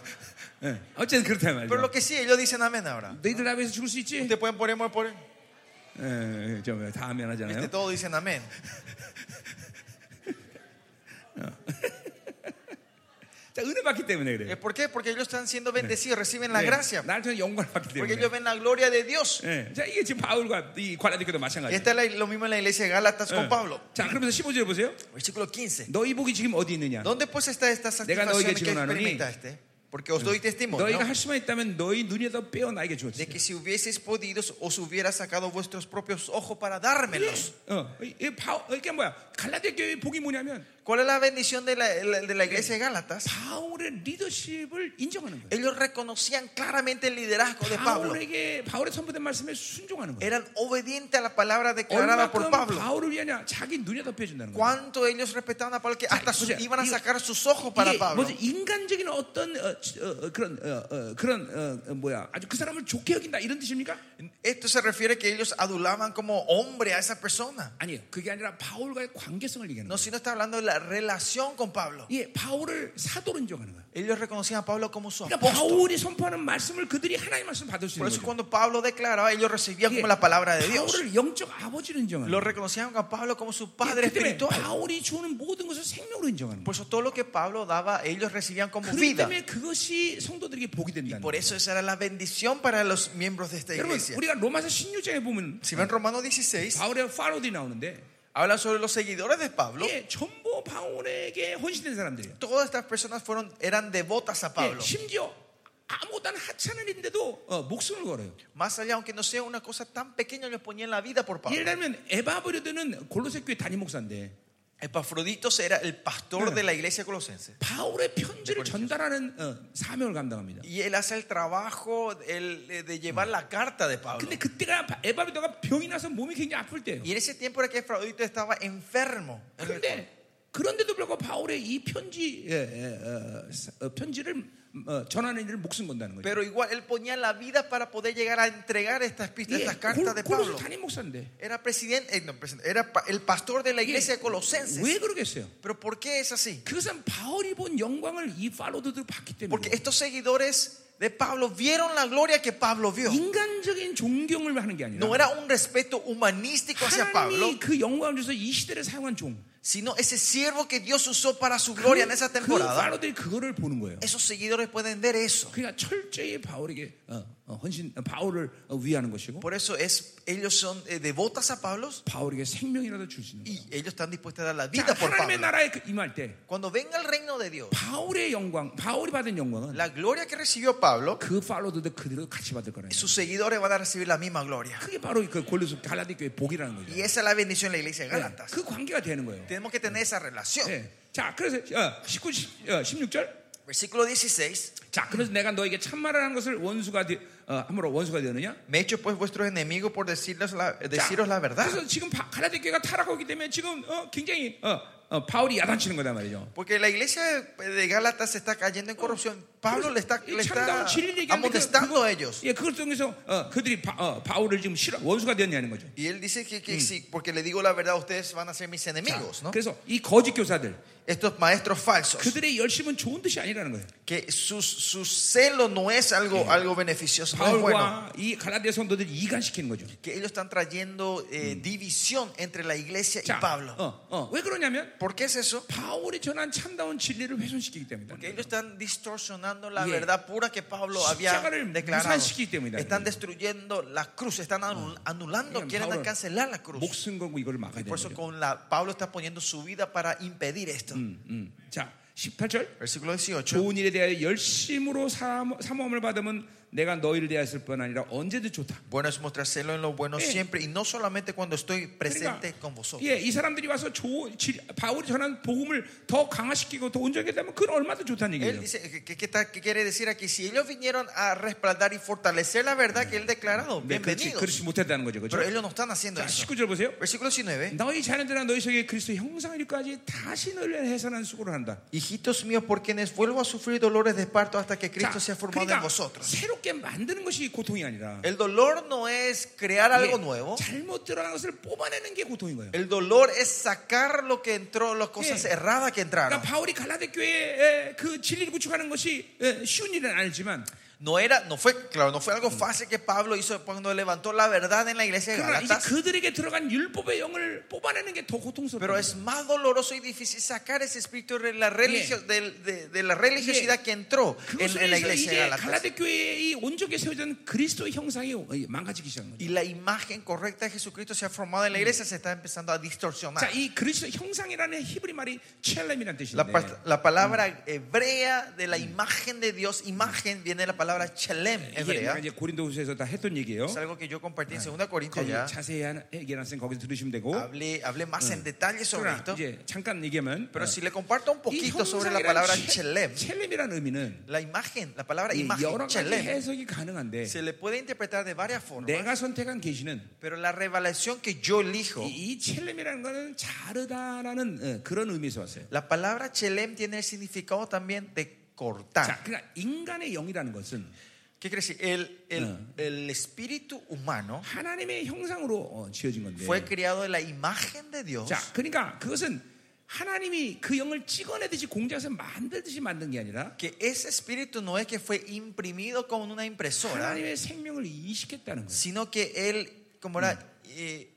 S1: 예, 어쨌든 그렇단 말이죠.
S2: Pero lo que sí, ellos dicen amén ahora.
S1: 너희들 나를 위해서 죽을 수 있지?
S2: ¿Ustedes pueden morir por él?
S1: 예, 예, 좀, 다 아멘 하잖아요.
S2: Este, todos dicen amén.
S1: 자, 은혜 받기 때문에
S2: Eh,
S1: 그래요.
S2: ¿Por qué? Porque ellos están siendo bendecidos, reciben la
S1: 네,
S2: gracia.
S1: 예, 나를 통해 영광을 받기
S2: Porque
S1: 때문에.
S2: ellos ven la gloria de Dios.
S1: 예, 자, 이게 지금 바울과 이 관라디교도
S2: Y
S1: 마찬가지예요.
S2: esta es la- lo mismo en la iglesia de Gálatas con
S1: 예.
S2: Pablo.
S1: 자, 그러면서 15절 보세요.
S2: Versículo 15.
S1: 너희 복이 지금 어디 있느냐?
S2: ¿Dónde pues está esta satisfacción
S1: oiga,
S2: que
S1: chingona, ¿no?
S2: experimentaste? Porque os doy testimonio
S1: 너희가 할 수만 있다면 너희 눈에다 빼어 나에게 주었지.
S2: de que si hubieseis podido, os hubiera sacado vuestros propios ojos para dármelos.
S1: 어, 이- 이 바울, 이게 뭐야? 갈라디아 교회의 복이 뭐냐면
S2: ¿Cuál es la bendición de la, de la iglesia de Gálatas?
S1: 바울의 리더십을 인정하는 거예요.
S2: Ellos reconocían claramente el liderazgo
S1: 예,
S2: de Pablo.
S1: 바울에게 바울의 선포된 말씀에 순종하는 거예요.
S2: Eran obedientes a la palabra declarada por
S1: 얼마큼
S2: Pablo.
S1: 바울을 위하냐? 자기 눈에다 빼준다는 거예요.
S2: ¿Cuánto ellos respetaban a Pablo que hasta su-
S1: o sea,
S2: iban a
S1: digo,
S2: sacar sus ojos para
S1: 이게
S2: Pablo?
S1: 뭐지 인간적인 어떤 어, 어, 어, 그런 어, 어, 그런 어, 어, 뭐야 아주 그 사람을 좋게 여긴다 이런 뜻입니까?
S2: Esto se refiere que ellos adulaban como hombre a esa persona.
S1: 아니요 그게 아니라 바울과의 관계성을 얘기하는
S2: No,
S1: 거예요.
S2: sino está hablando de la relación con Pablo.
S1: 예, 바울을 사도로 인정하는 거예요.
S2: Ellos reconocían a Pablo como su
S1: 그러니까
S2: apóstol.
S1: 바울이 선포하는 말씀을 그들이 하나님 말씀 받을 수
S2: Por
S1: 있는
S2: eso
S1: 거죠.
S2: cuando Pablo declaraba, ellos recibían
S1: 예,
S2: como la palabra de Dios.
S1: 바울을 영적 아버지로 인정하는
S2: Lo
S1: 거예요.
S2: reconocían a Pablo como su
S1: 예,
S2: padre
S1: 그 때문에
S2: espiritual.
S1: 바울이 주는 모든 것을 생명으로 인정하는 거예요.
S2: Por eso todo lo que Pablo daba, ellos recibían como
S1: 그렇기
S2: vida.
S1: 때문에 그것이 성도들에게 복이 된다는
S2: Por
S1: 거예요.
S2: eso esa era la bendición para los miembros de esta
S1: 여러분
S2: iglesia.
S1: 우리가 로마서 16장에 보면
S2: Si ven Romano 16,
S1: 바울의 파로들이 나오는데
S2: habla sobre los seguidores de Pablo.
S1: 예, 전부 바울에게 헌신된 사람들이에요.
S2: Todas estas personas fueron, eran devotas a
S1: 예,
S2: Pablo.
S1: 심지어 아무것도 안 하찮은 일인데도 어, 목숨을 걸어요.
S2: Más allá, aunque no sea una cosa tan pequeña, ellos ponían la vida por
S1: 예를
S2: Pablo.
S1: 들면 에바브리드는 골로새 교회 단임 목사인데
S2: Epafrodito era el pastor de la iglesia colosense.
S1: 바울의 편지를 전달하는 어, 사명을 감당합니다.
S2: Y él hace el trabajo el, eh, de llevar la carta de Pablo.
S1: 근데 그때가 바- 에바브리드가 병이 나서 몸이 굉장히 아플 때예요. 그러니까.
S2: Y en ese tiempo era que Epafrodito estaba enfermo.
S1: 그런데 그런데도 불구하고 바울의 이 편지 예, 예, 어, 사- 어, 편지를 어, 전하는 일을 목숨 건다는 거예요.
S2: Pero igual él ponía la vida para poder llegar a entregar estas pistas,
S1: 예,
S2: estas cartas
S1: 골-
S2: de
S1: 골로새
S2: Pablo.
S1: 단임 목사인데
S2: Era presidente, eh, no, presidente, era pa- el pastor de la
S1: 예,
S2: iglesia de Colosenses.
S1: 왜 그러겠어요?
S2: Pero ¿por qué es así?
S1: 그것은 바울이 본 영광을 이 팔로드들 봤기 때문에
S2: Porque estos seguidores de Pablo vieron la gloria que Pablo vio.
S1: 인간적인 존경을 하는 게 아니라
S2: No era un respeto humanístico hacia Pablo,
S1: 하나님이 그 영광을 주서 이 시대를 사용한 종
S2: sino ese siervo que Dios usó para su
S1: 그,
S2: gloria en esa
S1: 그
S2: temporada.
S1: 바로들이 그거를 보는 거예요.
S2: Esos seguidores pueden ver eso.
S1: 그러니까 철저히 바울에게 어, 어, 헌신 바울을 어, 위하는 것이고
S2: Por eso es, ellos son eh, devotas a Pablo
S1: 바울에게 생명이라도 줄 수 있는 거예요.
S2: y ellos están dispuestos a dar la
S1: 자,
S2: vida por
S1: 하나님의
S2: Pablo.
S1: 나라에 그- 임할 때
S2: Cuando venga el reino de Dios,
S1: 바울의 영광, 바울이 받은 영광은
S2: la gloria que recibió Pablo,
S1: 그 팔로들도 그대로 같이 받을 거라는 거예요.
S2: sus seguidores van a recibir la misma gloria.
S1: 그게 바로 그 골로스 갈라디 교회 복이라는 거죠.
S2: Y esa es la bendición de la iglesia de
S1: 네,
S2: Gálatas.
S1: 그 관계가 되는 거예요.
S2: Tenemos que tener esa relación.
S1: 네. 자, 그래서 어, 19, 16절.
S2: Versículo 16.
S1: 자, 그래서 내가 너에게 참말을 한 것을 원수가 되, 어, 함으로 원수가 되느냐?
S2: Me he hecho pues vuestros enemigos por decirles la,
S1: 자,
S2: deciros la verdad.
S1: 그래서 지금 바- 갈라디 교회가 타락하기 때문에 지금 어, 굉장히 어, 어, 바울이 야단치는 거다 말이죠.
S2: Porque la iglesia de Gálatas se está cayendo en corrupción. Pablo le está,
S1: 이
S2: le
S1: 참다운
S2: está
S1: 진리를 얘기하는데 그-
S2: amonestando a ellos.
S1: 예, 그걸 통해서 어, 그들이 바, 어, 바울을 지금 싫어 원수가 되었냐는 거죠.
S2: Y él dice que, que sí, porque le digo la verdad, ustedes van a ser mis
S1: 자,
S2: enemigos. ¿no?
S1: 네, 그래서 이 거짓 교사들
S2: Estos maestros falsos.
S1: 그들의 열심은 좋은 뜻이 아니라는 거예요.
S2: Que su, su celo no es algo, algo beneficioso. No es bueno.
S1: 바울과 이 갈라디아 성도들 이 이간시키는 거죠.
S2: Que ellos están trayendo eh, división entre la iglesia y
S1: 자,
S2: Pablo.
S1: 어, 어, 왜 그러냐면
S2: ¿Por qué es eso?
S1: 바울이 전한 참다운 진리를 훼손시키기
S2: Que
S1: 때문이다.
S2: ellos están distorsionando la
S1: Yeah.
S2: verdad pura que Pablo había
S1: 십자가를
S2: declarado.
S1: 무산시키기 때문이다.
S2: Están destruyendo la cruz, están anu- anulando,
S1: 그러니까
S2: quieren
S1: 바울은
S2: cancelar la cruz.
S1: 목숨 걸고 이걸 막아야 되는
S2: Por eso
S1: 거죠.
S2: con la, Pablo está poniendo su vida para impedir esto.
S1: 음. 자, 18절.
S2: Versículo 18.
S1: 좋은 일에 대하여 열심으로 삼- 삼엄을 받으면 내가 너희를 대하였을 뿐 아니라 언제든 좋다.
S2: Bueno es mostrar celo en lo bueno
S1: Yeah.
S2: siempre y no solamente cuando estoy
S1: 그러니까
S2: presente con vosotros.
S1: 예, 이 사람들이 와서 조, 질- 바울이 전한 복음을 더 강화시키고 더 온전하겠다면 그건 얼마나 좋다는
S2: Él
S1: 얘기예요.
S2: dice, ¿qué, qué, está- qué quiere decir aquí? Si ellos vinieron a respaldar y fortalecer la verdad que él declarado,
S1: 네, 그렇지,
S2: bienvenidos.
S1: 그렇지 못했다는 거죠. 그렇죠?
S2: Pero ellos no están haciendo
S1: 자,
S2: eso.
S1: 19절 보세요.
S2: Versículo 19.
S1: 너희 자녀들아 너희 속에 그리스도 형상이까지 다시 너희를 해산한 수고를 한다.
S2: Hijitos míos, por quienes vuelvo a sufrir dolores de parto hasta que
S1: 자,
S2: Cristo sea formado en
S1: 그러니까
S2: vosotros.
S1: 새롭게 만드는 것이 고통이 아니라
S2: El dolor no es crear
S1: 이게
S2: algo nuevo.
S1: 잘못 들어간 것을 뽑아내는 게 고통인 거예요.
S2: El dolor es sacar lo que entró, las cosas
S1: Yeah.
S2: erradas que entraron.
S1: 그러니까 바울이 갈라데 교회에 그 진리를 구축하는 것이 에, 쉬운 일은 아니지만
S2: No era, no fue, claro, no fue algo fácil que Pablo hizo cuando levantó la verdad en la iglesia de
S1: 그러나 이제
S2: Galatas.
S1: 그들에게 들어간 율법의 영을 뽑아내는 게 더
S2: Pero
S1: 고통스러워요.
S2: es más doloroso y difícil sacar ese espíritu de la, religio- del- de, de la religiosidad
S1: Yeah.
S2: que entró en,
S1: 그것으로
S2: en la
S1: 인해서
S2: iglesia de
S1: 이제
S2: Galatas.
S1: 갈라데 교회의 이 온전하게 세워진 그리스도의 형상이 망가지기 시작한 거죠.
S2: Y la imagen correcta de Jesucristo se ha formado en la iglesia, se está empezando a distorsionar.
S1: 자, 이 그리스도 형상이라는 히브리 말이 첼렘이라는
S2: La,
S1: 뜻인데
S2: pa- la palabra hebrea de la imagen de Dios, imagen, viene de la palabra chelem
S1: 이게 우리가
S2: hebrea.
S1: 이제 고린도후서에서 다 했던 얘기예요.
S2: Es algo que yo compartí en 2 Corintios
S1: 거기
S2: ya.
S1: 자세히 한- 얘기하는 쌤 거기서 들으시면 되고.
S2: Hablé, hablé más en detalle sobre
S1: 그러나
S2: esto.
S1: 이제 잠깐 얘기하면
S2: Pero
S1: 어,
S2: si le comparto un
S1: 이
S2: poquito sobre la
S1: 형상이라는
S2: palabra
S1: 체-
S2: chelem,
S1: 첼렘이라는 의미는
S2: la imagen, la palabra
S1: 이 여러
S2: imagen,
S1: 가지
S2: chelem,
S1: 해석이 가능한데
S2: se le puede interpretar de varias formas.
S1: 내가 선택한 계시는
S2: Pero la revelación que yo elijo,
S1: 이, 이 첼렘이라는 거는 자르다라는 어, 그런 의미에서 왔어요.
S2: la palabra chelem tiene el significado también de
S1: 자,
S2: cortar.
S1: 그러니까 인간의 영이라는 것은
S2: ¿Qué quiere decir? El, el, el espíritu humano
S1: 하나님의 형상으로 어, 지어진 건데.
S2: fue criado de la imagen de Dios.
S1: 자, 그러니까 그것은 하나님이 그 영을 찍어내듯이 공장에서 만들듯이 만든 게 아니라
S2: que ese espíritu no es que fue imprimido con una impresora,
S1: 하나님의 생명을 이식했다는 거예요.
S2: sino que él, como era, eh,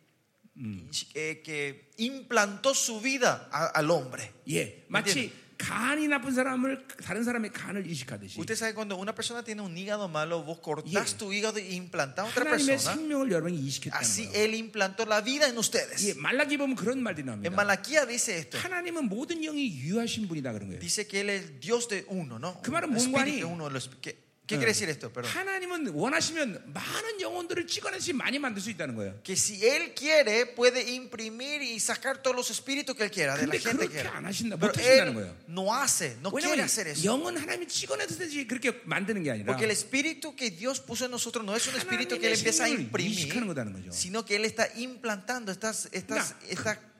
S2: eh, que implantó su vida a- al hombre.
S1: 예, 마치 간이 나쁜 사람을 다른 사람의 간을 이식하듯이
S2: Usted sabe cuando una persona tiene un hígado malo, vos cortás
S1: Yeah.
S2: tu hígado e implantás a otra
S1: 하나님의
S2: persona.
S1: 생명을 여러분이 이식했다는
S2: Así
S1: 거예요.
S2: él implantó la vida en ustedes.
S1: 예, 말라기 보면 그런 예, 말들이
S2: En
S1: 나옵니다.
S2: Malaquía dice
S1: 네.
S2: esto.
S1: 하나님은 모든 영이 유하신 분이다 그런 거예요.
S2: Dice que él es Dios de uno, ¿no?
S1: 그 말은
S2: Un espíritu
S1: 뭔가니?
S2: de uno, los- ¿Qué, qué quiere decir esto? Perdón.
S1: 하나님은 원하시면 많은 영혼들을 찍어내듯이 많이 만들 수 있다는 거예요.
S2: Que si él quiere, puede imprimir y sacar todos los espíritus que él quiera, de la
S1: 근데
S2: gente que
S1: 그렇게
S2: quiera.
S1: 안 하신다,
S2: Pero
S1: 못 하신다는
S2: él
S1: 거예요.
S2: no hace, no quiere
S1: 왜냐면
S2: hacer eso.
S1: 영은 하나님이 찍어내듯이 그렇게 만드는 게 아니라
S2: Porque el espíritu que Dios puso en nosotros no es un espíritu que
S1: 하나님의
S2: él empieza a
S1: 생명을 이식하는 거다는
S2: imprimir,
S1: 거죠.
S2: sino que él está implantando, está, está,
S1: 그러니까
S2: está eh,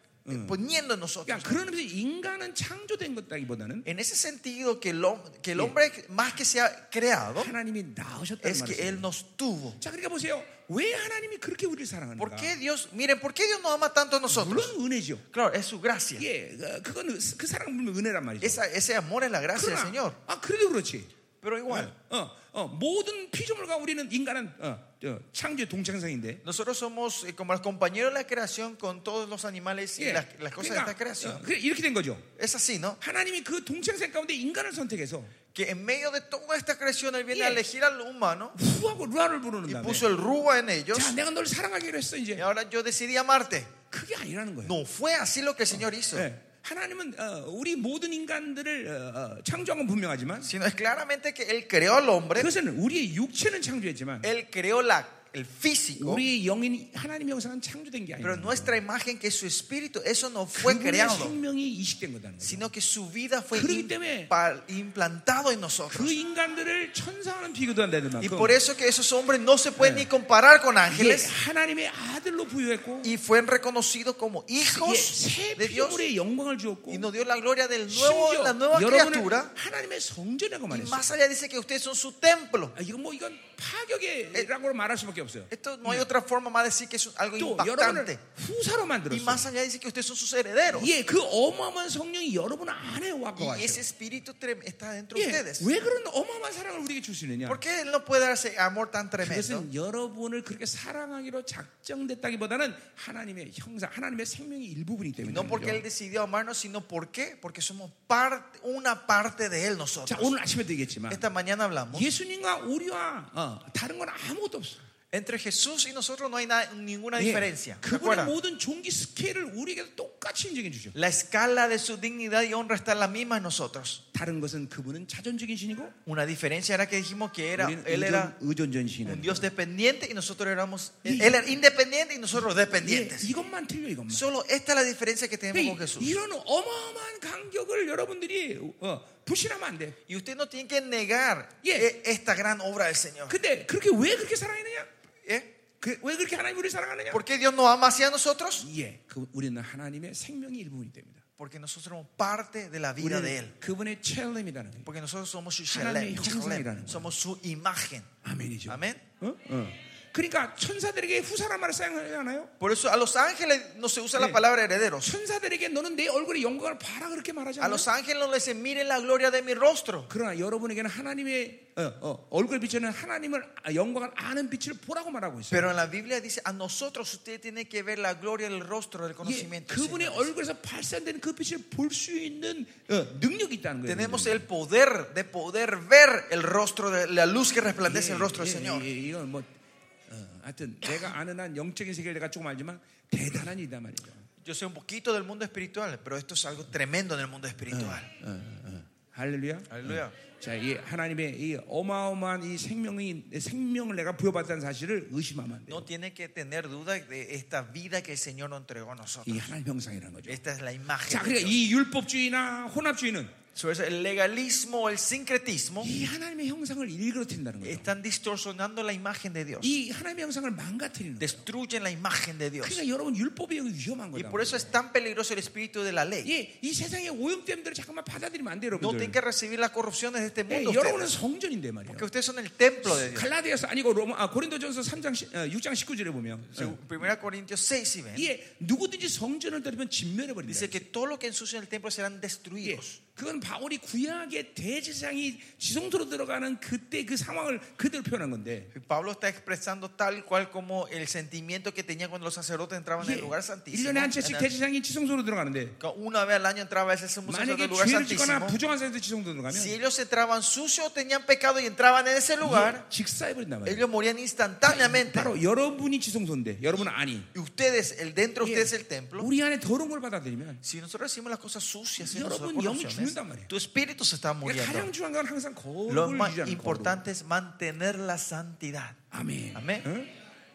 S2: poniendo en nosotros.
S1: 그러니까 그런 의미에서 인간은 창조된 것다기보다는
S2: En ese sentido, que el, hom- que el hombre, más que sea creado,
S1: 하나님이 낳으셨다는
S2: es que él
S1: 어? 말이에요.
S2: nos tuvo.
S1: 자, 그러니까 보세요. 왜 하나님이 그렇게 우리를
S2: ¿Por
S1: 사랑하는가?
S2: qué Dios, miren, por qué Dios nos ama tanto a nosotros?
S1: 물론 은혜죠.
S2: Claro, es su gracia.
S1: 예, 어, 그건 그 사랑 물론 은혜란 말이죠.
S2: Esa- ese amor es la gracia del Señor.
S1: 그러나, 아, 그래도 그렇지.
S2: Pero igual.
S1: 어, 어, 모든 피조물과 우리는 인간은 어, 어, 창조의 동창상인데.
S2: Nosotros somos eh, como los compañeros de la creación con todos los animales y
S1: 예.
S2: las, las cosas de esta
S1: 어,
S2: creación.
S1: 그래, 이렇게 된 거죠.
S2: Es así, ¿no?
S1: 하나님이 그 동창생 가운데 인간을 선택해서
S2: Que en medio de toda esta creación Él viene a
S1: Yeah.
S2: elegir al humano
S1: 후하고 루아를 부르는
S2: y
S1: 다음에
S2: puso el rúa en ellos.
S1: 자, 내가 너를 사랑하기로 했어
S2: Y
S1: 이제.
S2: ahora yo decidí amarte.
S1: 그게 아니라는 거예요.
S2: No, fue así lo que el Señor hizo.
S1: 예. 하나님은 어, 우리 모든 인간들을 어, 어, 창조한 건 분명하지만
S2: Sino es claramente que Él creó al hombre,
S1: 그것은 우리의 육체는 창조했지만
S2: Él creó la, el físico,
S1: 우리의 영인 하나님 형상은 창조된 게
S2: pero
S1: 아니에요.
S2: nuestra imagen, que es su espíritu, eso no fue
S1: 그분의
S2: creado,
S1: 생명이 이식된 거다는 거예요.
S2: sino que su vida fue
S1: 그렇기 때문에
S2: impa- implantado en nosotros.
S1: 그 인간들을 천사와는 비교도 안 되는
S2: Y
S1: 만큼
S2: por eso que esos hombres no se pueden
S1: Yeah.
S2: ni comparar con
S1: 예,
S2: ángeles
S1: 하나님의 아들로 부여했고
S2: y fueron reconocidos como
S1: 예,
S2: hijos
S1: 새
S2: de Dios
S1: 피조물의 영광을 주었고
S2: y nos dio la gloria del nuevo, la
S1: 심지어
S2: nueva
S1: 여러분을
S2: criatura.
S1: 하나님의 성전이라고
S2: Y
S1: 말했어요.
S2: más allá dice que ustedes son su templo.
S1: 아, 이건 뭐 이건 파격이라고 말할 수밖에 없어요.
S2: Esto no hay otra forma más de decir que es algo
S1: 또 여러분을
S2: impactante.
S1: 후사로
S2: Y
S1: 만들었어요.
S2: más allá dice que ustedes son sus herederos.
S1: 예, 그 어마어마한 성령이 여러분 안에
S2: Y
S1: 와가지고
S2: ese espíritu trem- está dentro de
S1: 예,
S2: ustedes.
S1: 왜 그런 어마어마한 사랑을 우리에게 줄 수 있느냐?
S2: ¿Por qué Él no puede darse amor tan tremendo?
S1: 그것은 여러분을 그렇게 사랑하기로 작정됐다기보다는 하나님의 형상, 하나님의 생명의 일부분이기 때문에.
S2: No porque Él
S1: 그렇죠.
S2: decidió amarnos, sino por qué. Porque somos parte, una parte de Él
S1: 자,
S2: nosotros.
S1: 오늘 아침에도 얘기했지만
S2: Esta mañana
S1: 뭐?
S2: hablamos.
S1: 예수님과 우리와 어, 다른 건 아무것도 없어.
S2: Entre Jesús y nosotros no hay na- ninguna diferencia. ¿Se
S1: 예, 그분의
S2: acuerdan?
S1: 모든 종기 스케일을 우리에게도 똑같이 인정해 주죠.
S2: La escala de su dignidad y honra está la misma en nosotros.
S1: 다른 것은 그분은 자존적인 신이고
S2: Una diferencia era que dijimos que era,
S1: 우리는
S2: Él era
S1: 의존, 의존전
S2: un
S1: 신이라는 음,
S2: Dios dependiente y nosotros éramos.
S1: Y-
S2: Él era independiente y nosotros
S1: 예,
S2: dependientes.
S1: 이것만 틀려 이것만.
S2: Solo esta es la diferencia que tenemos con
S1: 그러니까
S2: Jesús.
S1: 이- 이런 어마어마한 간격을 여러분들이 어, 불신하면 안 돼.
S2: Y usted no tiene que negar
S1: Yeah.
S2: e- esta gran obra del Señor.
S1: 근데 그렇게 왜 그렇게 사랑했느냐?
S2: ¿Eh?
S1: 그, 왜 그렇게 하나님 우리 사랑하느냐?
S2: ¿Por qué Dios nos ama hacia nosotros?
S1: 예, 그, 우리는 하나님의 생명의 일부분이 됩니다.
S2: Porque nosotros somos parte de la vida de Él.
S1: 우리는 그분의 첼렘이라는 거예요.
S2: Porque nosotros somos su
S1: 하나님의
S2: shalem,
S1: 형상이라는 거예요.
S2: somos su imagen.
S1: 아멘이죠.
S2: 아멘.
S1: 어? 어. 그러니까 천사들에게 후사란 말을 사용하지 않아요?
S2: Por eso a los ángeles no se usa la
S1: Yeah.
S2: palabra herederos.
S1: 천사들에게 너는 내 얼굴에 영광을 봐라 그렇게 말하지
S2: A
S1: 않아요?
S2: los ángeles no les dice, miren la gloria de mi rostro.
S1: 그러나 여러분에게는 하나님의 어, 어, 얼굴 비추는 하나님을 아, 영광을 아는 빛을 보라고 말하고 있어요.
S2: Pero en la Biblia dice, a nosotros usted tiene que ver la gloria del rostro del
S1: 예,
S2: conocimiento. del
S1: 그분의
S2: Señor.
S1: 얼굴에서 발산되는 그 빛을 볼 수 있는 어, 능력이 있다는 거예요.
S2: Tenemos el poder de poder ver el rostro, de, la luz que resplandece en el rostro del Señor.
S1: 예, 예, 이건 뭐 어, 하여튼 내가 아는 한 영적인 세계를 내가 조금 알지만 대단한 일이단 말이죠.
S2: Yo sé un poquito del mundo espiritual, pero esto es algo tremendo en el mundo espiritual.
S1: 어, 어. 할렐루야.
S2: Aleluya.
S1: 자, 이 하나님의 이 어마어마한 이 생명이 생명을 내가 부여받았다는 사실을 의심하면 안 돼.
S2: No tiene que tener duda de esta vida que el Señor nos entregó a nosotros.
S1: 이 하나님 형상이라는 거죠.
S2: Esta es la
S1: 자,
S2: imagen. de
S1: 그러니까
S2: Dios.
S1: 이 율법주의나 혼합주의는
S2: Sobre eso, El legalismo, el sincretismo
S1: 이 하나님의 형상을 일그러뜨린다는 거예요.
S2: están distorsionando la imagen de Dios.
S1: 이 하나님의 형상을 망가뜨리는 거예요.
S2: Destruyen la imagen de Dios.
S1: 그러니까 여러분 네. 율법이 위험한
S2: Y
S1: 거다.
S2: por eso es tan peligroso el espíritu de la ley.
S1: 예, 이 세상의 오염됨들을 잠깐만 받아들이면 안 돼요,
S2: No tienen que
S1: 여러분들.
S2: recibir las corrupciones de este
S1: 예,
S2: mundo.
S1: 여러분은
S2: ustedes.
S1: 성전인데 말이에요.
S2: Porque ustedes son el templo
S1: 네.
S2: de Dios.
S1: 갈라디아서 아니고 로마 아, 고린도전서 3장 어, 6장 19절에 보면
S2: Según 1 Corintios 6, si ven,
S1: 예, 누구든지 성전을 더리면 진멸해 버린다.
S2: dice que todo lo que ensucia el templo serán
S1: 예,
S2: destruidos.
S1: 그건 바울이 구약의 대제사장이 지성소로 들어가는 그때 그 상황을 그대로 표현한 건데.
S2: Y Pablo está expresando tal cual como el sentimiento que tenía cuando los sacerdotes entraban
S1: 네.
S2: en el lugar santísimo.
S1: 예. 1년에 한 채씩
S2: En el-
S1: 대제사장이 지성소로 들어가는데
S2: Una vez al año entraba ese sumo
S1: 만약에
S2: sacerdote al lugar
S1: 죄를 짓거나
S2: santísimo.
S1: 부정한 사람들 지성소로 들어가면
S2: Si ellos entraban sucios, tenían pecado y entraban en ese lugar,
S1: 예, 직사해 버린단 말이에요.
S2: ellos morían instantáneamente.
S1: 바로 여러분이 지성소인데 여러분은 아니.
S2: Y ustedes, el dentro de
S1: 예,
S2: ustedes el templo.
S1: 우리 안에 더러운 걸 받아들이면
S2: Si nosotros decimos las cosas sucias, si
S1: 여러분,
S2: nosotros
S1: 영이
S2: conocemos,
S1: 죽는단 말이에요.
S2: tu espíritu se está
S1: 그러니까 가장
S2: muriendo.
S1: 중요한 건 항상
S2: Lo
S1: 거룩을
S2: más
S1: 유지하는 거룩.
S2: importante es mantener la santidad.
S1: 아멘.
S2: 아멘.
S1: 응?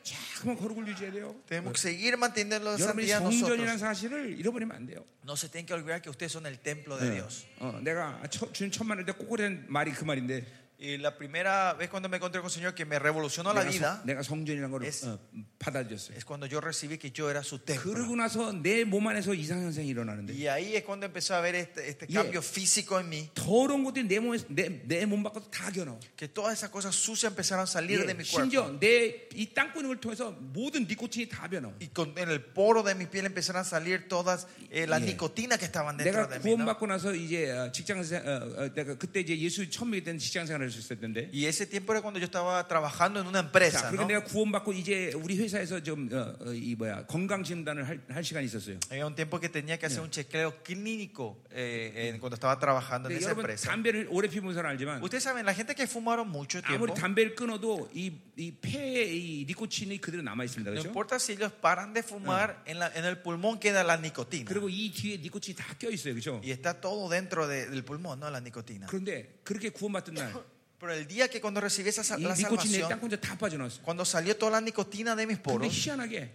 S1: 자꾸만 거룩을 유지해야 돼요.
S2: Tenemos que seguir manteniendo la
S1: 여러분이
S2: santidad nosotros.
S1: 성전이라는 사실을 잃어버리면 안 돼요.
S2: No se tienen que olvidar que ustedes son el templo de Dios.
S1: 어, 내가 처- 주님 천만 할때 꼬꼬리한 말이 그 말인데
S2: Y la primera vez cuando me encontré con el Señor que me revolucionó la
S1: 내가,
S2: vida
S1: 성, 내가 성전이라는 걸
S2: Es-
S1: 어, 받아들였어요.
S2: es cuando yo recibí que yo era su templo.
S1: 그러고 나서 내 몸 안에서 이상 현상이 일어나는데
S2: Y ahí es cuando empezó a ver este, este
S1: Yeah.
S2: cambio físico en mí.
S1: 더러운 것들이 내 몸에 내몸 밖으로 다 겨나와.
S2: Que todas esas cosas sucias empezaron a salir de
S1: 예,
S2: mi cuerpo.
S1: 심지어 내 이 땅구멍을 통해서 모든 니코틴이 다 변하고
S2: Y con, en el poro de mi piel empezaron a salir todas eh, las
S1: Yeah.
S2: nicotinas
S1: 네,
S2: que estaban dentro
S1: 내가
S2: de mí. ¿no?
S1: 구원받고 나서 이제 어, 직장 생- 어, 어, 내가 그때 이제 예수 처음 믿게 된 직장 생활을 다녔을 텐데.
S2: Y ese tiempo era cuando yo estaba trabajando en una
S1: 자,
S2: empresa,
S1: 그리고
S2: ¿no?
S1: 내가 구원받고 이제 우리 회사에서 좀 어, 어, 이 뭐야 건강 진단을 할, 할 시간이 있었어요.
S2: Había un tiempo que tenía que hacer un chequeo clínico eh, en- cuando estaba trabajando en
S1: 근데
S2: esa
S1: 여러분
S2: empresa.
S1: 담배를 오래 피우는 사람 알지만
S2: Ustedes saben, la gente que fumaron mucho
S1: 아무리
S2: tiempo,
S1: 담배를 끊어도 이, 이 폐에 이 니코틴이 그대로 남아 있습니다.
S2: no
S1: 그렇죠?
S2: importa si ellos paran de fumar, en, la- en el pulmón queda la nicotina.
S1: 그리고 이 뒤에 니코틴이 다 껴 있어요. 그렇죠?
S2: Y está todo dentro de- del pulmón, ¿no? La nicotina.
S1: 그런데 그렇게 구원받던 날 이
S2: Pero el día que cuando recibí esa sa- la
S1: 니코틴이 딱
S2: salvación,
S1: 혼자 다 빠져나왔어요.
S2: cuando salió toda la nicotina de mis
S1: 근데
S2: poros,
S1: 희한하게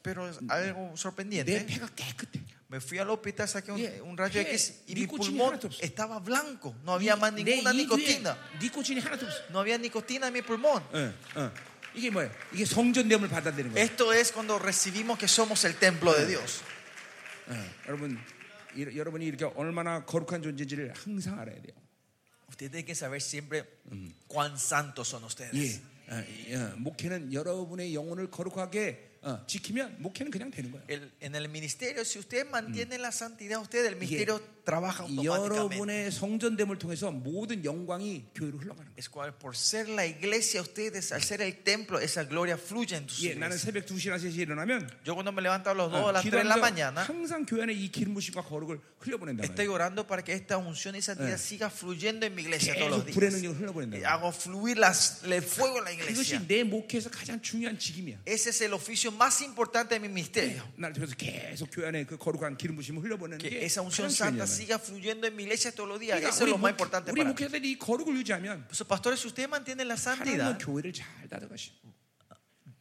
S2: pero es algo
S1: 내
S2: sorprendente,
S1: 폐가 깨끗해.
S2: me fui al hospital, saqué
S1: Yeah.
S2: un, un rayo
S1: ¿Qué?
S2: X y mi
S1: Nicotina
S2: pulmón
S1: hablando.
S2: estaba blanco, no había más
S1: 내
S2: ninguna
S1: 이에
S2: nicotina,
S1: 니코틴이 하나도 없어.
S2: no había nicotina en mi pulmón.
S1: 예, 예. 이게 뭐예요? 이게 성전됨을 받아들이는 거예요.
S2: Esto es cuando recibimos que somos el templo de Dios.
S1: 예. 여러분, 이, 여러분이 이렇게 얼마나 거룩한 존재인지를 항상 알아야 돼요.
S2: Usted tiene que saber siempre cuán santos son
S1: 예,
S2: ustedes.
S1: 예, 예. 목회는 여러분의 영혼을 거룩하게 어, 지키면 목회는 그냥 되는 거예요.
S2: El- en el ministerio, si usted mantiene la santidad, usted
S1: Yeah.
S2: el ministerio trabaja automáticamente.
S1: 여러분의 성전됨을 통해서 모든 영광이 교회로 흘러가는 거예요.
S2: Es cual, por ser la iglesia, ustedes, al ser el templo, esa gloria fluye en tus
S1: 예, 나는
S2: vidas.
S1: 새벽 2시나 3시에 일어나면
S2: Yo cuando me levanto a las 2
S1: 어,
S2: a las 3 de la
S1: 기도하면서
S2: mañana,
S1: 항상 교회 안에 이 기름부심과 거룩을 흘려보낸다
S2: estoy
S1: 말이에요.
S2: orando para que esta unción y santidad siga fluyendo en mi iglesia todos los
S1: 계속 불의
S2: días.
S1: 능력을 흘려보낸다
S2: Y
S1: 말이에요.
S2: Hago fluir las, el fuego en la iglesia.
S1: 그것이 내 목회에서 가장 중요한 직임이야.
S2: Ese es el oficio más importante de mi ministerio.
S1: 나를 통해서 계속 교회 안에 그 거룩한 기름부심을 흘려보내는
S2: Que
S1: 게
S2: esa unción
S1: 가장
S2: santa
S1: 중요해요.
S2: siga fluyendo en mi iglesia todos los días.
S1: 그러니까
S2: Eso es
S1: 우리
S2: lo
S1: 목-
S2: más importante
S1: 우리
S2: para mí.
S1: 목회자들이 이 거룩을 유지하면
S2: Por eso, pastores, si ustedes mantienen la
S1: 하나님은
S2: santidad,
S1: 교회를 잘 다져가시.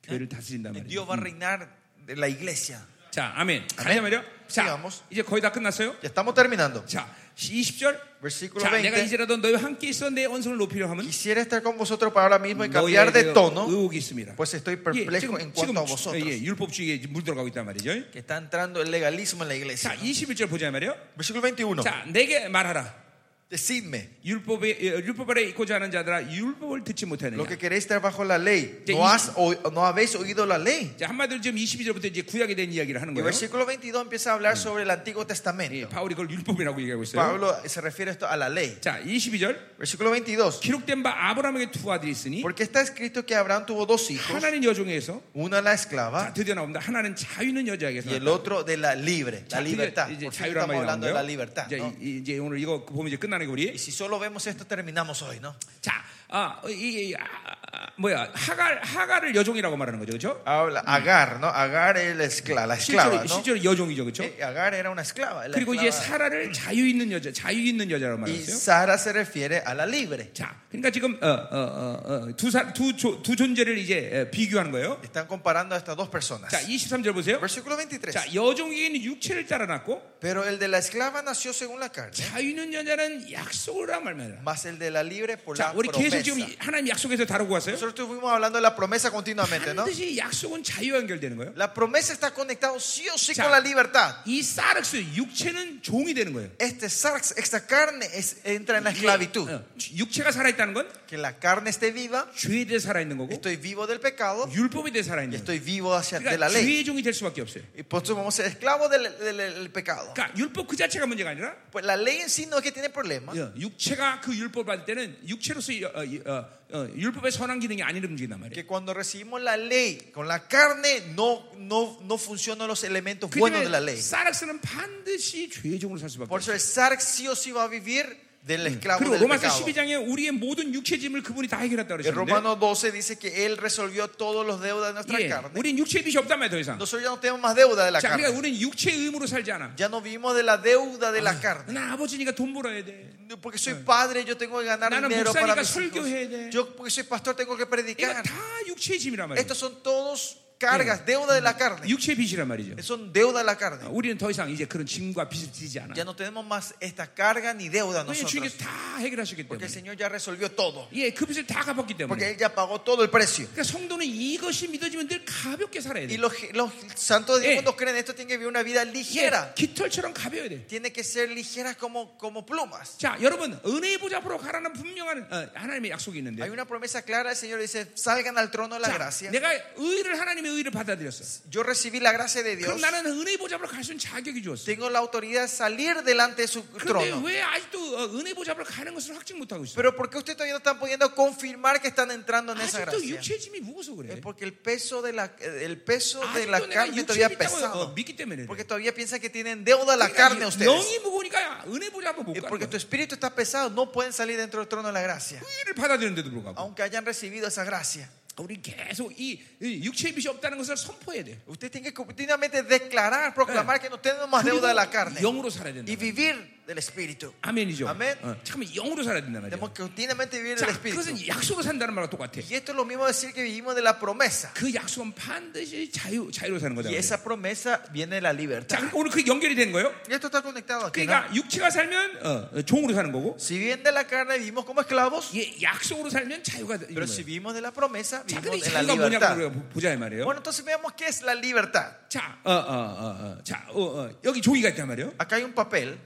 S1: 교회를
S2: 네?
S1: 다스린단 말이에요.
S2: Dios va a reinar de la iglesia.
S1: 자, 아멘. 가자 말이요. 자,
S2: Sigamos.
S1: 이제 거의 다 끝났어요.
S2: Ya estamos terminando.
S1: 자, 20절.
S2: Versículo
S1: 자,
S2: 20.
S1: 내가 이제라도 너희와 함께 있어 내 언성을 높이려 하면
S2: Quisiera estar con vosotros para ahora mismo y
S1: 너희에
S2: cambiar de
S1: 대하여
S2: tono.
S1: 의혹이 있습니다.
S2: pues estoy
S1: 예,
S2: perplejo en
S1: 지금,
S2: cuanto a
S1: 지금
S2: vosotros.
S1: 예, 율법주의에 물 들어가고 있단 말이죠.
S2: Que está entrando el legalismo en la iglesia.
S1: 자, 21절 보자 말이요.
S2: Versículo 21.
S1: 자, 내게 말하라.
S2: Decidme
S1: 율법에 예, 율법 아래 있고자 하는 자들아 율법을 듣지 못하느냐.
S2: lo que queréis estar bajo la ley.
S1: Ya,
S2: ¿No,
S1: y-
S2: has o- no habéis oído la ley.
S1: 자, 한마디로 지금 22절부터 이제 구약에 대한 이야기를 하는
S2: Y el
S1: 거예요.
S2: versículo 22 empieza a hablar sobre el Antiguo
S1: 예,
S2: Testamento.
S1: 바울이 그걸 율법이라고 얘기하고 있어요.
S2: Pablo se refiere esto a la ley.
S1: 자, 22절.
S2: Versículo 22.
S1: 기록된 바 아브라함에게 두 아들이 있으니
S2: Porque está escrito que Abraham tuvo dos hijos,
S1: 하나는 여종에게서
S2: una la
S1: 자,
S2: esclava
S1: 드디어 나옵니다. 하나는 자유 있는 여자에게서
S2: y el otro de la libre, la
S1: 자, 드디어
S2: libertad.
S1: 이제
S2: Por fin
S1: 자유란
S2: estamos
S1: 말이
S2: hablando de la
S1: 나온대요.
S2: libertad.
S1: 이제,
S2: ¿no?
S1: 이- 이제 오늘 이거 보면 이제 끝나는 거 우리.
S2: Y si solo vemos esto, terminamos hoy, ¿no?
S1: 자, 아, 이, 이- 아, 아, 뭐야 하갈 하갈을 여종이라고 말하는 거죠, 그렇죠?
S2: Habla, Agar, ¿no? Agar es la esclava, la esclava,
S1: 실제로,
S2: ¿no?
S1: 실제로 여종이죠, 그렇죠?
S2: Eh, Agar era una esclava. la
S1: 그리고 이제
S2: esclava.
S1: 사라를 자유 있는 여자, 자유 있는 여자라고
S2: Y
S1: 말했어요.
S2: Sara se refiere a la libre.
S1: 자, 그러니까 지금 어, 어어어두두 존재를 이제 에, 비교하는 거예요.
S2: Están comparando a estas dos personas.
S1: 자, 23절 보세요.
S2: Versículo 23.
S1: 자, 여종에게는 육체를 따라 났고
S2: Pero el de la esclava nació según la carne,
S1: 자유 있는 여자는 약속을 한 말이야.
S2: más el de la libre por
S1: 자,
S2: la
S1: 우리 계속
S2: promesa.
S1: 지금 이- 하나님 약속에서 다루고 왔어요.
S2: Nosotros estuvimos hablando de la promesa continuamente, ¿no?
S1: 반드시 약속은 자유와 연결되는 거예요.
S2: La promesa está conectada sí o sí
S1: Ya.
S2: con la libertad.
S1: 이 사르스 육체는 종이 되는 거예요.
S2: Este sarx, esta carne, es- entra en la esclavitud.
S1: 어, 육체가 살아있다는 건
S2: Que la carne esté viva,
S1: 죄에 대해 살아있는 거고
S2: estoy vivo del pecado,
S1: 율법에 대해 살아있는 거예요.
S2: estoy vivo hacia de la
S1: 그러니까
S2: ley.
S1: 죄의 종이 될 수밖에 없어요.
S2: Y por eso vamos a ser esclavos del, del- del pecado.
S1: 그러니까 율법 그 자체가 문제가 아니라
S2: Pues la ley en sí no es que tiene problema.
S1: 예, 육체가 그 율법을 받을 때는 육체로서 어, 어, 어, 율법의 선한 기능이 아니라 움직인단 말이에요.
S2: Que cuando recibimos la ley con la carne, no, no, no funcionan los elementos
S1: 그
S2: buenos de la
S1: 때문에
S2: ley.
S1: 사락스는 반드시 죄의 종으로 살 수밖에
S2: Por
S1: 없어요.
S2: eso el sarx sí o sí va a vivir del esclavo
S1: 그리고
S2: del
S1: 로마서
S2: pecado.
S1: 12장에 우리의 모든 육체짐을 그분이 다 해결했다
S2: El
S1: 그러셨는데
S2: Romano 12 dice que él resolvió todos los deudas de nuestra
S1: 예,
S2: carne.
S1: 우린 육체의 빚이 없단 말이에요 더 이상.
S2: Nosotros ya no tenemos más deuda de la
S1: 자, 그러니까
S2: carne.
S1: 우린 육체의 의무로 살지 않아.
S2: Ya no vivimos de la deuda de la carne.
S1: 나 아버지니까 돈 벌어야 돼.
S2: Porque soy padre, yo tengo Ah. que ganar
S1: 나는
S2: dinero para
S1: 목사니까
S2: mis hijos.
S1: 설교해야 돼.
S2: Yo porque soy pastor tengo que
S1: 이거
S2: predicar.
S1: 다 육체의 짐이란 말이에요.
S2: Estos son todos cargas, deuda de la carne.
S1: 육체의 빚이란 말이죠.
S2: Son deuda de la
S1: 아,
S2: carne.
S1: 우리는 더 이상 이제 그런 짐과 빚을 지지 않아.
S2: Ya no tenemos más esta carga ni deuda
S1: 왜냐면 주님께서
S2: nosotros.
S1: 다 해결하셨기
S2: Porque
S1: 때문에.
S2: el Señor ya resolvió todo.
S1: 예, 그 빚을 다 갚았기 때문에.
S2: Porque Él ya pagó todo el precio.
S1: 그러니까 성도는 이것이 믿어지면 늘 가볍게 살아야
S2: Y
S1: 돼.
S2: los, los santos de
S1: Eh.
S2: Dios cuando creen esto tienen que vivir una vida
S1: 예,
S2: ligera.
S1: 깃털처럼 가벼워야 돼.
S2: Tiene que ser ligeras como, como plumas.
S1: 자, 여러분 은혜의 보좌 앞으로 가라는 분명한 어, 하나님의 약속이
S2: Hay
S1: 있는데.
S2: una promesa clara, el Señor dice, salgan al trono de la
S1: 자,
S2: gracia.
S1: 내가 의를 하나님의 의를 받아들였어.
S2: Yo recibí la gracia de
S1: 그럼
S2: Dios.
S1: 나는 은혜 보좌로 갈 수 있는 자격이 주었어.
S2: Tengo la autoridad de salir delante de su
S1: 그런데
S2: trono.
S1: 왜 아직도 어, 은혜 보좌로 가는 것을 확증 못 하고 있어?
S2: Pero ¿por qué ustedes todavía no están pudiendo confirmar que están entrando en
S1: 아직도
S2: esa gracia?
S1: 육체 짐이 무거워서
S2: Es
S1: 그래.
S2: porque el peso de la, el peso de
S1: 아직도
S2: la
S1: 예, 내가
S2: carne
S1: 육체
S2: todavía
S1: 있다고 어,
S2: pesado.
S1: 믿기 때문에 그래.
S2: Porque todavía piensan que tienen deuda a la carne
S1: 그러니까
S2: ustedes.
S1: 영이 무거우니까 은혜 보좌 앞에 못
S2: Y
S1: 가는
S2: Porque
S1: 거야.
S2: tu espíritu está pesado, no pueden salir dentro del trono de la gracia.
S1: 의를 받아들였는데도 불구하고
S2: Aunque hayan recibido esa gracia.
S1: 우리 계속 이, 이 육체의 빚이 없다는 것을 선포해야 돼.
S2: Usted tiene que continuamente declarar, proclamar que no tenemos más
S1: 그리고
S2: deuda de la carne.
S1: 영으로 살아야 된다.
S2: Y vivir del espíritu.
S1: 아멘이죠.
S2: 아멘.
S1: 어, 잠깐만 영으로 살아야 된다 말이야.
S2: Tenemos que continuamente vivir
S1: 자,
S2: del espíritu.
S1: 그것은 약속으로 산다는 말과 똑같아.
S2: Y esto es lo mismo decir que vivimos de la promesa.
S1: 그 약속은 반드시 자유 자유로 사는 거다.
S2: Y
S1: 자,
S2: esa promesa viene de la libertad.
S1: 그러니까 오늘 그 연결이 되는 거예요.
S2: Y esto está conectado aquí. ¿no?
S1: 그러니까 육체가 살면 어, 어, 종으로 사는 거고,
S2: Si bien de la carne vivimos como esclavos,
S1: 예, 약속으로 살면 자유가 되는
S2: pero
S1: 거예요.
S2: si vivimos de la promesa,
S1: 자,
S2: vivimos
S1: 근데
S2: de la
S1: 자유가 뭐 뭐냐고
S2: libertad.
S1: 우리가 보- 보자 이 말이에요.
S2: Bueno, entonces veamos qué es la libertad.
S1: 자, 어, 어, 어, 어, 자, 어, 어, 여기 종이가 있단 말이에요. 어,
S2: Acá hay un papel.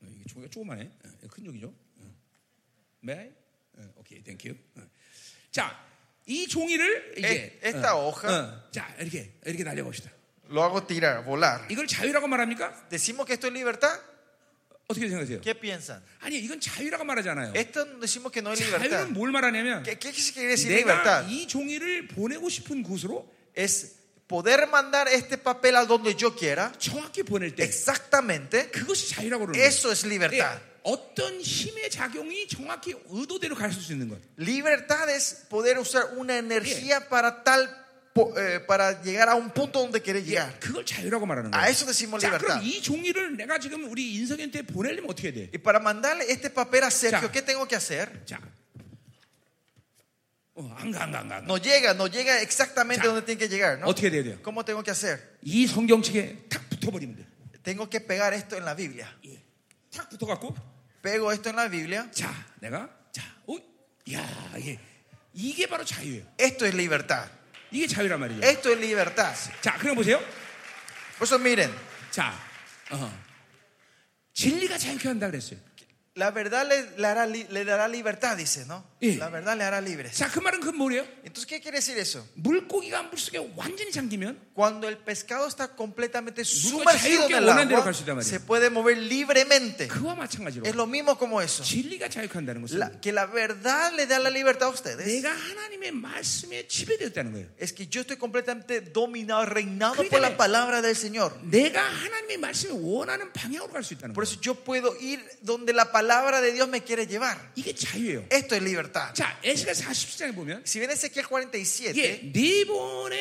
S1: 이게 종이가 조그만해. 어, 큰 종이죠. 어. May I? 어, 오케이, 땡큐. 어. 자, 이 종이를 이제
S2: 에- 에스타 호ja.
S1: 어, 자, 이렇게 이렇게 날려봅시다.
S2: Lo hago tirar, volar.
S1: 이걸 자유라고 말합니까?
S2: ¿Decimos que esto es libertad?
S1: 어떻게 생각하세요?
S2: ¿Qué piensan?
S1: 아니, 이건 자유라고 말하잖아요.
S2: Esto decimos que no es libertad.
S1: 자유는 뭘 말하냐면
S2: ¿Qué, qué quiere decir
S1: 내가
S2: libertad?
S1: 이 종이를 보내고 싶은 곳으로
S2: Es poder mandar este papel a donde yo quiera.
S1: 정확히 보낼 때
S2: Exactamente.
S1: 그것이 자유라고 그러는 거예요.
S2: Eso es libertad.
S1: 예, 어떤 힘의 작용이 정확히 의도대로 갈 수 있는 것.
S2: Libertad es poder usar una energía para tal po- eh, para llegar a un punto donde querés llegar.
S1: 그걸 자유라고 아, 말하는
S2: A
S1: 거예요.
S2: eso decimos
S1: 자,
S2: libertad.
S1: 그럼 이 종이를 내가 지금 우리 인석이한테 보내려면 어떻게 해야 돼?
S2: Y para mandarle este papel a Sergio,
S1: Ya.
S2: ¿qué tengo que hacer?
S1: 자, 어, 안 가, 안 가, 안 가. 안 가.
S2: No llega, no llega exactamente
S1: Ya.
S2: donde tiene que llegar, ¿no?
S1: 어떻게 돼야 돼요?
S2: ¿Cómo tengo que hacer?
S1: 이 성경책에 탁 붙어버리면 돼.
S2: Tengo que pegar esto en la Biblia.
S1: 예. 탁 붙어갖고,
S2: Pego esto en la Biblia.
S1: 자, 내가, 자, 어, 야, 이게, 이게 바로 자유예요.
S2: Esto es libertad.
S1: 이게 자유란 말이죠.
S2: Esto es libertad.
S1: 자, 그럼 보세요.
S2: Por eso miren,
S1: 자, 어. 진리가 자유케 한다 그랬어요.
S2: la verdad le, le hará li- le dará libertad, dice, ¿no?
S1: Sí.
S2: La verdad le hará libres.
S1: 자, 그 말은 그 뭐예요?
S2: Entonces, ¿qué quiere decir eso?
S1: 물고기가 물속에 완전히 잠기면
S2: Cuando el pescado está completamente
S1: 자유롭게
S2: sumergido en el
S1: 원하는 대로
S2: agua,
S1: 갈 수 있단 말이에요.
S2: se puede mover libremente.
S1: 그와 마찬가지로
S2: Es lo mismo como eso.
S1: 진리가 자유케 한다는 것은
S2: La- que la verdad le da la libertad a ustedes.
S1: 내가 하나님의 말씀에 지배되었다는 거예요.
S2: Es que yo estoy completamente dominado, reinado
S1: Escúchame.
S2: por la palabra del Señor.
S1: 내가 하나님의 말씀을 원하는 방향으로 갈 수 있다는
S2: Por
S1: 거예요.
S2: eso yo puedo ir donde la palabra de Dios me quiere llevar.
S1: 이게 자유예요.
S2: Esto es libertad.
S1: 자, 에스가 40장에 보면
S2: Si bien Ezequiel 47
S1: 이게 네 번의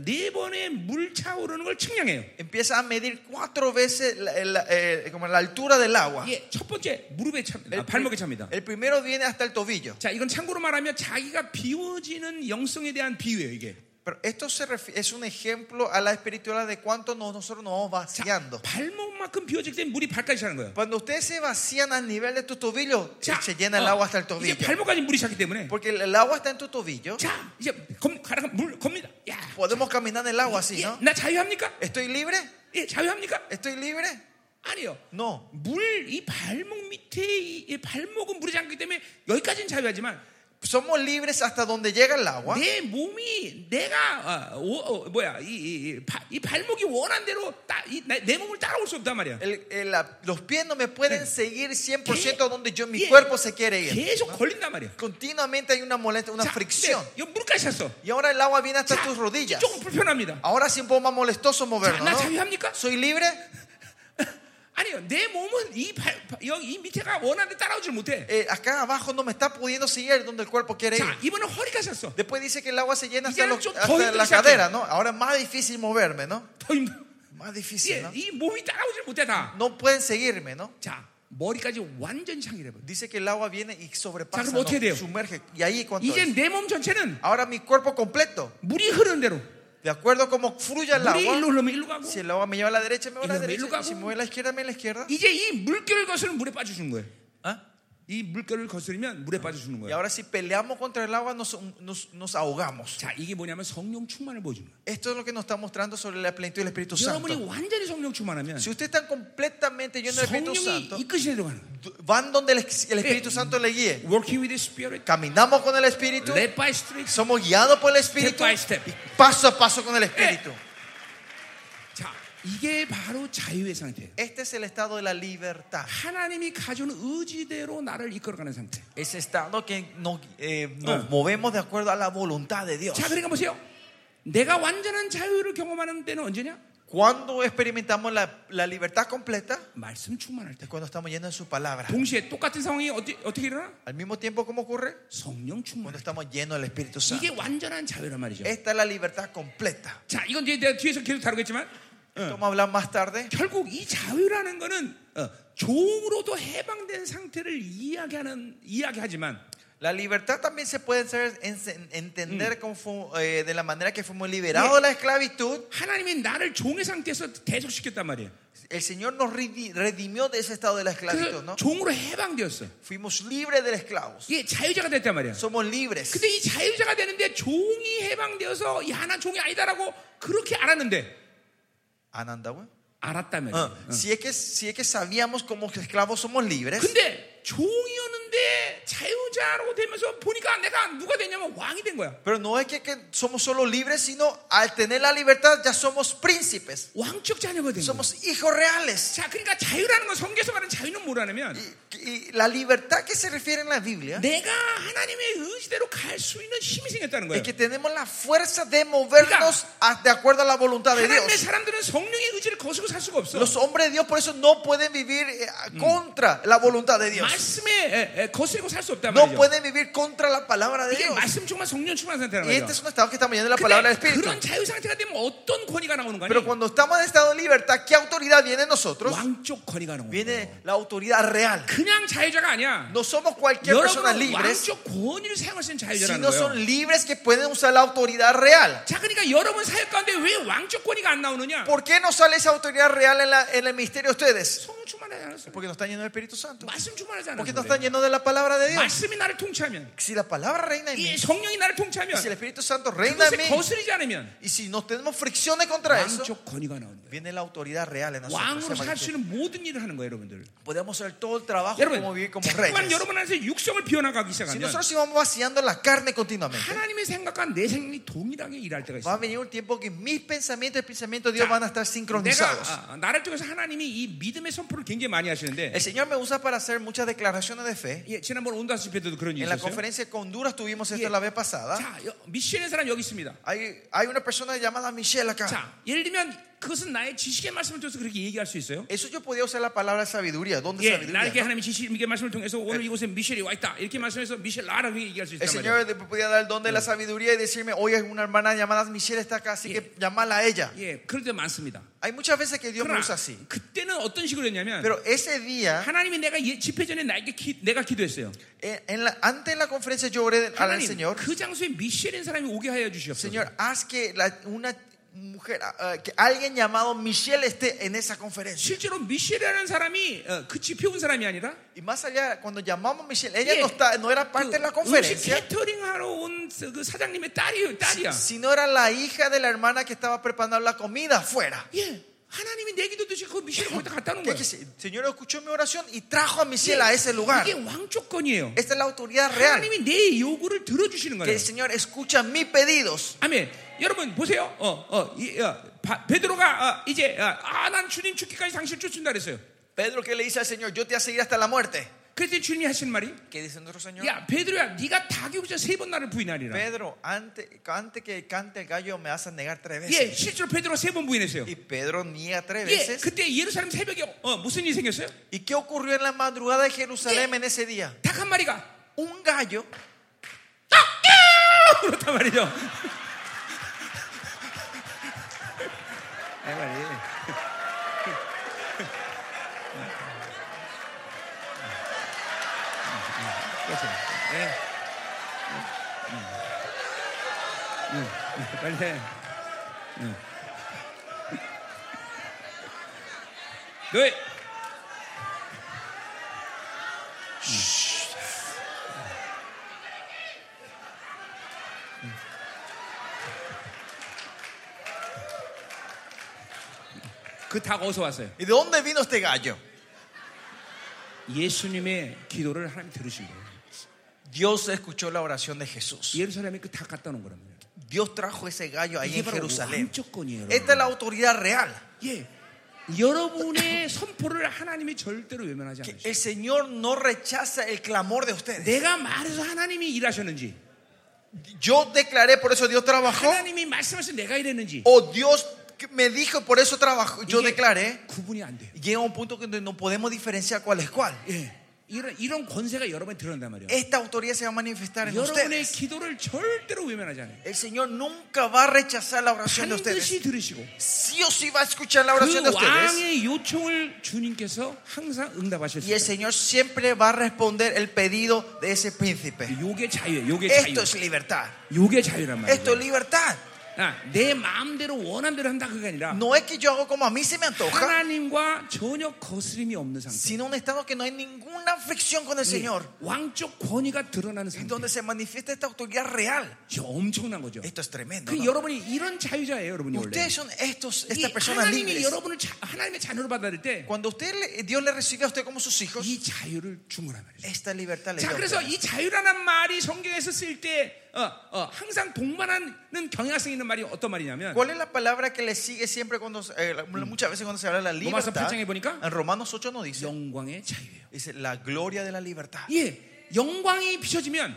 S1: 어, 네 번의 물 차오르는 걸 측량해요.
S2: empieza a medir cuatro veces la, la- eh, como la altura del agua.
S1: 이게 아, 첫 번째 무릎에 차, 아, 발목에 찹니다.
S2: el primero viene hasta el tobillo.
S1: 자, 이건 참고로 말하면 자기가 비워지는 영성에 대한 비유예요, 이게.
S2: Pero esto se refi- es un ejemplo a la espiritualidad de cuánto nos- nosotros nos vamos
S1: 네.
S2: vaciando.
S1: 발목만큼 비워질 때 물이 발까지 차는 거예요.
S2: Cuando ustedes se vacían al nivel de tu tobillo,
S1: 자,
S2: se llena el
S1: 어,
S2: agua hasta el tobillo.
S1: 이제 발목까지 물이 차기 때문에.
S2: Porque el, el agua está en tu tobillo.
S1: 자, 이제 검, 가라, 물 겁니다. 야,
S2: Podemos caminar en el agua así,
S1: 예,
S2: ¿no?
S1: 나 자유합니까?
S2: ¿Estoy libre?
S1: 예, 자유합니까?
S2: ¿Estoy libre?
S1: 아니요.
S2: No.
S1: 물 이 발목 밑에 이, 이 발목은 물이 잠기 때문에 여기까지는 자유하지만
S2: Somos libres hasta donde llega el agua.
S1: 내 몸이 내가 어, 어, 어, 뭐야 이, 이, 이 발- 이 발목이 원한 대로 따, 이, 나- 내 몸을 따라올 수 없단 말이야.
S2: El- el- la- los pies no me pueden seguir 100% a donde yo, mi
S1: 예,
S2: cuerpo se quiere ir.
S1: 계속 걸린단 말이야.
S2: Continuamente hay una molestia, una
S1: 자,
S2: fricción.
S1: 근데 이거 물까지 찼어.
S2: Y ahora el agua viene hasta
S1: 자,
S2: tus rodillas.
S1: 조금 불편합니다.
S2: Ahora sí un poco más molestoso
S1: 자,
S2: movernos.
S1: 나
S2: ¿no?
S1: 자유합니까?
S2: ¿Soy libre?
S1: 아니요, 내 몸은 이 발, 발- 여기 이 밑에가 원하는 데 따라오질 못해.
S2: Eh, acá abajo no me está pudiendo seguir donde el cuerpo quiere
S1: 자,
S2: ir.
S1: 이번에 허리가 찼어.
S2: Después dice que el agua se llena hasta,
S1: 이제는
S2: los-
S1: 좀
S2: hasta
S1: 더 힘들기
S2: la
S1: 시작해.
S2: cadera, ¿no? Ahora es más difícil moverme, ¿no?
S1: 더 힘들어.
S2: Más
S1: 예,
S2: difícil, ¿no?
S1: 이 몸이 따라오질 못해 다.
S2: No pueden seguirme, ¿no?
S1: 자, 머리까지 완전히 창이래 버려.
S2: Dice que el agua viene y sobrepasa,
S1: 자, 그럼 어떻게 돼요?
S2: ¿no? sumerge. Y ahí cuando
S1: 이제 내 몸 전체는
S2: ahora mi cuerpo completo,
S1: 물이 흐르는 대로
S2: de acuerdo a cómo fluya el
S1: 물이 일로
S2: agua,
S1: 흘러면 일로 가고
S2: si el agua me lleva a la derecha, me voy a la
S1: Iluga,
S2: derecha,
S1: iluga.
S2: y si me voy a la izquierda, me voy a la izquierda.
S1: 이제 이 물결 것을 물에 빠져준 거예요.
S2: ¿Ah?
S1: 이 물결을 거스르면 물에 빠져 죽는
S2: Y
S1: 거예요.
S2: ahora si peleamos contra el agua nos, nos, nos ahogamos.
S1: 자, 이게 뭐냐면 성령 충만을 보여주는 거예요.
S2: Esto es lo que nos está mostrando sobre la plenitud del Espíritu
S1: 여러분이
S2: Santo.
S1: 완전히 성령 충만하면
S2: Si usted está completamente lleno del Espíritu
S1: 성령이
S2: Santo,
S1: 이끄시는 대로 가는 거예요.
S2: van donde el, el
S1: Eh.
S2: Espíritu Santo le guíe.
S1: Working with the Spirit,
S2: Caminamos con el Espíritu,
S1: led by Spirit.
S2: somos guiados por el Espíritu,
S1: by step. Eh.
S2: y paso a paso con el Espíritu.
S1: 자, 이게 바로 자유의 상태예요.
S2: Este es el estado de la libertad.
S1: 하나님이 가져온 의지대로 나를 이끌어가는 상태.
S2: Ese estado que nos, eh, nos
S1: Ah.
S2: movemos de acuerdo a la voluntad de Dios.
S1: 자, 그러니까 보세요. 내가 완전한 자유를 경험하는 때는 언제냐?
S2: Cuando experimentamos la, la libertad completa,
S1: 말씀 충만할 때.
S2: es cuando estamos llenos de su palabra.
S1: 동시에 똑같은 상황이 어디, 어떻게 일어나?
S2: Al mismo tiempo, ¿cómo ocurre?
S1: 성령 충만.
S2: Cuando estamos llenos del Espíritu Santo.
S1: 이게 완전한 자유란 말이죠.
S2: Esta es la libertad completa.
S1: 자, 이건 이제 내가 뒤에서 계속 다루겠지만
S2: Esto vamos a hablar más tarde.
S1: 결국 이 자유라는 거는 어, 종으로도 해방된 상태를 이야기하는 이야기하지만
S2: La libertad también se puede hacer en- en- entender como fu- eh, de la manera que fuimos liberados de la esclavitud.
S1: 하나님이 나를 종의 상태에서 계속 시켰단 말이에요.
S2: El Señor nos redi- redimió de ese estado de la esclavitud,
S1: 그래서
S2: ¿no?
S1: 종으로 해방되었어.
S2: Fuimos libres del esclavo.
S1: 이게 자유자가 됐단 말이야.
S2: Somos libres.
S1: 근데 이 자유자가 되는데 종이 해방되어서 야, 나 종이 아니다라고 그렇게 알았는데 어.
S2: Anandawe.
S1: 알았다면.
S2: Ah, Si, es que, si es que sabíamos como esclavos somos libres,
S1: 근데 종이었는데 자유자로 되면서 보니까 내가 누가 되냐면 왕이 된 거야.
S2: pero no es que, que somos solo libres, sino al tener la libertad ya somos príncipes,
S1: 왕적 자녀가 된 거야.
S2: somos hijos reales.
S1: 자, 그러니까 자유라는 건 성경에서 말하는 자유는 뭐라냐면
S2: Y, y la libertad que se refiere en la Biblia
S1: 내가 하나님의 의지대로 갈 수 있는 힘이 생겼다는 거예요.
S2: es que tenemos la fuerza de movernos a- de acuerdo a la voluntad de
S1: 하나님의
S2: Dios.
S1: 사람들은 성령의 의지를 거스고 살 수가 없어.
S2: Los hombres de Dios por eso no pueden vivir eh, contra la voluntad de Dios.
S1: 말씀에 에, 에, 거스르고 살 수 없단
S2: No
S1: 말이죠.
S2: pueden vivir contra la palabra de
S1: 이게
S2: Dios.
S1: 말씀 정말 성령 충만 상태라는
S2: Y este es
S1: 거죠.
S2: un estado que estamos yendo en la palabra del
S1: 근데
S2: Espíritu.
S1: 그런 자유 상태가 되면 어떤 권위가 나오는
S2: Pero
S1: 거냐?
S2: cuando estamos en estado de libertad, ¿qué autoridad viene en nosotros?
S1: 왕적 권위가 나오는 거예요.
S2: Viene la autoridad real.
S1: 그냥 자유자가 아니야.
S2: No somos cualquier persona
S1: 여러분은
S2: libres,
S1: 왕적 권위를 사용할 수 있는 자유자라는
S2: sino
S1: 거예요.
S2: son libres que pueden usar la autoridad real.
S1: 자, 그러니까 여러분 사역 가운데 왜 왕적 권위가 안 나오느냐?
S2: ¿Por qué no sale esa autoridad real en, la- en el ministerio de ustedes?
S1: 성령 충만하지 않았어.
S2: Porque no están llenos del Espíritu Santo.
S1: 말씀 충만하지
S2: Porque no están
S1: 않았어.
S2: llenos de la palabra de Dios.
S1: 말씀이 나를 통치하면,
S2: Si la palabra reina en
S1: 이
S2: mí,
S1: 성령이 나를 통치하면,
S2: si el Espíritu Santo reina en
S1: 그것에
S2: mí,
S1: 거스르지 않으면
S2: y si no tenemos fricciones contra eso,
S1: 왕적 권위가 나오는 거예요.
S2: viene la autoridad real en nosotros.
S1: 왕으로
S2: se
S1: 살 수
S2: manifiesta.
S1: 있는 모든 일을 하는 거예요, 여러분들.
S2: Podemos hacer todo el
S1: 아,
S2: trabajo como vivir
S1: 여러분,
S2: como
S1: 자꾸만
S2: reyes.
S1: 여러분 안에서 육성을 비워나가기
S2: Si
S1: 시작하면
S2: nosotros íbamos vaciando la carne continuamente,
S1: 하나님의 생각과 내 생각이 동일하게 일할 때가
S2: va a
S1: 있어요.
S2: venir un tiempo que mis pensamientos y pensamientos de Dios van a estar sincronizados.
S1: 내가 아, 나를 통해서 하나님이 이 믿음의 선포를 굉장히 많이 하시는데
S2: El Señor me usa para hacer muchas declaraciones de fe.
S1: 예, 지난번 온다스 집회도 그런 일이
S2: En la
S1: 있었어요.
S2: conferencia con Honduras tuvimos esto
S1: Yeah.
S2: la vez pasada.
S1: 자, 여- 미션의 사람 여기 있습니다.
S2: Hay, hay una persona llamada Michelle acá.
S1: 자, 예를 들면 그것은 나의 지식의 말씀을 통해서 그렇게 얘기할 수 있어요.
S2: Eso yo podía usar la palabra sabiduría. ¿Dónde
S1: 예, 나에게
S2: sabiduría? no?
S1: 하나님의 지식의 말씀을 통해서 오늘 이곳에 미셸이 와 있다. 이렇게 말씀해서 미셸 라라 그렇게 얘기할 수
S2: El
S1: 있단 말이에요.
S2: 예. Señor me podía dar el don de la sabiduría y decirme, hoy es una hermana llamada Michelle está acá, así que llamala a ella.
S1: 예, 그럴 때 많습니다.
S2: Hay muchas veces que Dios me
S1: 그러나
S2: usa así.
S1: 그때는 어떤 식으로 했냐면
S2: Pero ese día,
S1: 하나님이 내가 예- 집회 전에 나에게 기, 내가 기도했어요.
S2: eh, en la- antes de la conferencia yo oré al
S1: 하나님
S2: Señor.
S1: 그 장소에 미셸인 사람이 오게 하여 주시옵소서.
S2: Señor, haz que la- una mujer, ah, que alguien llamado Michelle esté en esa conferencia.
S1: 실제로 미셸이라는 사람이 어, 그 집회 온 사람이 아니라
S2: Y más allá, cuando llamamos a Michelle, ella
S1: 예,
S2: no, está, no era parte de la
S1: 그 음식
S2: conferencia,
S1: 캐터링 하러 온 그 사장님의 딸이 딸이야.
S2: sino era la hija de la hermana que estaba preparando la comida afuera.
S1: 예, 하나님이 내 기도 듣시고 그 미셸을 거기다 갔다 오는
S2: ¿Qué
S1: 거야. 예,
S2: que El Señor escuchó mi oración y trajo a Michelle a ese lugar.
S1: 이게 왕조건이에요.
S2: Esta es la autoridad real.
S1: 하나님이 내 요구를 들어주시는
S2: Que
S1: 거예요.
S2: el Ah, Señor escucha mis pedidos.
S1: 아멘. 여러분 보세요. 어, 어, 이, 어, 바- 베드로가 어, 이제 아난 주님 죽기까지 당신을 쫓는다 그랬어요.
S2: Pedro que le dice al Señor, yo te voy a seguir hasta la muerte.
S1: 그랬더니 주님이 하신 말이
S2: ¿Qué dice nuestro Señor?
S1: 야 베드로야 네가 다교육자 세 번 나를 부인하리라.
S2: Pedro, antes, antes que cante el gallo me vas a negar tres veces.
S1: 예, 실제로 베드로가 세 번 부인했어요.
S2: Y Pedro niega tres
S1: 예,
S2: veces.
S1: 그때 예루살렘 새벽에 어, 무슨 일이 생겼어요?
S2: ¿Y qué ocurrió en la madrugada de Jerusalén en ese día?
S1: 닭 한 마리가
S2: Un gallo
S1: 그렇단 말이죠. 네. 빨리 해. 네. 너희 그 닭 어디서 왔어요?
S2: ¿Y de dónde vino este gallo?
S1: 예수님의 기도를 하나님 들으신 거예요.
S2: Dios escuchó la oración de Jesús.
S1: 예루살렘에 그 닭 갖다 놓은 거랍니다.
S2: Dios trajo ese gallo ahí
S1: 이게
S2: en
S1: 바로
S2: Jerusalén.
S1: 왕조권이에요. 여러분.
S2: Esta es la autoridad real.
S1: 예. 여러분의 선포를 하나님이 절대로 외면하지
S2: Que
S1: 않으세요.
S2: el Señor no rechaza el clamor de ustedes.
S1: 내가 말해서 하나님이 일하셨는지,
S2: Yo declaré, por eso Dios trabajó.
S1: 하나님이 말씀하신 내가 이랬는지,
S2: O Dios me dijo, por eso trabajó. Yo
S1: 이게
S2: declaré.
S1: 구분이 안 돼요.
S2: Llega un punto que no podemos diferenciar cuál es cuál.
S1: 예. 이런, 이런 권세가 여러분에 드러난단 말이에요.
S2: Esta autoridad se va a manifestar en
S1: 여러분의
S2: ustedes.
S1: 기도를 절대로 외면하지 않아요.
S2: El Señor nunca va a rechazar la oración de ustedes.
S1: 반드시 들으시고,
S2: Sí o sí va a escuchar la oración de
S1: 그
S2: ustedes.
S1: 왕의 요청을 주님께서 항상 응답하실 수
S2: Y el
S1: 있어요.
S2: Señor siempre va a responder el pedido de ese príncipe.
S1: 그 요게 자유예요. 요게 자유.
S2: Esto es libertad.
S1: 요게 자유란
S2: Esto
S1: 말이에요.
S2: es libertad.
S1: 아, 내 마음대로 원함대로 한다 그게 아니라
S2: No es que yo hago como a mí se me antoja,
S1: 하나님과 전혀 거스림이 없는 상태.
S2: sino un estado que no hay ninguna fricción con el Señor.
S1: 예. 왕적 권위가 드러나는
S2: Y
S1: 상태.
S2: donde se manifiesta esta autoridad real.
S1: 이게 엄청난 거죠.
S2: Esto es tremendo.
S1: 그
S2: ¿no?
S1: 여러분이 이런 자유자예요, 여러분이 원래.
S2: Ustedes son estos,
S1: 이
S2: estas personas
S1: 하나님이
S2: libres.
S1: 여러분을 자- 하나님의 자녀로 받아들일 때 이
S2: Cuando usted, le- Dios le recibe a usted como sus hijos,
S1: 자유를 주문한 말이죠.
S2: esta libertad le
S1: 자,
S2: dio.
S1: 그래서 이 자유라는 말이 성경에서 쓸 때 어, 항상 동반하는 경향성 있는 말이 어떤 말이냐면
S2: ¿Cuál es la palabra que le sigue siempre cuando eh, la- muchas veces cuando se habla de la
S1: Romanos
S2: libertad?
S1: 8장에 보니까
S2: En Romanos 8 nos dice,
S1: 영광의 자유예요.
S2: dice la gloria de la libertad.
S1: 예, 영광이 비춰지면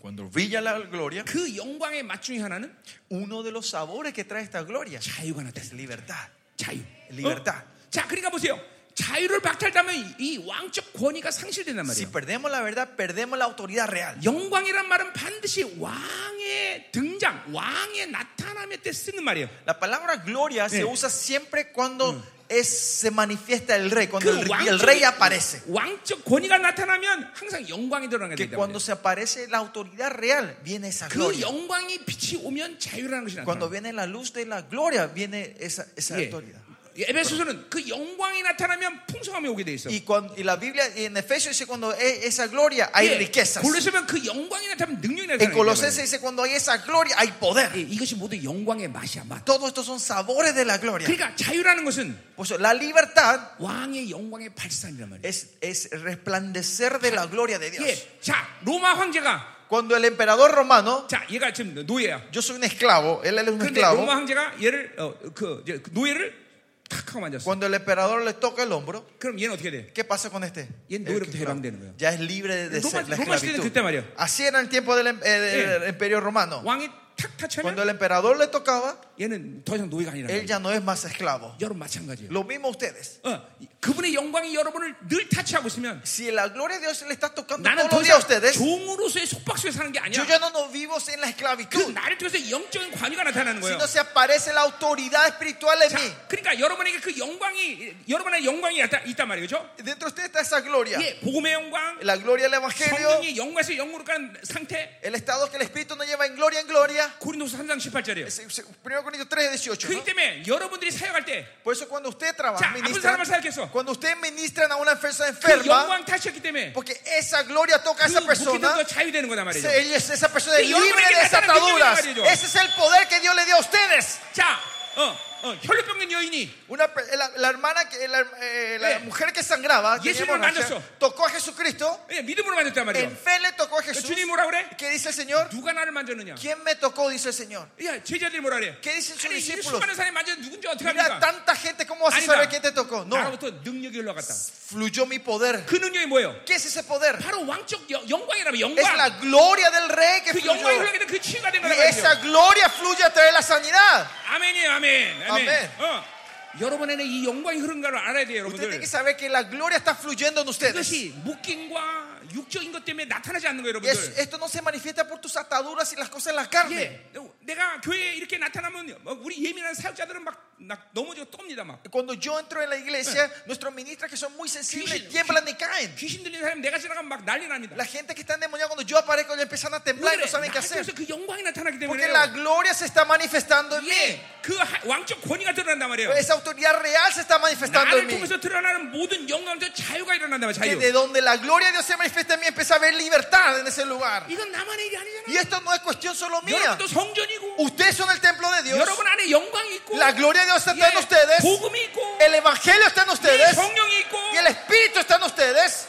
S2: Cuando brilla la gloria,
S1: 그 영광의 맛 중에 하나는
S2: uno de los sabores que trae esta gloria
S1: 자유가
S2: es
S1: 나타나요.
S2: libertad.
S1: 자유.
S2: Libertad.
S1: 어? 자, 그러니까 보세요. 자유를 박탈하면 이 왕적 권위가 상실된단
S2: Si
S1: 말이에요.
S2: perdemos la verdad, perdemos la autoridad real.
S1: 영광이란 말은 반드시 왕의 등장, 왕의 나타남에 때 쓰는 말이에요.
S2: La palabra gloria se
S1: Yeah.
S2: usa siempre cuando es, se manifiesta el rey, cuando
S1: 그
S2: el, el
S1: 왕적,
S2: rey aparece.
S1: 왕적 권위가 나타나면 항상 영광이 드러나게
S2: Que
S1: 된다. 말이에요.
S2: cuando se aparece la autoridad real, viene esa
S1: 그
S2: gloria.
S1: 영광이 빛이 오면 자유라는 것이
S2: Cuando
S1: 나타나.
S2: viene la luz de la gloria, viene esa, esa
S1: 예.
S2: autoridad.
S1: 에베소서는 그 영광이 나타나면 풍성함이 오게 돼 있어.
S2: Y, cuando, y la Biblia y en Efesios dice cuando hay esa gloria hay
S1: 예.
S2: riquezas.
S1: 골로새면 그 영광이 나타나면 능력이
S2: En
S1: 나타나는 거예요.
S2: Colosenses dice cuando hay esa gloria hay
S1: 예,
S2: poder.
S1: 이것이 모두 영광의 맛이야, 맛.
S2: Todos estos son sabores de la gloria.
S1: 그러니까 자유라는 것은
S2: Por eso, la libertad
S1: 왕의 영광의 발산이란 말이에요.
S2: es, es resplandecer de la gloria de Dios.
S1: 예, 자 로마 황제가
S2: Cuando el emperador romano,
S1: 자 얘가 지금 노예야.
S2: yo soy un esclavo, él es un
S1: 그런데
S2: esclavo.
S1: 로마 황제가 얘를 어, 그, 이제 그 노예를 탁 하고 만졌어.
S2: Cuando el emperador le toca el hombro,
S1: 그럼 얘는 어떻게 돼?
S2: ¿qué pasa con este?
S1: Y en
S2: El
S1: 노예로부터
S2: esclavo.
S1: 해방되는 거예요.
S2: Ya es libre de
S1: Roma-
S2: ser la
S1: Roma 시대는
S2: esclavitud.
S1: 그때 말이야.
S2: Así era el tiempo del em- eh, del
S1: 예.
S2: imperio romano.
S1: 왕이 탁
S2: Cuando
S1: 타치면
S2: el emperador le tocaba,
S1: 얘는 더 이상 노예가 아니란
S2: él
S1: 말이야.
S2: ya no es más esclavo.
S1: 여러분 마찬가지예요.
S2: Lo mismo ustedes.
S1: 어, 이- 그분의 영광이 여러분을 늘 타치하고 있으면
S2: Si la gloria de Dios le está tocando
S1: 나는
S2: todos
S1: 더
S2: los días
S1: 이상
S2: a ustedes,
S1: 종으로서의 속박수에 사는 게
S2: yo
S1: 아니야.
S2: ya no, no vivo en la
S1: 그
S2: esclavitud,
S1: 나를 통해서 영적인 관유가 나타나는 거예요.
S2: sino se aparece la autoridad espiritual en mí.
S1: 자, 그러니까 여러분에게 그 영광이 여러분의 영광이 있다, 있단 말이에요, 그렇죠?
S2: Dentro de usted está esa gloria,
S1: 예, 복음의 영광,
S2: la gloria del evangelio,
S1: 성령이 영광에서 영으로 가는 상태.
S2: el estado que el espíritu nos lleva en gloria en gloria.
S1: 고린도서 3장 18절이에요.
S2: Es- es- 1 Corintios 3, 18.
S1: 그렇기 때문에 여러분들이 사역할 때 그
S2: Por eso cuando usted
S1: 자,
S2: trabaja,
S1: 아픈
S2: ministra,
S1: 사람을 사역해서
S2: cuando usted ministran a una persona
S1: 그
S2: enferma,
S1: 영광 타시었기 때문에 그
S2: porque esa gloria toca a esa persona,
S1: 묶이던 거 자유되는 거단 말이죠.
S2: se- ella- esa persona es
S1: Sí, 영광이
S2: libre de esas
S1: 나타나는
S2: ataduras.
S1: 능력이란 말이죠.
S2: Ese es el poder que Dios le dio a ustedes.
S1: 자, 어, 어, 혈루병된 여인이
S2: Una per- la, la hermana, que, la, eh, la
S1: Sí.
S2: mujer que sangraba, tenía
S1: Jesú를
S2: hemorragia,
S1: 만났어.
S2: tocó a Jesucristo,
S1: 예, 믿음으로 만졌단
S2: en
S1: 말이에요. 그러니까
S2: fe le tocó a Jesús.
S1: 주님이 뭐라 그래?
S2: ¿Qué dice el Señor?
S1: 누가 나를 만졌느냐?
S2: ¿Quién me tocó? Dice el Señor.
S1: 야, 제자들이 뭐라 그래?
S2: ¿Qué dicen sus
S1: 아니, 이
S2: discípulos?
S1: 수많은 사람이 만졌는데 누군지 어떻게
S2: Mira
S1: 합니까?
S2: tanta gente, ¿cómo vas a saber quién te tocó?
S1: 아니다.
S2: No,
S1: 나로부터 능력이 흘러갔다.
S2: fluyó mi poder.
S1: 그 능력이 뭐예요?
S2: ¿Qué es ese poder?
S1: 바로 왕적 여- 영광이라면
S2: Es
S1: 영광.
S2: la gloria del rey que
S1: 그 영광이
S2: fluyó.
S1: 흘러가게 된그 치유가 된
S2: Y
S1: 거란 말이죠.
S2: esa gloria fluye a través de la sanidad.
S1: 아멘이에요, 아멘. 아멘.
S2: 아멘.
S1: 어. 여러분에는 이 영광이 흐른 걸 알아야 돼요,
S2: Usted tiene
S1: 여러분들.
S2: que saber que la gloria está fluyendo en ustedes.
S1: 이것이 묶임과 육적인 것 때문에 나타나지 않는 거예요,
S2: Es-
S1: 여러분들.
S2: esto no se manifiesta por tus ataduras y las cosas en la carne.
S1: 예. 내가 교회에 이렇게 나타나면 막 우리 예민한 사역자들은 막, 막 넘어지고 떱니다, 막.
S2: Cuando yo entro en la iglesia, nuestros ministros que son muy sensibles
S1: 귀신-
S2: tiemblan y caen.
S1: 귀신 들린 사람 내가 지나가면 막 난리 납니다.
S2: La gente que está endemoniada, cuando yo aparezco, ellos empiezan a
S1: 왜
S2: temblar y
S1: 그래?
S2: no saben qué
S1: 나한테서
S2: hacer.
S1: 그 영광이 나타나기 때문에
S2: Porque la gloria se está manifestando en mí.
S1: 예, 그 하- 왕적 권위가 드러난단 말이에요. 그러니까
S2: Esa autoridad real se está manifestando en
S1: 나를
S2: mí.
S1: 통해서 드러나는 모든 영광적 자유가 일어난단 말이에요.
S2: Que
S1: 자유.
S2: de donde la gloria de Dios se manifiesta en mí, empieza a haber libertad en ese lugar.
S1: 이건 나만의 일이 아니잖아요.
S2: Y esto no es cuestión solo mía.
S1: 여러분도 성전이고
S2: Ustedes son el templo de Dios.
S1: 여러분 안에 영광이 있고
S2: La gloria de Dios está en
S1: 예,
S2: ustedes.
S1: 복음이 있고
S2: El evangelio está en
S1: 예,
S2: ustedes.
S1: 성령이 있고
S2: Y el espíritu está en ustedes.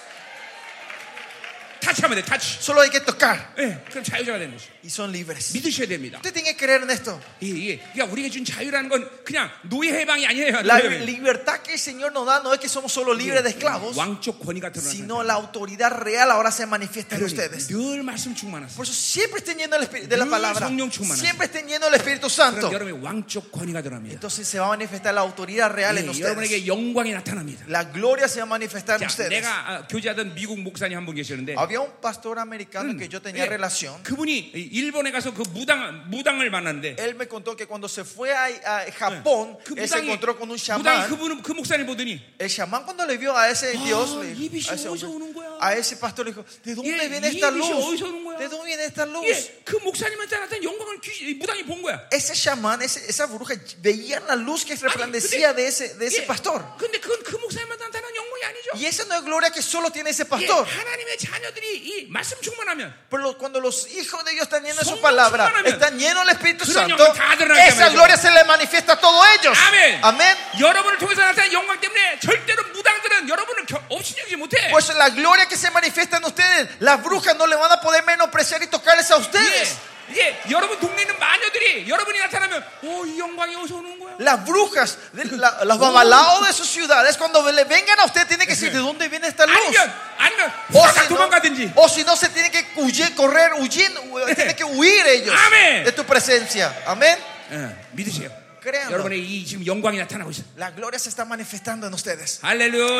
S1: 타치하면 돼 타치.
S2: Solo hay que tocar.
S1: 예, 그럼 자유자가 되는 거죠.
S2: Y son libres.
S1: 믿으셔야 됩니다.
S2: Usted tiene que creer en esto.
S1: 예, 예. 그러니까 우리가 준 자유라는 건 그냥 노예 해방이 아니에요.
S2: La
S1: 노예 해방.
S2: libertad que el Señor nos da no es que somos solo libres de esclavos,
S1: 왕적 권위가
S2: sino
S1: 드러나는
S2: la autoridad real ahora se manifiesta en ustedes.
S1: 늘 말씀 충만하세요.
S2: Por eso siempre estén llenos del espíritu- de la
S1: Dios,
S2: palabra,
S1: 성령 충만하세요.
S2: siempre estén llenos del Espíritu
S1: 그럼
S2: Santo.
S1: 여러분의 왕적 권위가 드러납니다.
S2: Entonces se va a manifestar la autoridad real en
S1: 예,
S2: ustedes.
S1: 여러분에게 영광이 나타납니다.
S2: La gloria se va a manifestar en
S1: 자,
S2: ustedes.
S1: 내가 아, 교제하던 미국 목사님 한 분 계시는데
S2: Había un pastor americano
S1: Mm,
S2: que yo tenía
S1: 예,
S2: relación.
S1: 그분이 이- 일본에 가서 그 무당 무당을 만났는데
S2: Él me contó que cuando se fue a, a Japón,
S1: 그
S2: él se
S1: 무당이
S2: encontró con un
S1: 무당이
S2: chamán.
S1: 그분 그 목사님 보더니
S2: El chamán cuando le vio a ese
S1: Ah,
S2: Dios, le-
S1: ¿y
S2: a,
S1: visión
S2: ese hombre,
S1: 어디서 오는 거야?
S2: a ese pastor le dijo, ¿de dónde
S1: Yeah,
S2: viene
S1: ¿y
S2: esta
S1: visión
S2: luz?
S1: 어디서 오는 거야?
S2: ¿De dónde viene esta luz?
S1: 예, 그 목사님한테 나타난 영광을 귀- 이 무당이 본 거야.
S2: Ese chamán, ese- esa bruja, veía la luz que
S1: 아니,
S2: resplandecía de ese, de ese
S1: 예,
S2: pastor.
S1: 근데 그건 그 목사님한테 나타난 영광이 아니죠.
S2: Y esa no es gloria que solo tiene ese
S1: 예,
S2: pastor.
S1: 하나님의 자녀들이 이 말씀 충만하면
S2: Pero lo- cuando los hijos de Dios están llenos de su
S1: Son
S2: palabra,
S1: musulmanes.
S2: están llenos del Espíritu
S1: 그런
S2: Santo,
S1: 영광이 다 드러나게
S2: esa
S1: 하면
S2: gloria se le manifiesta a todos ellos.
S1: 아멘.
S2: Amén.
S1: 여러분을 통해서 나타난 영광 때문에 절대로 무당들은 여러분을 겨- 업신여기지 못해.
S2: Pues la gloria que se manifiesta en ustedes, las brujas no le van a poder menospreciar y tocarles a ustedes.
S1: 예, 예, 여러분 동네 있는 마녀들이 여러분이 나타나면 오 이 영광이 어디서 오는 거야?
S2: Las brujas, de la- los babalaos de sus ciudades, cuando le vengan a usted, tienen que decir: ¿de dónde viene esta luz?
S1: 아니면 아니면
S2: O
S1: 다
S2: si no,
S1: 도망가든지.
S2: o si no, se tiene que huye- correr, huyen, tiene que huir ellos
S1: Amén.
S2: de tu presencia. Amén.
S1: 예, 믿으세요.
S2: Créanlo.
S1: 여러분의 이 지금 영광이 나타나고 있어.
S2: La gloria se está manifestando en ustedes.
S1: 할렐루야.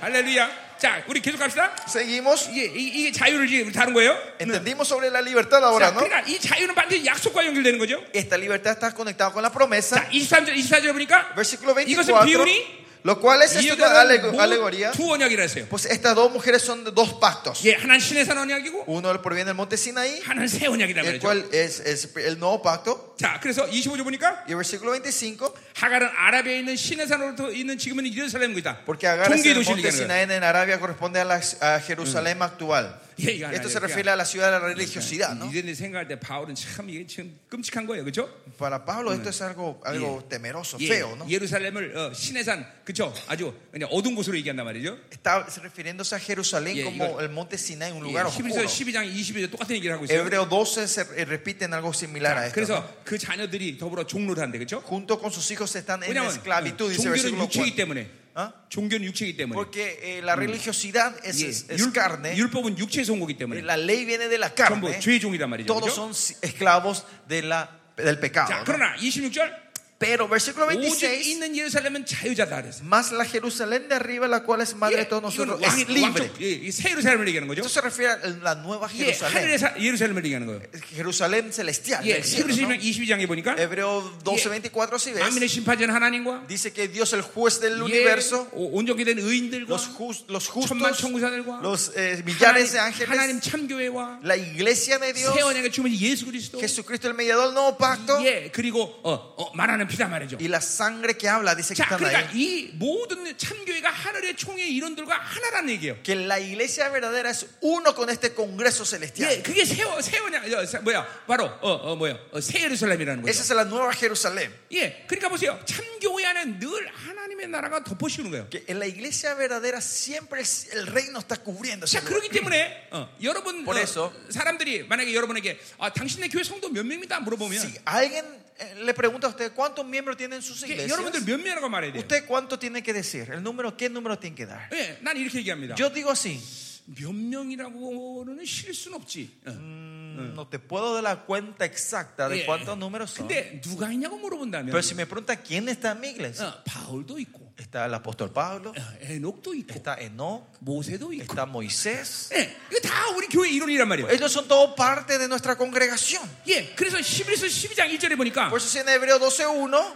S2: 할렐루야.
S1: 할렐루야. 자, 우리 계속 갑시다.
S2: Seguimos.
S1: 이게 이, 게 자유를 이제 우리 다룬 거예요.
S2: Entendimos sobre la libertad ahora,
S1: 자,
S2: ¿no?
S1: 그러니까 이 자유는 반드시 약속과 연결되는 거죠.
S2: Esta libertad está conectada con la
S1: 자,
S2: promesa.
S1: 23절 24절 보니까
S2: Versículo
S1: 이것은
S2: 24.
S1: 비유니
S2: Lo cual es esto una alego-
S1: 이거는
S2: alegoría.
S1: 뭐 두 언약이라 했어요.
S2: Pues estas dos mujeres son de dos pactos.
S1: 예, 하나는 신의 산 언약이고
S2: Uno proviene del monte Sinaí,
S1: 하나는 새 언약이라
S2: el
S1: 그랬죠.
S2: cual es, es el nuevo pacto.
S1: 자, 그래서 25절 보니까
S2: Y el versículo 25,
S1: 하갈은 아라비아에 있는 신의 산으로부터 있는 지금은 예루살렘이고 있다.
S2: porque agarra el
S1: 도시를
S2: monte
S1: 얘기하는 거예요.
S2: Sinaí en Arabia corresponde a, la, a Jerusalén actual.
S1: 예, 이거 하나,
S2: Esto se
S1: 이렇게
S2: refiere a la ciudad de la religiosidad, ¿no?
S1: 이들이 생각할 때 바울은 참 이게 지금 끔찍한 거예요, 그렇죠?
S2: Para Pablo esto es algo, algo temeroso,
S1: 예,
S2: feo, ¿no?
S1: 예루살렘을 어, 신의 산, 그렇죠? 아주 그냥 어두운 곳으로 얘기한단 말이죠.
S2: Está refiriéndose a Jerusalén
S1: Yeah,
S2: como
S1: 이걸-
S2: el monte Sinaí, un
S1: 예,
S2: lugar oscuro.
S1: 히브리서 12장 20절에 똑같은 얘기를 하고 있어요.
S2: Hebreo 12 se eh, repiten algo similar a esto. ¿no?
S1: 그래서 그 자녀들이 더불어 종로를 한대, 그렇죠?
S2: Junto con sus hijos están en
S1: 왜냐하면 어,
S2: esclavitud, dice
S1: 종교는
S2: versículo
S1: 육체이기
S2: 4.
S1: 때문에,
S2: ¿Ah?
S1: 종교는 육체이기 때문에,
S2: Porque eh, la religiosidad es,
S1: 예,
S2: es- es carne,
S1: 율, 율법은 육체에서 온거기
S2: eh,
S1: 때문에
S2: la ley viene de la
S1: 전부
S2: carne,
S1: 죄의 종이란 말이죠.
S2: todos
S1: 그렇죠?
S2: son si- esclavos de la, del pecado.
S1: 자,
S2: ¿no?
S1: 그러나 26절
S2: Pero versículo
S1: 오직
S2: 26,
S1: 있는 예루살렘은 자유자다 그랬어요.
S2: más la Jerusalén de arriba, la cual es madre de
S1: 이게-
S2: todos nosotros,
S1: 이건 왕-
S2: es libre.
S1: 왕족, 예, 이새 예루살렘을 얘기하는 거죠.
S2: Esto se refiere a la nueva
S1: 이게
S2: Jerusalén,
S1: 하늘의 사- 예루살렘을 얘기하는 거예요.
S2: Jerusalén celestial.
S1: 예,
S2: del cielo, ¿no?
S1: 히브리서 22장에 보니까
S2: Hebreo 12,
S1: Yeah.
S2: 24, si ves,
S1: 만민의 심판자는 하나님과
S2: dice que Dios el juez del
S1: 예,
S2: 네, universo,
S1: 오- 온전히 된 의인들과
S2: los, jus- los
S1: 천만
S2: justos,
S1: 천구사들과
S2: los eh, millares de
S1: 하나님, 하나님
S2: ángeles,
S1: 참교회와
S2: la iglesia de Dios,
S1: 새 언약의 주문이 예수 그리스도
S2: Jesucristo el mediador del nuevo pacto
S1: 예, 그리고 어, 어, 말하는 피다 말이죠.
S2: y la sangre que habla, dice que
S1: 자,
S2: están
S1: 그러니까
S2: ahí.
S1: 이 모든 참교회가 하늘의 총의 이론들과 하나라는 얘기예요.
S2: Que la iglesia verdadera es uno con este congreso
S1: 예,
S2: celestial.
S1: 그게 새, 새 언약 어, 새- 뭐야? 바로 어, 어, 뭐야? 어, 새 예루살렘이라는 거죠.
S2: Esa es la nueva Jerusalén.
S1: 예, 그러니까 보세요. 참교회 안에 늘 하나님의 나라가 덮어씌우는 거예요.
S2: Que en la iglesia verdadera siempre es- el reino está cubriendo. ese
S1: 자,
S2: lugar.
S1: 그렇기 때문에 어, 여러분
S2: Por
S1: 어,
S2: eso.
S1: 사람들이 만약에 여러분에게 아, 당신의 교회 성도 몇 명입니다 물어보면
S2: Si alguien eh, le pregunta a usted cuántos miembros tienen sus
S1: 이게
S2: iglesias,
S1: 여러분들 몇 명이라고 말해야 돼요.
S2: ¿usted cuánto tiene que decir? ¿El número? ¿Qué número tiene que dar?
S1: 예, 난 이렇게 얘기합니다.
S2: Yo digo así,
S1: 몇 명이라고는 실순 없지. 어.
S2: mm, no te puedo dar la cuenta exacta de
S1: 예.
S2: cuántos números son.
S1: 근데 누가 있냐고 물어본다면
S2: Pero si me pregunta quién está en mi iglesia,
S1: 어, 바울도 있고
S2: está el apóstol Pablo,
S1: 어, 에녹도 있고
S2: está Enoch,
S1: 모세도 있고
S2: está Moisés.
S1: 예, 이거 다 우리 교회 교회 이론이란 말이에요.
S2: Ellos son todo parte de nuestra congregación.
S1: 예, 그래서 11에서 12장 1절에 보니까
S2: Por eso dice en Hebreo 12.1,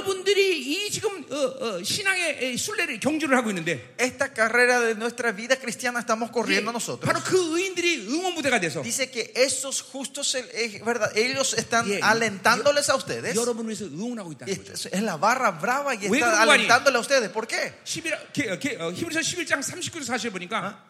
S1: 여러분들이 이 지금 어, 어, 신앙의 에, 순례를 경주를 하고 있는데
S2: esta carrera de nuestra vida cristiana estamos
S1: 예,
S2: corriendo
S1: 바로
S2: nosotros.
S1: 그 의인들이 응원 무대가 돼서
S2: Dice que esos justos, el- es verdad, ellos están
S1: Yeah.
S2: alentándoles a ustedes.
S1: 여러분을 위해서 응원하고
S2: Y
S1: 있다는
S2: esta
S1: 거죠.
S2: es es la barra brava y
S1: 왜 그런 거
S2: está
S1: 아니에요?
S2: alentándole a uustedes. ¿Por qué?
S1: 11, 게, 게, 어, 히브리서 11장 39절 40에 보니까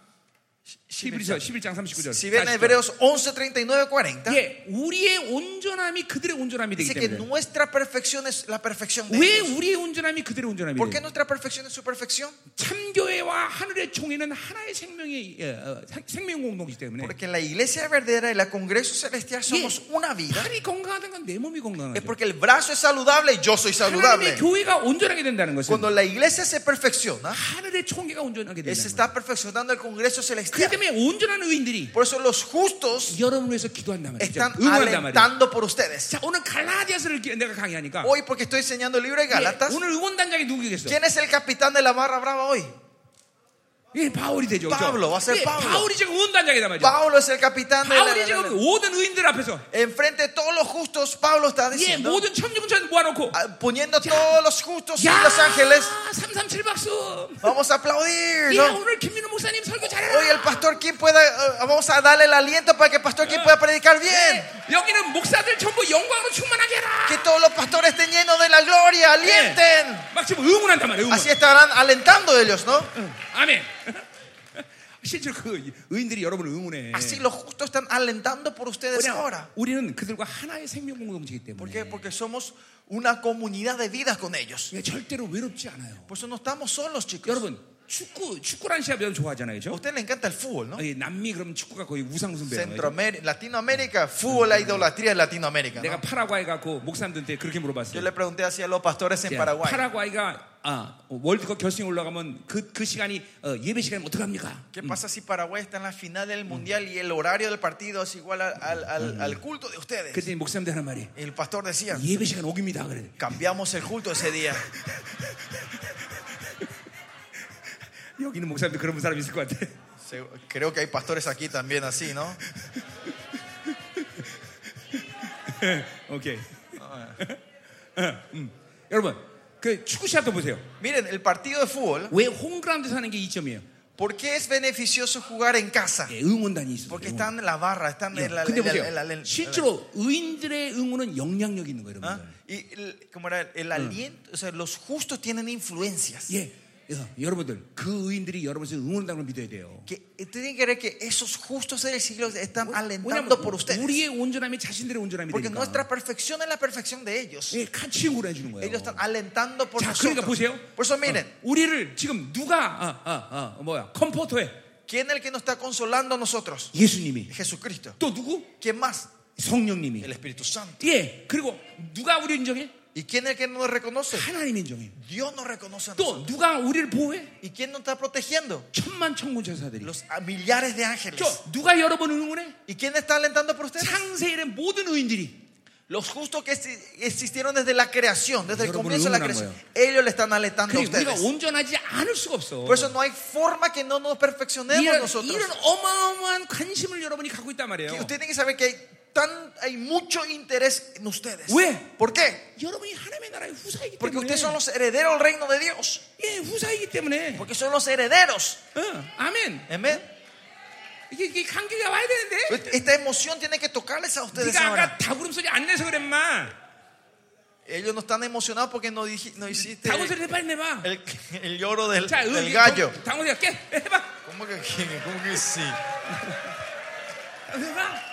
S1: 히브리서 11장 39절
S2: Si ven Hebreos 11, 39, 40,
S1: 예, 우리의 온전함이 그들의 온전함이 되기
S2: dice que
S1: 때문에
S2: nuestra perfección es la perfección de
S1: 왜
S2: ellos.
S1: 우리의 온전함이 그들의 온전함이
S2: ¿Por qué
S1: 돼요?
S2: nuestra perfección es su perfección?
S1: 참교회와 하늘의 총회는 하나의 생명의 예, 어, 생- 생명 공동이기 때문에
S2: Porque la iglesia verdadera y la congreso celestial somos una vida.
S1: 팔이 건강하다는 건 내 몸이
S2: Es
S1: 건강하죠.
S2: porque el brazo es saludable y yo soy
S1: 예, 하나님의
S2: saludable.
S1: 교회가 온전하게 된다는 것은
S2: Cuando la iglesia se perfecciona,
S1: 하늘의 총회가 온전하게
S2: se
S1: 된다는 거예요.
S2: está perfeccionando el congreso
S1: 그렇기
S2: celestial.
S1: 때문에 온전한 의인들이
S2: Por eso los justos
S1: 여러분을 위해서 기도한단 말이죠.
S2: están
S1: 응원한단 말이에요.
S2: alentando por ustedes.
S1: 자, 오늘 갈라디아서를 기- 내가 강의하니까
S2: Hoy, porque estoy enseñando el libro de Gálatas,
S1: 예, 오늘 응원단장이 누구겠어?
S2: ¿quién es el capitán de la barra brava hoy?
S1: 예, 바울이 되죠. 그죠?
S2: Pablo, va a ser
S1: 예,
S2: Pablo.
S1: 바울이 지금 응원단장이단 말이죠.
S2: Pablo es el capitán de la
S1: 바울이 지금 모든 의인들 앞에서
S2: Enfrente de todos los justos, Pablo está
S1: 예,
S2: diciendo,
S1: 모든 천주군천 모아놓고
S2: ah, poniendo a todos los justos en
S1: 야,
S2: Los Ángeles,
S1: 337 박수.
S2: vamos a aplaudir.
S1: 야,
S2: ¿no?
S1: 오늘 김민호 목사님 설교
S2: Hoy
S1: 잘해라.
S2: el pastor Kim pueda, eh, vamos a darle el aliento para que el pastor Kim pueda predicar
S1: 예.
S2: bien.
S1: 네. 여기는 목사들 전부 영광으로 충만하게 해라.
S2: Que todos los pastores estén llenos de la gloria,
S1: 예.
S2: alienten.
S1: 막 지금 응원한단 말이에요. 응원.
S2: Así estarán alentando ellos, ¿no?
S1: 응. 아멘. 실제로 그 의인들이 여러분을 응원해.
S2: Así los justos están alentando por ustedes
S1: 왜냐,
S2: ahora.
S1: 우리는 그들과 하나의 생명 공동체이기
S2: ¿Por
S1: 때문에
S2: qué? Porque somos una comunidad de vidas con ellos.
S1: 예, 절대로 외롭지 않아요.
S2: Por eso no estamos solos, chicos.
S1: 여러분 축구 축구란 시합 여러분 좋아하잖아요,
S2: A
S1: 그죠?
S2: usted le encanta el fútbol, ¿no?
S1: 어, 예, 남미 그럼 축구가 거의 우상 숭배예요. 그죠?
S2: Centroamérica, Latinoamérica, fútbol, la idolatría de Latinoamérica.
S1: 내가
S2: ¿no?
S1: 파라과이 가고 목사님들한테 그렇게
S2: Yo
S1: 물어봤어요.
S2: le pregunté así a los pastores en
S1: 예,
S2: Paraguay.
S1: 파라과이가 아, 월드컵 결승에 올라가면 그, 그 시간이 어, 예배 시간이면 어떡합니까?
S2: ¿Qué pasa si Paraguay está en la final del mundial y el horario del partido es igual al, al- al- al culto de ustedes?
S1: 그랬더니 목사님들 하는 말이
S2: El pastor decía,
S1: 예배 시간 오깁니다. 그래.
S2: cambiamos el culto ese día.
S1: 여기는 목사님들 그런 사람이 있을 것 같아.
S2: Se- Creo que hay pastores aquí también así, ¿no?
S1: 오케이. 음. 여러분, 그 축구 시합도 보세요.
S2: Miren, el partido de fútbol,
S1: 왜 홈그라운드에서 하는 게 이점이에요?
S2: ¿por qué es beneficioso jugar en casa?
S1: 예, 응원단이 있어요.
S2: Porque están en la barra, están
S1: 예,
S2: en la...
S1: 근데
S2: en la-
S1: 보세요.
S2: en la- en la-
S1: 실제로 의인들의 응원은 영향력 있는 거예요,
S2: ¿Ah?
S1: 여러분들.
S2: Y el, ¿cómo era? el aliento, o sea, los justos tienen influencias.
S1: 예. 예, 여러분들, 그 의인들이 여러분을 응원한다는 걸 믿어야 돼요.
S2: que eh, tienen que ver que esos justos del siglo están
S1: 왜냐면
S2: alentando por ustedes.
S1: 우리의 온전함이 자신들의 온전함이
S2: Porque
S1: 되니까.
S2: nuestra perfección es la perfección de ellos.
S1: 예, 같이 응원해 주는 거예요.
S2: Ellos están alentando por
S1: 자, 그러니까
S2: nosotros.
S1: 보세요.
S2: Por eso miren,
S1: 우리를 지금 누가 아, 아, 아, 뭐야? 컴포터에
S2: ¿quién es el que nos está consolando a nosotros?
S1: 예수님이
S2: Jesucristo.
S1: 또 누구?
S2: ¿Quién más?
S1: 성령님이.
S2: El Espíritu Santo.
S1: 예, 그리고 누가 우리 인정해?
S2: ¿Y quién es el que no nos reconoce?
S1: 하나님 인정해.
S2: Dios nos reconoce a
S1: 또
S2: nosotros.
S1: 누가 우리를 보호해?
S2: ¿Y quién nos está protegiendo?
S1: 천만 천군 천사들이.
S2: Los a- millares de ángeles.
S1: 저 누가 여러분을 응원해?
S2: ¿Y quién está alentando por ustedes?
S1: 창세일의 모든 의인들이.
S2: Los justos que exi- existieron desde la creación, desde el
S1: 여러분을
S2: comienzo de la
S1: 응원한
S2: creación. Ellos le están alentando a
S1: 그래 우리가
S2: ustedes.
S1: 온전하지 않을 수가 없어.
S2: Por eso no hay forma que no nos perfeccionemos
S1: 이런,
S2: nosotros.
S1: 이런 어마어마한 관심을 여러분이 갖고 있단 말이에요.
S2: Que usted tiene que saber que hay, tan, hay mucho interés en ustedes.
S1: Güey.
S2: ¿Por qué?
S1: 여러분이 하나님의 나라의 후사이기
S2: Porque
S1: 때문에.
S2: ustedes son los herederos del reino de Dios.
S1: 예, 후사이기 때문에.
S2: Porque son los herederos.
S1: 어, 아멘.
S2: Amén.
S1: 이게, 이게 감기가 와야 되는데.
S2: Esta emoción tiene que tocarles a ustedes
S1: 네가
S2: ahora.
S1: 아까 다구름 소리 안 내서 그랬마.
S2: Ellos no están emocionados porque no, dij- no hiciste
S1: 다구름 소리 빨리 내봐.
S2: el, el lloro del,
S1: 자,
S2: del
S1: 의-
S2: gallo.
S1: 당- 당구리가 깨 해봐. 어,
S2: ¿Cómo que, cómo que sí?
S1: 해봐.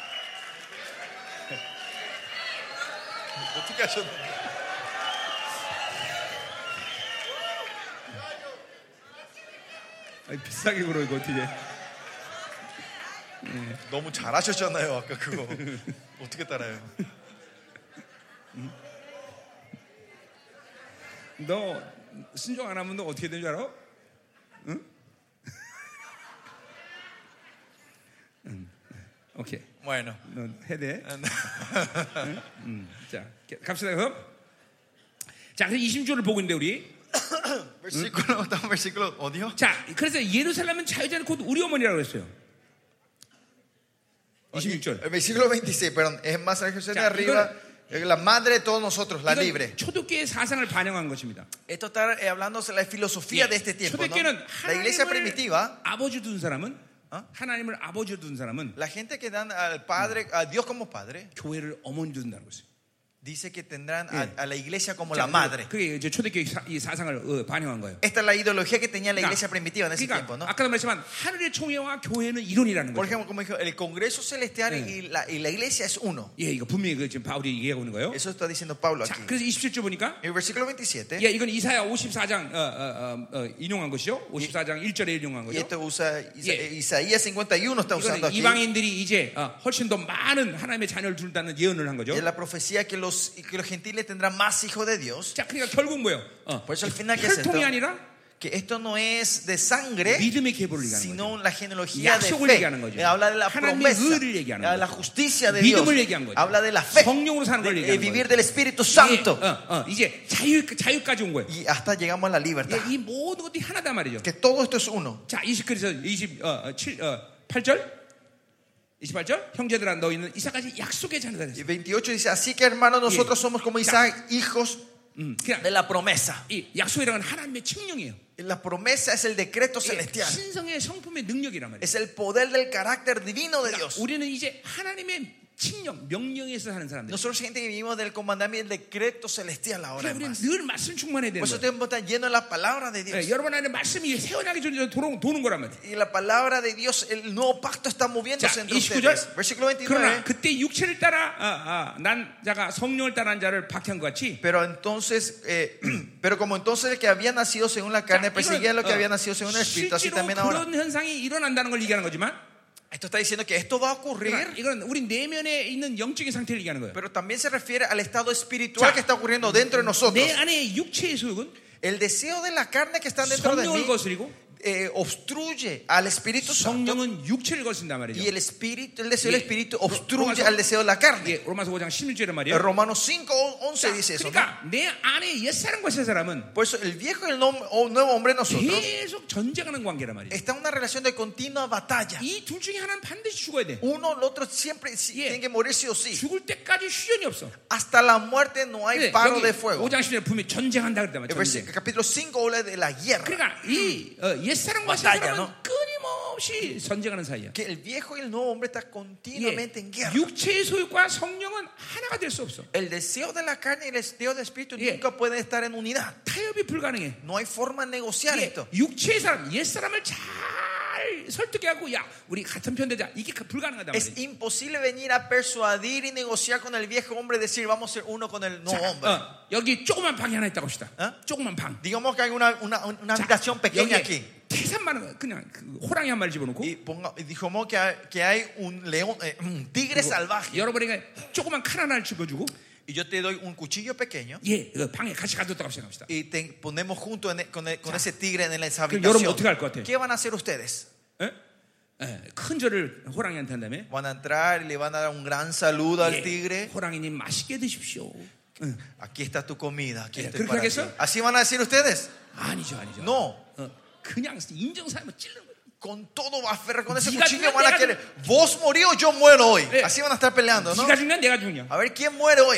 S2: 어떻게 하셨는데?
S1: 아니, 비싸게 굴어 이거 어떻게?
S2: 너무 잘하셨잖아요 아까 그거. 어떻게 따라요?
S1: 너 순종 안 하면 너 어떻게 되는 줄 알아? 응? 음, 오케이.
S2: Bueno.
S1: 넌 해대. 자, 갑시다 그럼. 자, 그래서 20절을 보고 있는데 우리.
S2: versículo, estamos versículo, odio.
S1: 자, 그래서 예루살렘은 자유자는 곧 우리 어머니라고 했어요. 26절.
S2: El versículo 26, perdón, es más San José de
S1: Ya,
S2: arriba, eh, la madre de todos nosotros, la libre.
S1: 이건 초대교의 사상을 반영한 것입니다.
S2: Esto está eh, hablando de la filosofía de este tiempo. ¿no?
S1: 예, 초대교는 네,
S2: La iglesia
S1: 하나님을
S2: primitiva,
S1: 아버지 둔 사람은
S2: 어?
S1: 하나님을 아버지 둔 사람은
S2: la gente que dan al Padre, a Dios como Padre,
S1: 교회를 어머니 둔다는 거죠.
S2: dice que tendrán a,
S1: Yeah.
S2: a la iglesia como
S1: 자,
S2: la madre.
S1: 그게 이제 초대교의 사, 이 사상을 어, 반영한 거예요.
S2: Esta es la ideología que tenía la
S1: 그러니까-
S2: iglesia primitiva en ese
S1: 그러니까
S2: tiempo, ¿no?
S1: 아까도 말했지만 하늘의 총회와 교회는 이론이라는
S2: Por
S1: 거죠.
S2: ejemplo, como dijo, el Congreso Celestial y, la, y la iglesia es uno.
S1: 예, 이거 분명히 그 지금 바울이 얘기하고 있는 거예요.
S2: Eso está diciendo Pablo aquí.
S1: 자, 그래서 27절 보니까
S2: En el versículo 27,
S1: 예, 이건 이사야 54장 어, 어, 어, 어, 인용한 것이요. 54장 1절에 인용한
S2: y
S1: 거죠.
S2: esto usa Isa-
S1: Yeah.
S2: Isaías 51, está usando
S1: 이거는
S2: aquí.
S1: 이방인들이 이제 어, 훨씬 더 많은 하나님의 자녀를 둘다는 예언을 한 거죠.
S2: Y es la profecía que los, que los gentiles tendrán más hijos de Dios.
S1: 자, 그러니까 결국 뭐예요? 어,
S2: Por eso al final, ¿qué es esto?
S1: 혈통이 아니라
S2: Que esto no es de sangre,
S1: 믿음의 계보를 얘기하는 거죠.
S2: sino la genealogía de
S1: 약속을 얘기하는 거죠.
S2: fe. Eh, Habla de la
S1: 하나님의
S2: promesa,
S1: 의를 얘기하는
S2: de la
S1: 거죠.
S2: justicia de Dios.
S1: 믿음을 얘기한 거죠.
S2: Habla de la fe,
S1: 성령으로 사는 걸
S2: de- de
S1: 얘기하는
S2: vivir
S1: 거죠.
S2: del Espíritu
S1: 이제,
S2: Santo.
S1: 어, 어, 이제 자유, 자유까지 온 거예요.
S2: Y hasta llegamos a la libertad.
S1: 예, 이 모든 것들이 하나다 말이죠.
S2: Que todo esto es uno.
S1: 자, 20절에서 20, 어, 어, 7, 어, 8절? 28절? 형제들아 너희는 이사까지 약속의 자녀다
S2: Y
S1: 됐어.
S2: 28 dice, así que hermanos, nosotros somos como Isaac, hijos
S1: 음, 그냥
S2: de la promesa.
S1: 이 약속이라는 건 하나님의 측령이에요.
S2: La promesa es el decreto
S1: 예,
S2: celestial,
S1: 신성의 성품의 능력이란 말이에요. 그러니까
S2: es el poder del carácter divino de Dios.
S1: 우리는 이제 하나님의 측령, 명령에서 사는 사람들.
S2: Nosotros gente que vivimos del comandamiento del decreto celestial ahora.
S1: 그러니까 우리는
S2: hermanos.
S1: 늘 말씀 충만해야 되는
S2: Por eso
S1: 거예요.
S2: tiempo está lleno de la palabra de
S1: 예,
S2: Dios.
S1: 여러분 안에 말씀이 세원하기 전에 도는, 도는 거란 말이에요.
S2: Y la palabra de Dios, el nuevo pacto está moviéndose
S1: 자,
S2: entre
S1: 29절.
S2: ustedes. Versículo
S1: 그러나
S2: 29.
S1: 그때 육체를 따라 아, 아, 난 자가 성령을 따라 난 자를 박해한 것 같이
S2: Pero entonces, eh, pero como entonces el que había nacido según la carne perseguía a lo que había nacido según el espíritu, así
S1: 어, 실제로
S2: también ahora.
S1: 그런 현상이 일어난다는 걸 얘기하는 거지만
S2: Esto está diciendo que esto va a ocurrir.
S1: 그러니까 이건 우리 내면에 있는 영적인 상태를 얘기하는 거예요.
S2: Pero también se refiere al estado espiritual
S1: 자,
S2: que está ocurriendo dentro de nosotros.
S1: 내 안에 육체의 소욕은
S2: El deseo de la carne que está dentro de mí
S1: 성령을 거스리고
S2: eh, obstruye al Espíritu Santo
S1: 성령은 육체를 거스린단
S2: y
S1: 말이죠.
S2: el espíritu, el deseo del
S1: Yeah.
S2: Espíritu
S1: Romanos-
S2: obstruye al deseo de la
S1: 이게
S2: carne.
S1: 예, 로마서 5장 16절의
S2: El
S1: 말이에요.
S2: Romanos 5, 11 dice eso. ¿no?
S1: 그러니까 내 안에 옛사람과 새 사람은
S2: Por eso el viejo y el nom- o nuevo hombre en nosotros
S1: 계속 전쟁하는 관계란 말이에요.
S2: está en una relación de continua batalla.
S1: 이 둘 중에 하나는 반드시 죽어야 돼.
S2: Uno el otro siempre si-
S1: Yeah.
S2: tiene que morir sí o sí.
S1: 죽을 때까지 휴전이 없어.
S2: Hasta la muerte no
S1: 예,
S2: hay paro de fuego.
S1: 5장 16절에 분명히 전쟁한다 그랬단
S2: El
S1: 말이에요.
S2: versi-
S1: 전쟁.
S2: capítulo 5 habla de la guerra.
S1: 그러니까 이 어, 옛사람과 새
S2: 맞다냐,
S1: 사람은
S2: 너?
S1: 끊임없이 전쟁하는 사이야.
S2: Que el viejo y el nuevo hombre están
S1: 예,
S2: continuamente en guerra.
S1: 육체의 소유과 성령은 하나가 될 수 없어.
S2: El deseo de la carne y el deseo del espíritu
S1: Yeah.
S2: nunca pueden estar en unidad.
S1: 타협이 불가능해.
S2: No hay forma de negociar
S1: 예,
S2: esto.
S1: 육체의 사람, 옛 사람을 잘 설득해 하고 야, 우리 같은 편 되자. 이게 가- 불가능하단 말이야.
S2: Es imposible venir a persuadir y negociar con el viejo hombre y decir vamos a ser uno con el nuevo
S1: 자,
S2: hombre.
S1: 어, 여기 조그만 방이 하나 있다고 합시다.
S2: 어?
S1: 조그만 방.
S2: Digamos que hay una, una, una
S1: 자,
S2: habitación pequeña
S1: 여기에
S2: aquí.
S1: 태산만은 그냥 그 호랑이 한 마리 집어넣고
S2: Y ponga, y dijimos que hay, que hay un león, eh, un tigre salvaje.
S1: 여러분에게 조그만 칼 하나를 집어주고
S2: Y yo te doy un cuchillo pequeño
S1: 예, 그 방에 같이 가뒀다고 생각합시다.
S2: y te ponemos junto en el- con, el- con ese tigre en esa
S1: 그럼 여러분
S2: habitación.
S1: 어떻게 할 것 같아요?
S2: ¿Qué van a hacer ustedes?
S1: 예? 예, 큰 절을 호랑이한테 한 다음에 예,
S2: Van a entrar y le van a dar un gran saludo al tigre.
S1: 호랑이님 맛있게 드십시오. 예. 응.
S2: Aquí está tu comida. Aquí
S1: Eh,
S2: estoy
S1: ¿creo
S2: para
S1: que
S2: ti.
S1: eso?
S2: Así van a decir ustedes.
S1: 아니죠, 아니죠.
S2: No.
S1: 어, 그냥 인정사람을 찔러.
S2: Con todo va a aferrar con ese
S1: Diga,
S2: cuchillo.
S1: diga,
S2: Van
S1: diga.
S2: a querer. Vos morí o yo muero hoy.
S1: Eh.
S2: Así van a estar peleando, ¿no?
S1: 네가 죽냐, 내가 죽냐.
S2: A ver quién muere hoy.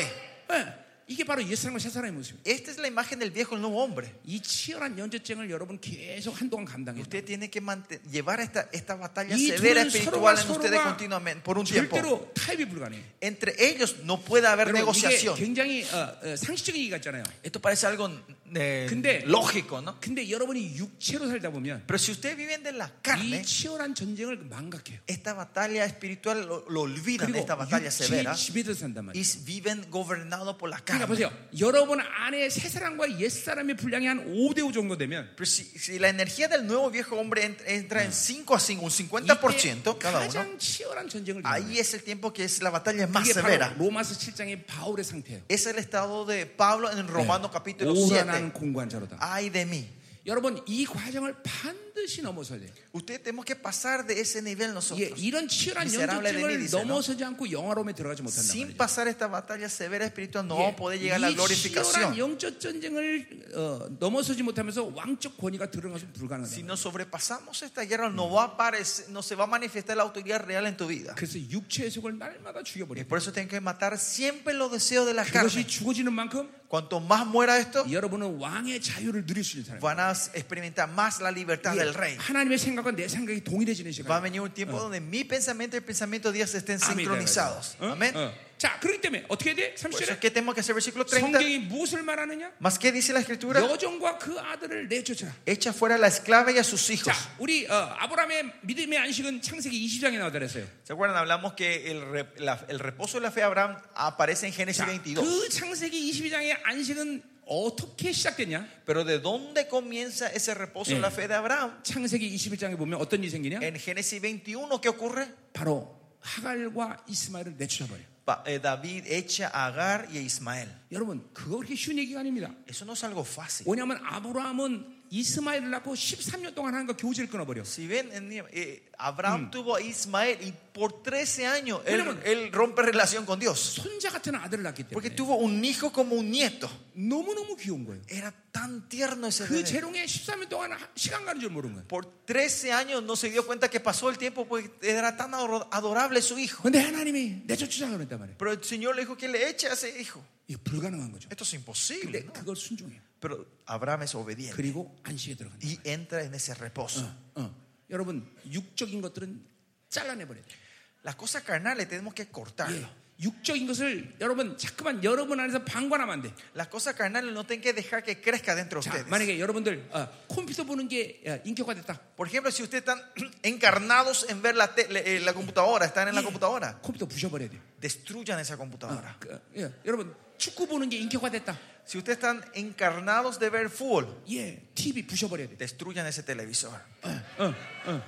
S1: 예, 이게 바로 옛사람과 새사람의 모습입니다.
S2: Esta es la imagen del viejo el nuevo hombre.
S1: 이 치열한 연재증을 여러분 계속 한동안 감당해요.
S2: Usted tiene que mante- llevar esta, esta batalla
S1: Y
S2: severa
S1: 둘은
S2: espiritual
S1: 서로가
S2: en ustedes
S1: 서로가
S2: continuamente por un tiempo.
S1: 절대로 타협이 불가능해.
S2: Entre ellos no puede haber
S1: 여러분, 이게
S2: negociación.
S1: 굉장히 어, 어, 상식적인 얘기 같잖아요.
S2: Esto parece algo eh,
S1: 근데-
S2: lógico, ¿no?
S1: 근데 여러분이 육체로 살다 보면
S2: Pero si ustedes viven de la
S1: 이
S2: carne,
S1: 치열한 전쟁을 망각해요.
S2: esta batalla espiritual lo, lo olvidan,
S1: 그리고
S2: esta batalla severa,
S1: 육체의 지배도 산단
S2: y
S1: 말이에요.
S2: viven gobernados por la
S1: 그러니까
S2: carne.
S1: 보세요. 여러분 안에 새 사람과 옛 사람의 분량이 한 5대 5 정도 되면
S2: Pero si, si la energía del nuevo viejo hombre ent- entra en 5 a 5, un
S1: 이때
S2: 50% cada uno,
S1: 가장 치열한 전쟁을
S2: ahí es el tiempo que es la batalla más
S1: 이게
S2: severa.
S1: 바로 로마서 7장의 바울의 상태예요.
S2: Es el estado de Pablo en Romano capítulo
S1: 오라는
S2: 7.
S1: 공관자로다.
S2: Ay de mí.
S1: 여러분 이 과정을 반드시 넘어서야 돼요.
S2: Ustedes tenemos que pasar de ese nivel
S1: 예,
S2: nosotros.
S1: 이런 치열한
S2: 그렇죠. 미세라블레
S1: 영적증을
S2: 데니디스요.
S1: 넘어서지 않고 영화로움에 들어가지 못한다.
S2: Sin pasar esta batalla severa espiritual no vamos a poder llegar a la
S1: 이 치열한
S2: glorificación.
S1: 영적 전쟁을 어, 넘어서지 못하면서 왕적 권위가 들어가서 불가능하다.
S2: Si nos sobrepasamos esta guerra no va a aparecer, no se va a manifestar la autoridad real en tu vida.
S1: 그래서 육체의 속을 날마다
S2: Y
S1: 죽여버려.
S2: por eso tienen que matar siempre los deseos de la
S1: 그것이
S2: carne.
S1: 죽어지는 만큼
S2: Cuanto más muera esto,
S1: 여러분은 왕의 자유를 누릴 수 있는 사람.
S2: van a experimentar más la libertad del
S1: 예,
S2: rey.
S1: 하나님의 생각과 내 생각이 동일해지는
S2: Va a
S1: 시간.
S2: venir un tiempo donde mi pensamiento y el pensamiento de Dios estén
S1: Ah,
S2: sincronizados. Amén.
S1: 어? 자, 그렇기 때문에 어떻게 해야 돼?
S2: Por eso,
S1: 30절에
S2: ¿qué tenemos que hacer? Versículo 30.
S1: 성경이 무엇을 말하느냐?
S2: ¿Más qué dice la escritura?
S1: 여종과 그 아들을 내쫓으라.
S2: Echa fuera a la esclava y a sus
S1: 자,
S2: hijos.
S1: 우리 어, 아브라함의 믿음의 안식은 창세기 20장에 나오다 그랬어요.
S2: ¿Se acuerdan? Hablamos que el, re- la- el reposo de la fe de Abraham aparece en Génesis
S1: 자,
S2: 22.
S1: 그 창세기 22장의 안식은 어떻게 시작됐냐?
S2: Pero ¿de dónde comienza ese reposo de la fe de Abraham?
S1: 창세기 21장에 보면 어떤 일이 생기냐?
S2: En Génesis 21, ¿qué ocurre?
S1: 바로 하갈과 이스마엘을 내쫓아버려. 요
S2: Pa- eh, David echa a Agar y a Ismael.
S1: 여러분, 그거 그렇게 쉬운 얘기가 아닙니다.
S2: Eso no es algo fácil.
S1: 왜냐하면 아브라함은 이스마엘을 낳고 13년 동안 하는 거 교제를 끊어버려.
S2: Si ven, en- eh, Abraham tuvo a Ismael y por 13 años él,
S1: Tenemos-
S2: él rompe relación con Dios.
S1: 손자 같은 아들을 낳기
S2: Porque
S1: 때문에
S2: tuvo un hijo como un nieto.
S1: 너무 너무 귀여운 거예요.
S2: Era tan tierno ese
S1: 그
S2: bebé.
S1: 재롱에 13년 동안 하- 시간 가는 줄 모르는 거예요.
S2: Por 13 años no se dio cuenta que pasó el tiempo porque era tan ador- adorable su hijo.
S1: 근데 하나님이 내쫓으자 그랬단 말이에요.
S2: Pero el Señor le dijo que le eche a ese hijo.
S1: 이거 불가능한 거죠.
S2: Esto es
S1: 근데
S2: imposible. ¿no?
S1: 그걸 순종해요.
S2: Pero Abraham es obediente
S1: 그리고 안식에 들어간다.
S2: y entra en ese reposo.
S1: 어. 여러분 육적인 것들은 잘라내버려야 돼요.
S2: Las cosas carnales tenemos que cortarlas.
S1: 예. 육적인 것을 여러분 자꾸만 여러분 안에서 방관하면 안 돼.
S2: Las cosas carnales no tienen que dejar que crezca dentro de
S1: 자,
S2: ustedes.
S1: 만약에 여러분들 어, 컴퓨터 보는 게 어, 인격화됐다.
S2: Por ejemplo, si ustedes están encarnados en ver la, tele- eh, la computadora, están en la
S1: 예.
S2: computadora,
S1: 컴퓨터 부셔버려야 돼요.
S2: destruyan esa
S1: 어,
S2: computadora.
S1: 그, 어, 예. 여러분 축구 보는 게 인격화됐다.
S2: Si ustedes están encarnados de ver fútbol,
S1: 예, TV 부셔버려야 돼.
S2: destruyan ese televisor.
S1: 어, 어.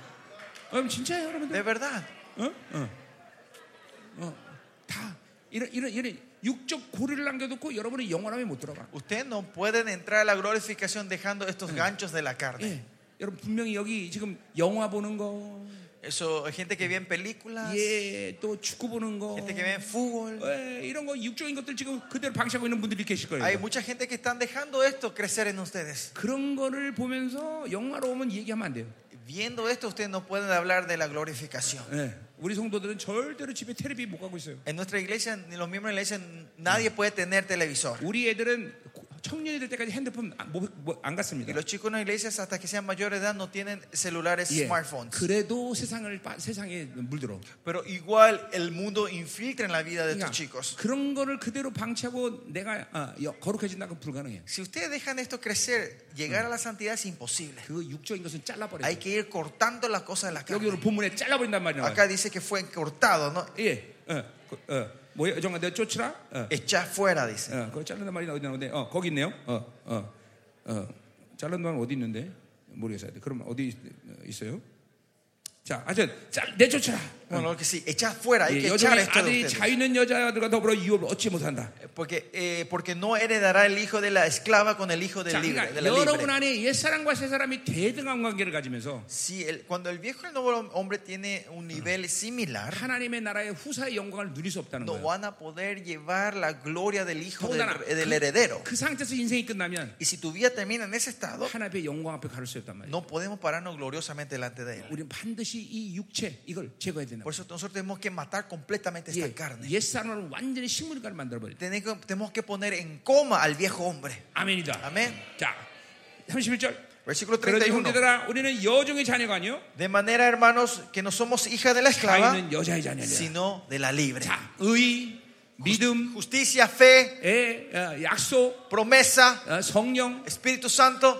S1: 여러분 진짜예요, 여러분들.
S2: De verdad.
S1: 어? 어. 어. 다 이런 이런 이런 육적 고리를 남겨놓고 여러분이 영원함에 못 들어가.
S2: Ustedes no pueden entrar a la glorificación dejando estos ganchos de la carne.
S1: 예. 여러분 분명히 여기 지금 영화 보는 거,
S2: Eso, hay gente que ve en películas,
S1: 예, 또 축구 보는 거,
S2: gente que ve en fútbol.
S1: 예, 이런 거 육적인 것들 지금 그대로 방치하고 있는 분들이 계실 거예요.
S2: Hay mucha gente que están dejando esto crecer en ustedes.
S1: 그런 거를 보면서 영화로 오면 얘기하면 안 돼요.
S2: Viendo esto, ustedes no pueden hablar de la glorificación.
S1: 예. 우리 성도들은 절대로 집에 텔레비 못 가고 있어요.
S2: En nuestra iglesia, ni los miembros de la iglesia, nadie puede tener televisor.
S1: 우리 애들은 청년이 될 때까지 핸드폰 안, 뭐- 뭐안
S2: Y
S1: 갔습니다.
S2: los chicos en las iglesias, hasta que sean mayores de edad, no tienen celulares,
S1: 예.
S2: smartphones.
S1: 그래도 세상을 빠- 세상에 물들어.
S2: Pero igual el mundo infiltra en la vida de
S1: 그러니까
S2: estos chicos.
S1: 그런 거를 그대로 방치하고 내가 아, 여- 거룩해진다고 불가능해.
S2: Si ustedes dejan esto crecer, llegar a la santidad es imposible.
S1: 그 육적인 것은 잘라버려.
S2: Hay que ir cortando las cosas de la
S1: 여기
S2: carne.
S1: 오늘 본문에 잘라버린단 말이야.
S2: Acá dice que fue cortado, ¿no?
S1: 예, 어, 그, 어, 뭐야, 정말 내가 쫓으라. 어,
S2: Echa fuera, dice.
S1: 어, 그거 자른단 말이 어디 나오는데, 어, 거기 있네요. 어, 어, 어, 자른단 말 어디 있는데 모르겠어요. 그럼 어디 있- 있어요? 자, 하여튼 잘 내쫓으라.
S2: Bueno, lo que sí, echa fuera, hay
S1: 예,
S2: que echar
S1: 여종의
S2: esto de
S1: 아들이
S2: ustedes.
S1: 자유 있는 여자들과 더불어 유업을 얻지 못한다.
S2: Porque, eh, porque no heredará el hijo de la esclava con el hijo del
S1: 자,
S2: libre.
S1: 그러니까
S2: de la
S1: 여러분
S2: libre.
S1: 안에 옛 사람과 새 사람이 대등한 관계를 가지면서
S2: Si el- cuando el viejo y el nuevo hombre tiene un nivel similar,
S1: 하나님의 나라의 후사의 영광을 누릴 수 없다는
S2: no
S1: 거예요.
S2: van a poder llevar la gloria del hijo del,
S1: 더군다나
S2: del heredero.
S1: 그 상태에서 인생이 끝나면
S2: Y si tu vida termina en ese estado,
S1: 하나님의 영광 앞에 가를 수 없단 말이에요.
S2: no podemos pararnos gloriosamente delante de él.
S1: 우리는 반드시 이 육체 이걸 제거해야 된다.
S2: Por eso nosotros tenemos que matar completamente esta carne.
S1: 옛 사람을 완전히 식물가를 만들어 버려.
S2: Tenemos que- tenemos que poner en coma al viejo hombre.
S1: 아멘이다.
S2: 아멘.
S1: 자, 31절.
S2: Versículo
S1: 그러니
S2: 31.
S1: 형제들아 우리는 여종의 자녀가 아니요
S2: De manera, hermanos, que no somos hijas de la esclava,
S1: 자유는 여자의 자녀냐.
S2: sino de la libre.
S1: 자, 의, 믿음,
S2: Justicia, fe,
S1: 애, 어, 약속,
S2: promesa,
S1: 어, 성령,
S2: Espíritu Santo,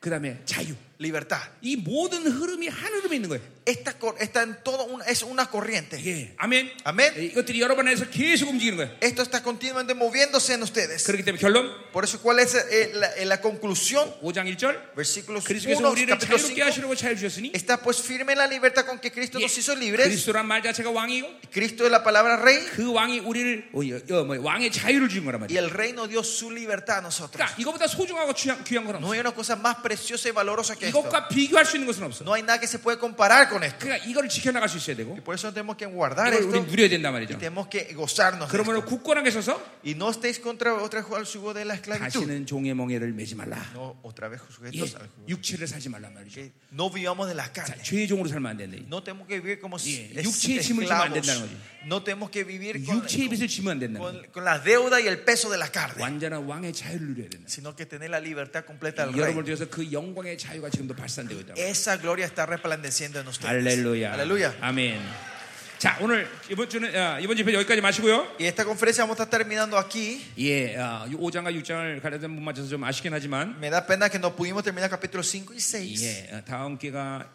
S1: 그다음에 자유.
S2: libertad.
S1: 이 모든 흐름이 한 흐름에 있는 거예요.
S2: esta, cor- está en todo una, es una corriente.
S1: 예, 아멘.
S2: 아멘.
S1: 예, 이것들이 여러분 안에서 계속 움직이는 거예요.
S2: Esto está continuamente moviéndose en ustedes.
S1: 그렇기 때문에 결론
S2: Por eso, ¿cuál es eh, la, eh, la conclusión?
S1: 5장 1절.
S2: Versículos
S1: 그리스도께서
S2: 1,
S1: 우리를
S2: capítulo
S1: 자유롭게
S2: 5.
S1: 하시려고 예, 자유를 주셨으니
S2: Está pues firme en la libertad con que Cristo nos hizo
S1: 예,
S2: libres.
S1: 그리스도란 말 자체가 왕이고
S2: Cristo es la palabra rey
S1: 그 왕이 우리를 어, 여- 여, 뭐, 왕의 자유를 주는 거란
S2: y
S1: 말이에요.
S2: el rey nos dio su libertad a nosotros.
S1: 그러니까 이거보다 소중하고 귀한, 귀한 건
S2: No
S1: 없어.
S2: hay una cosa más preciosa y valorosa que esto.
S1: 이것과 비교할 수 있는 것은 없어.
S2: No hay nada que se puede comparar con esto.
S1: 그러니까 이걸 지켜나갈 수 있어야 되고
S2: Y por eso tenemos que guardar
S1: 이걸 우리
S2: esto
S1: 누려야 된단
S2: y
S1: 말이죠.
S2: tenemos que gozarnos. de
S1: 그러므로 굳건하게 서서
S2: esto. Y no estéis contra otra vez al jugo de la
S1: 아,
S2: esclavitud.
S1: 다시는 종의 멍에를 매지 말라.
S2: No otra vez
S1: 예,
S2: sujetos al jugo.
S1: 육체를 살지 말란 말이죠.
S2: Que No vivamos de las
S1: 자,
S2: carnes.
S1: 죄의 종으로 살면 안 된다.
S2: No tenemos que vivir como si
S1: Yeah. 육체의 짐을 지면 안 된다는 거지.
S2: No tenemos que vivir con,
S1: 육체의 빚을 지면 안 된다.
S2: con- con la deuda y el peso de la carne,
S1: 완전한 왕의 자유를 누려야 된다.
S2: sino que tener la libertad completa del rey.
S1: 여러분을 통해서 그 영광의 자유가 지금도 발산되고 있다.
S2: Esa gloria está resplandeciendo en ustedes.
S1: 예. 할렐루야.
S2: Aleluya.
S1: 아멘. 자, 오늘 이번 주는 아, 이번 집회 여기까지 마시고요.
S2: Y esta conferencia vamos a estar terminando aquí.
S1: 예, 아, 5장과 6장을 가려서 못 맞춰서 좀 아쉽긴 하지만
S2: Me da pena que no pudimos terminar capítulos 5 y 6.
S1: 예, 아, 다음 기회가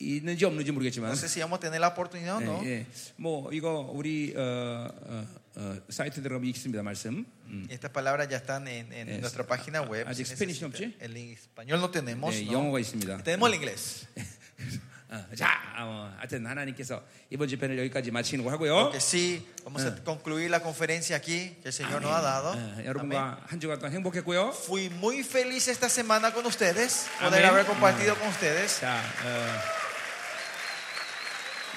S1: 있는지 없는지 모르겠지만
S2: No sé si vamos a tener la oportunidad o no.
S1: 예, 예. 뭐 이거 우리 어, 어, 어, 사이트 들어가면 있습니다 말씀. 음.
S2: Estas palabras ya están en, en
S1: Eh,
S2: nuestra página web.
S1: ah,
S2: si
S1: ah, Spanish no
S2: necesita.
S1: 없지?
S2: El español no tenemos.
S1: 예,
S2: ¿no?
S1: 영어가 있습니다.
S2: Tenemos el inglés.
S1: 어, 자, 어, 하여튼 하나님께서 이번 집회를 여기까지 마치는 거 하고요.
S2: Que sí, vamos a concluir la conferencia aquí que el Señor nos ha dado.
S1: 예,
S2: Amén.
S1: 여러분과 한 주간 동안 행복했고요.
S2: Fui muy feliz esta semana con ustedes, poder
S1: Amén.
S2: haber compartido con ustedes.
S1: 자, 어,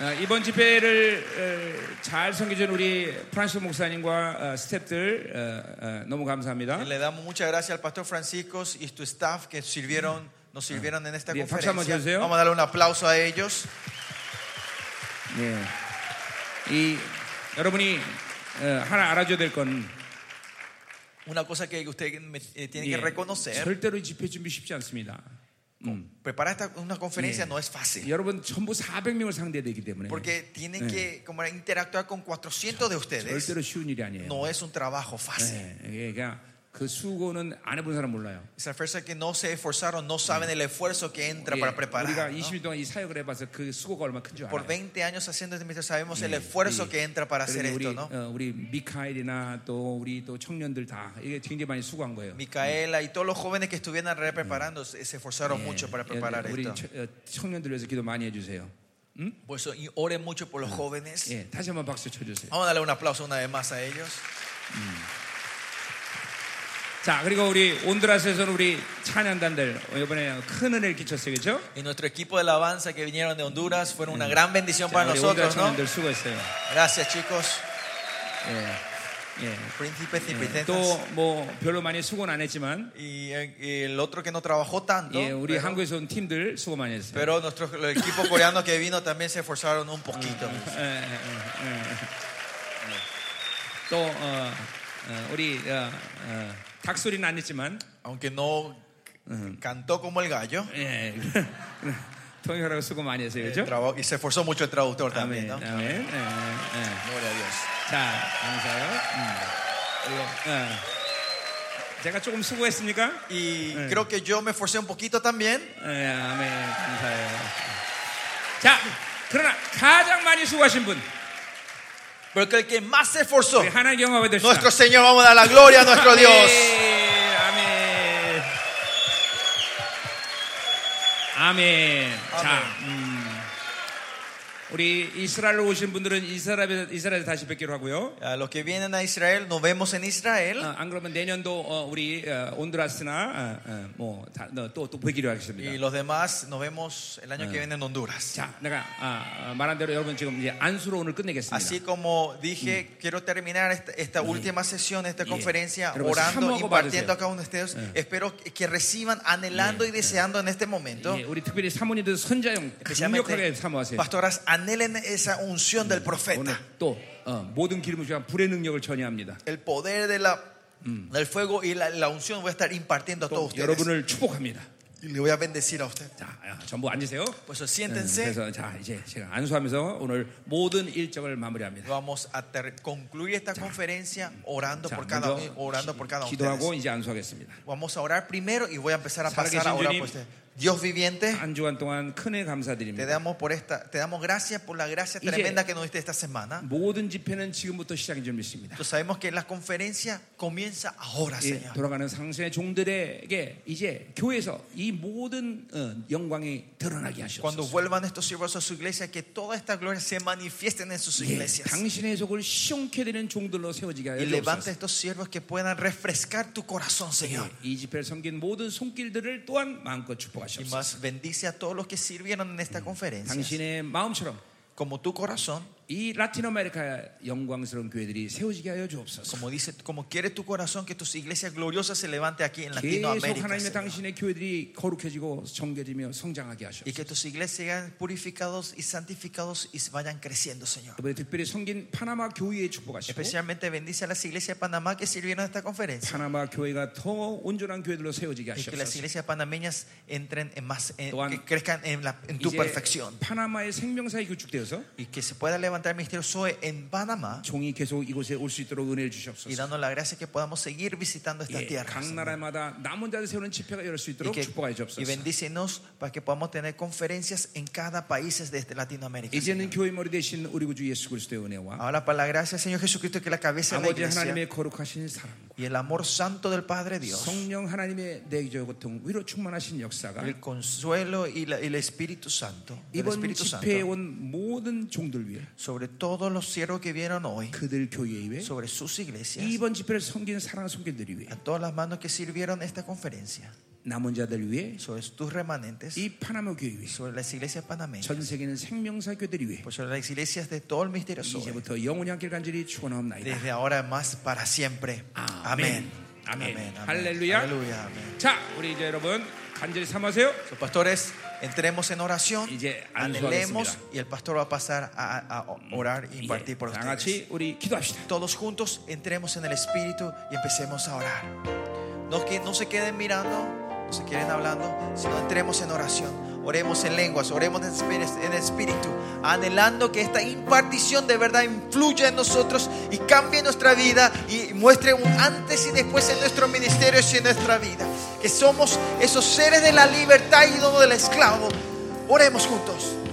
S1: 어, 이번 집회를 어, 잘 섬겨준 우리 프란스 목사님과 어, 스태프들 어, 어, 너무 감사합니다.
S2: Le damos muchas gracias al pastor Francisco y tu staff que sirvieron, nos sirvieron en esta
S1: Bien, 박수 한번
S2: conferencia.
S1: 주세요.
S2: Vamos a darle un aplauso a ellos.
S1: 예. 이 여러분이 어, 하나 알아줘야 될건
S2: Una cosa que usted me- eh, tiene que
S1: 예,
S2: reconocer, 어,
S1: 절대로 집회 준비 쉽지 않습니다. 음.
S2: preparar esta, una conferencia
S1: Yeah.
S2: no es fácil.
S1: 여러분 전부 400명을 상대해야 되기 때문에
S2: 네. Porque tiene que como era, interactuar con 400 de ustedes.
S1: 절대로 쉬운 일이 아니에요.
S2: No es un trabajo fácil.
S1: 예, 예, 그러니까 그 수고는 안 해본 사람 몰라요.
S2: Se refiere a que no se esforzaron, no saben el esfuerzo que entra
S1: 예,
S2: para preparar.
S1: 우리가
S2: ¿no?
S1: 20년 동안 이 사역을 해봐서 그 수고가 얼마나 큰 줄 알아요.
S2: Por 20 años haciendo este ministerio sabemos el esfuerzo
S1: 예.
S2: que entra para hacer
S1: 그러니 우리,
S2: esto, ¿no?
S1: 어, 우리 미카엘이나 또 우리 또 청년들 다 이게 굉장히 많이 수고한 거예요.
S2: Micaela y todos los jóvenes que estuvieran re- preparando se se esforzaron mucho para preparar
S1: 예, 우리
S2: esto.
S1: 처- 어, 청년들 위해서 기도 많이 해주세요.
S2: Por eso, y oren mucho por los jóvenes.
S1: 예, 다시 한번 박수 쳐주세요.
S2: Vamos a darle un aplauso una vez más a ellos.
S1: 자, 그리고 우리 온드라스에서는 우리 찬양단들 어, 이번에 큰 은혜를 끼쳤어요, 그렇죠?
S2: Y nuestro equipo de alabanza que vinieron de Honduras fueron una gran bendición para
S1: 우리 온드라
S2: nosotros, ¿no?
S1: 찬양들 수고했어요.
S2: Gracias, chicos.
S1: 예, 예.
S2: Príncipes y
S1: 또
S2: princesas.
S1: 뭐 별로 많이 수고는 안 했지만
S2: Y, eh, y el otro que no trabajó tanto.
S1: 예, 우리
S2: pero-
S1: 한국에서 온 팀들 수고 많이 했어요.
S2: Pero nuestro el equipo coreano que vino también se esforzaron un poquito.
S1: 예, 예, 예, 예. 또 어, 어, 우리 어, 어, 닭 소리는 안 했지만
S2: Aunque no cantó como el gallo,
S1: 예, 통역하라고 수고 많이 했어요, 그렇죠?
S2: trabajó- y se esforzó mucho el traductor también,
S1: 아멘,
S2: ¿no?
S1: 아멘. 예, 예, 예.
S2: Gloria a Dios.
S1: 자, 감사요. 음. 예. 제가 조금 수고했습니까?
S2: Y creo que yo me esforcé un poquito también.
S1: 예, 아멘, 감사해요. 자, 그러나 가장 많이 수고하신 분,
S2: Pero que el que más se esforzó,
S1: 우리 하나님 경험받으시다
S2: nuestro Señor, vamos a dar la gloria a nuestro Dios.
S1: 아멘. 아멘. 자, 음, 우리 이스라엘로 오신 분들은 이스라엘에서, 이스라엘에서 다시 뵙기로 하고요.
S2: A los que vienen a Israel, nos vemos en
S1: 어,
S2: Israel.
S1: 안 그러면 내년도 어, 우리 어, 온드라스나 뭐또또 뵙기로 하겠습니다.
S2: Y los demás nos vemos el año que viene en Honduras.
S1: 자, 내가 아, 아, 말한 대로 여러분 지금 이제 안수로 오늘 끝내겠습니다.
S2: Así como dije, quiero terminar esta, esta última sesión, esta conferencia,
S1: Pero
S2: orando,
S1: samogo
S2: impartiendo
S1: 받으세요.
S2: a cada uno de ustedes. Espero que que reciban, anhelando y deseando en este momento.
S1: 예, 우리 특별히 사모님들 선자용
S2: 그
S1: 강력하게 사모하세요.
S2: pastoras, anhelen esa unción del
S1: 오늘
S2: profeta,
S1: 또 어, 모든 기름을 주한 불의 능력을 전이합니다.
S2: el poder de la, del fuego y la, la unción. Voy a estar impartiendo a
S1: 또
S2: todos ustedes.
S1: 여러분을 축복합니다.
S2: Y le voy a bendecir a usted.
S1: 자, 아, 전부 앉으세요.
S2: Pues
S1: 음,
S2: siéntense.
S1: 그래서 자 이제 제가 안수하면서 오늘 모든 일정을 마무리합니다.
S2: Vamos a ter- concluir esta conferencia orando
S1: 자,
S2: por cada
S1: 먼저
S2: uno, orando por cada
S1: 기-
S2: uno. de
S1: 기도하고
S2: ustedes.
S1: 이제 안수하겠습니다.
S2: Vamos a orar primero y voy a empezar a pasar a
S1: 살아계신
S2: orar por
S1: 주님,
S2: usted. Dios viviente,
S1: 한 주간 동안 큰애
S2: te
S1: 감사드립니다.
S2: damos por esta, te damos gracias por la gracia
S1: Iye.
S2: tremenda que nos diste esta semana.
S1: 모든 집회는 지금부터 시작이 좀 있습니다.
S2: Tú sabemos que la conferencia comienza ahora,
S1: 예,
S2: Señor.
S1: 돌아가는 상생의 종들에게 이제 교회에서 이 모든 어, 영광이 드러나게
S2: Cuando
S1: 하시옵소서.
S2: vuelvan estos siervos a su iglesia, que toda esta gloria se manifiesten en sus
S1: 예,
S2: iglesias.
S1: 당신의 속을 시원케 되는 종들로 세워지게
S2: Y
S1: 하여
S2: levanta
S1: 주옵소서. 예,
S2: estos siervos que puedan refrescar tu corazón, Señor.
S1: 이 집회를 섬긴 모든 손길들을 또한 마음껏
S2: Y
S1: 축복하시옵소서.
S2: más bendice a todos los que sirvieron en esta conferencia.
S1: 당신의 마음처럼
S2: Como tu corazón,
S1: 이 라틴 아메리카 영광스러운 교회들이 세워지게 하여 주옵소서.
S2: como dice, como quiere tu corazón que tus iglesias gloriosas se levante aquí
S1: 그
S2: en
S1: 계속
S2: Latinoamérica.
S1: 하나님의
S2: Señor.
S1: 당신의 교회들이 거룩해지고 정결되며 성장하게
S2: Y
S1: 하시옵소서.
S2: que tus iglesias sean purificados y santificados y vayan creciendo, Señor.
S1: 이번에 특별히 섬긴 파나마 교회에 축복하시고
S2: Especialmente bendice a las iglesias de Panamá que sirvieron en esta conferencia.
S1: 파나마 교회가 더 온전한 교회들로 세워지게
S2: Y que las
S1: 하시옵소서.
S2: iglesias panameñas entren en más, en-
S1: Toan-
S2: que crezcan en, la- en tu
S1: 이제
S2: perfección.
S1: 파나마의 생명사에 구축되어서
S2: Y que se pueda levantar el ministerio Zoe en Panamá
S1: 종이 계속 이곳에 올 수 있도록 은혜를
S2: y
S1: 주시옵소서.
S2: dando la gracia que podamos seguir visitando esta
S1: 예,
S2: tierra.
S1: 각
S2: Señor.
S1: 나라마다 남은 자들 세우는 집회가 열릴 수
S2: Y,
S1: 있도록
S2: que-
S1: 축복하여
S2: y
S1: 주옵소서.
S2: bendícenos para que podamos tener conferencias en cada país de este Latinoamérica.
S1: 이제는 교회 머리 되신 우리 구주 예수 그리스도의 은혜와
S2: Ahora para la gracia, Señor Jesucristo, que es la cabeza de la
S1: 아버지
S2: iglesia
S1: 하나님의 거룩하신 사랑과
S2: y el amor santo del Padre Dios,
S1: 성령 하나님의 내적 고통 위로 충만하신 역사가
S2: el consuelo y, la- y el Espíritu Santo, el
S1: 이번
S2: Espíritu
S1: 집회에
S2: Santo,
S1: 온 모든 종들 위해
S2: sobre todos los siervos que vieron hoy,
S1: 그들 교회에 위해
S2: sobre sus iglesias,
S1: 이번 집회를 섬긴 사랑 성교들이 위해
S2: a todas las manos que sirvieron esta conferencia,
S1: 남은 자들 위해
S2: sobre tus remanentes,
S1: 이 파나마 교회 위해
S2: sobre las iglesias panameñas,
S1: 전 세계는 생명사 교들이 위해
S2: pues sobre las iglesias de todo el misterio sobre,
S1: 이제부터 영원히 함께 간절히 축원하옵나이다.
S2: desde ahora más para siempre.
S1: 아멘.
S2: Amén.
S1: 아멘.
S2: amén.
S1: 할렐루야.
S2: Aleluya. Amén.
S1: 자, 우리 이제 여러분 간절히 삼하세요.
S2: So, pastores, entremos en oración,
S1: 이제
S2: anhelemos
S1: 안수하겠습니다.
S2: y el pastor va a pasar a, a orar
S1: 이제
S2: y impartir por
S1: 다
S2: ustedes.
S1: 같이 우리 기도합시다.
S2: Todos juntos entremos en el Espíritu y empecemos a orar. No, que, no se queden mirando, no se queden hablando, sino entremos en oración. Oremos en lenguas, oremos en espíritu- en el Espíritu, anhelando que esta impartición de verdad influya en nosotros y cambie nuestra vida y muestre un antes y después en nuestros ministerios y en nuestra vida. Que somos esos seres de la libertad y no del esclavo. Oremos juntos.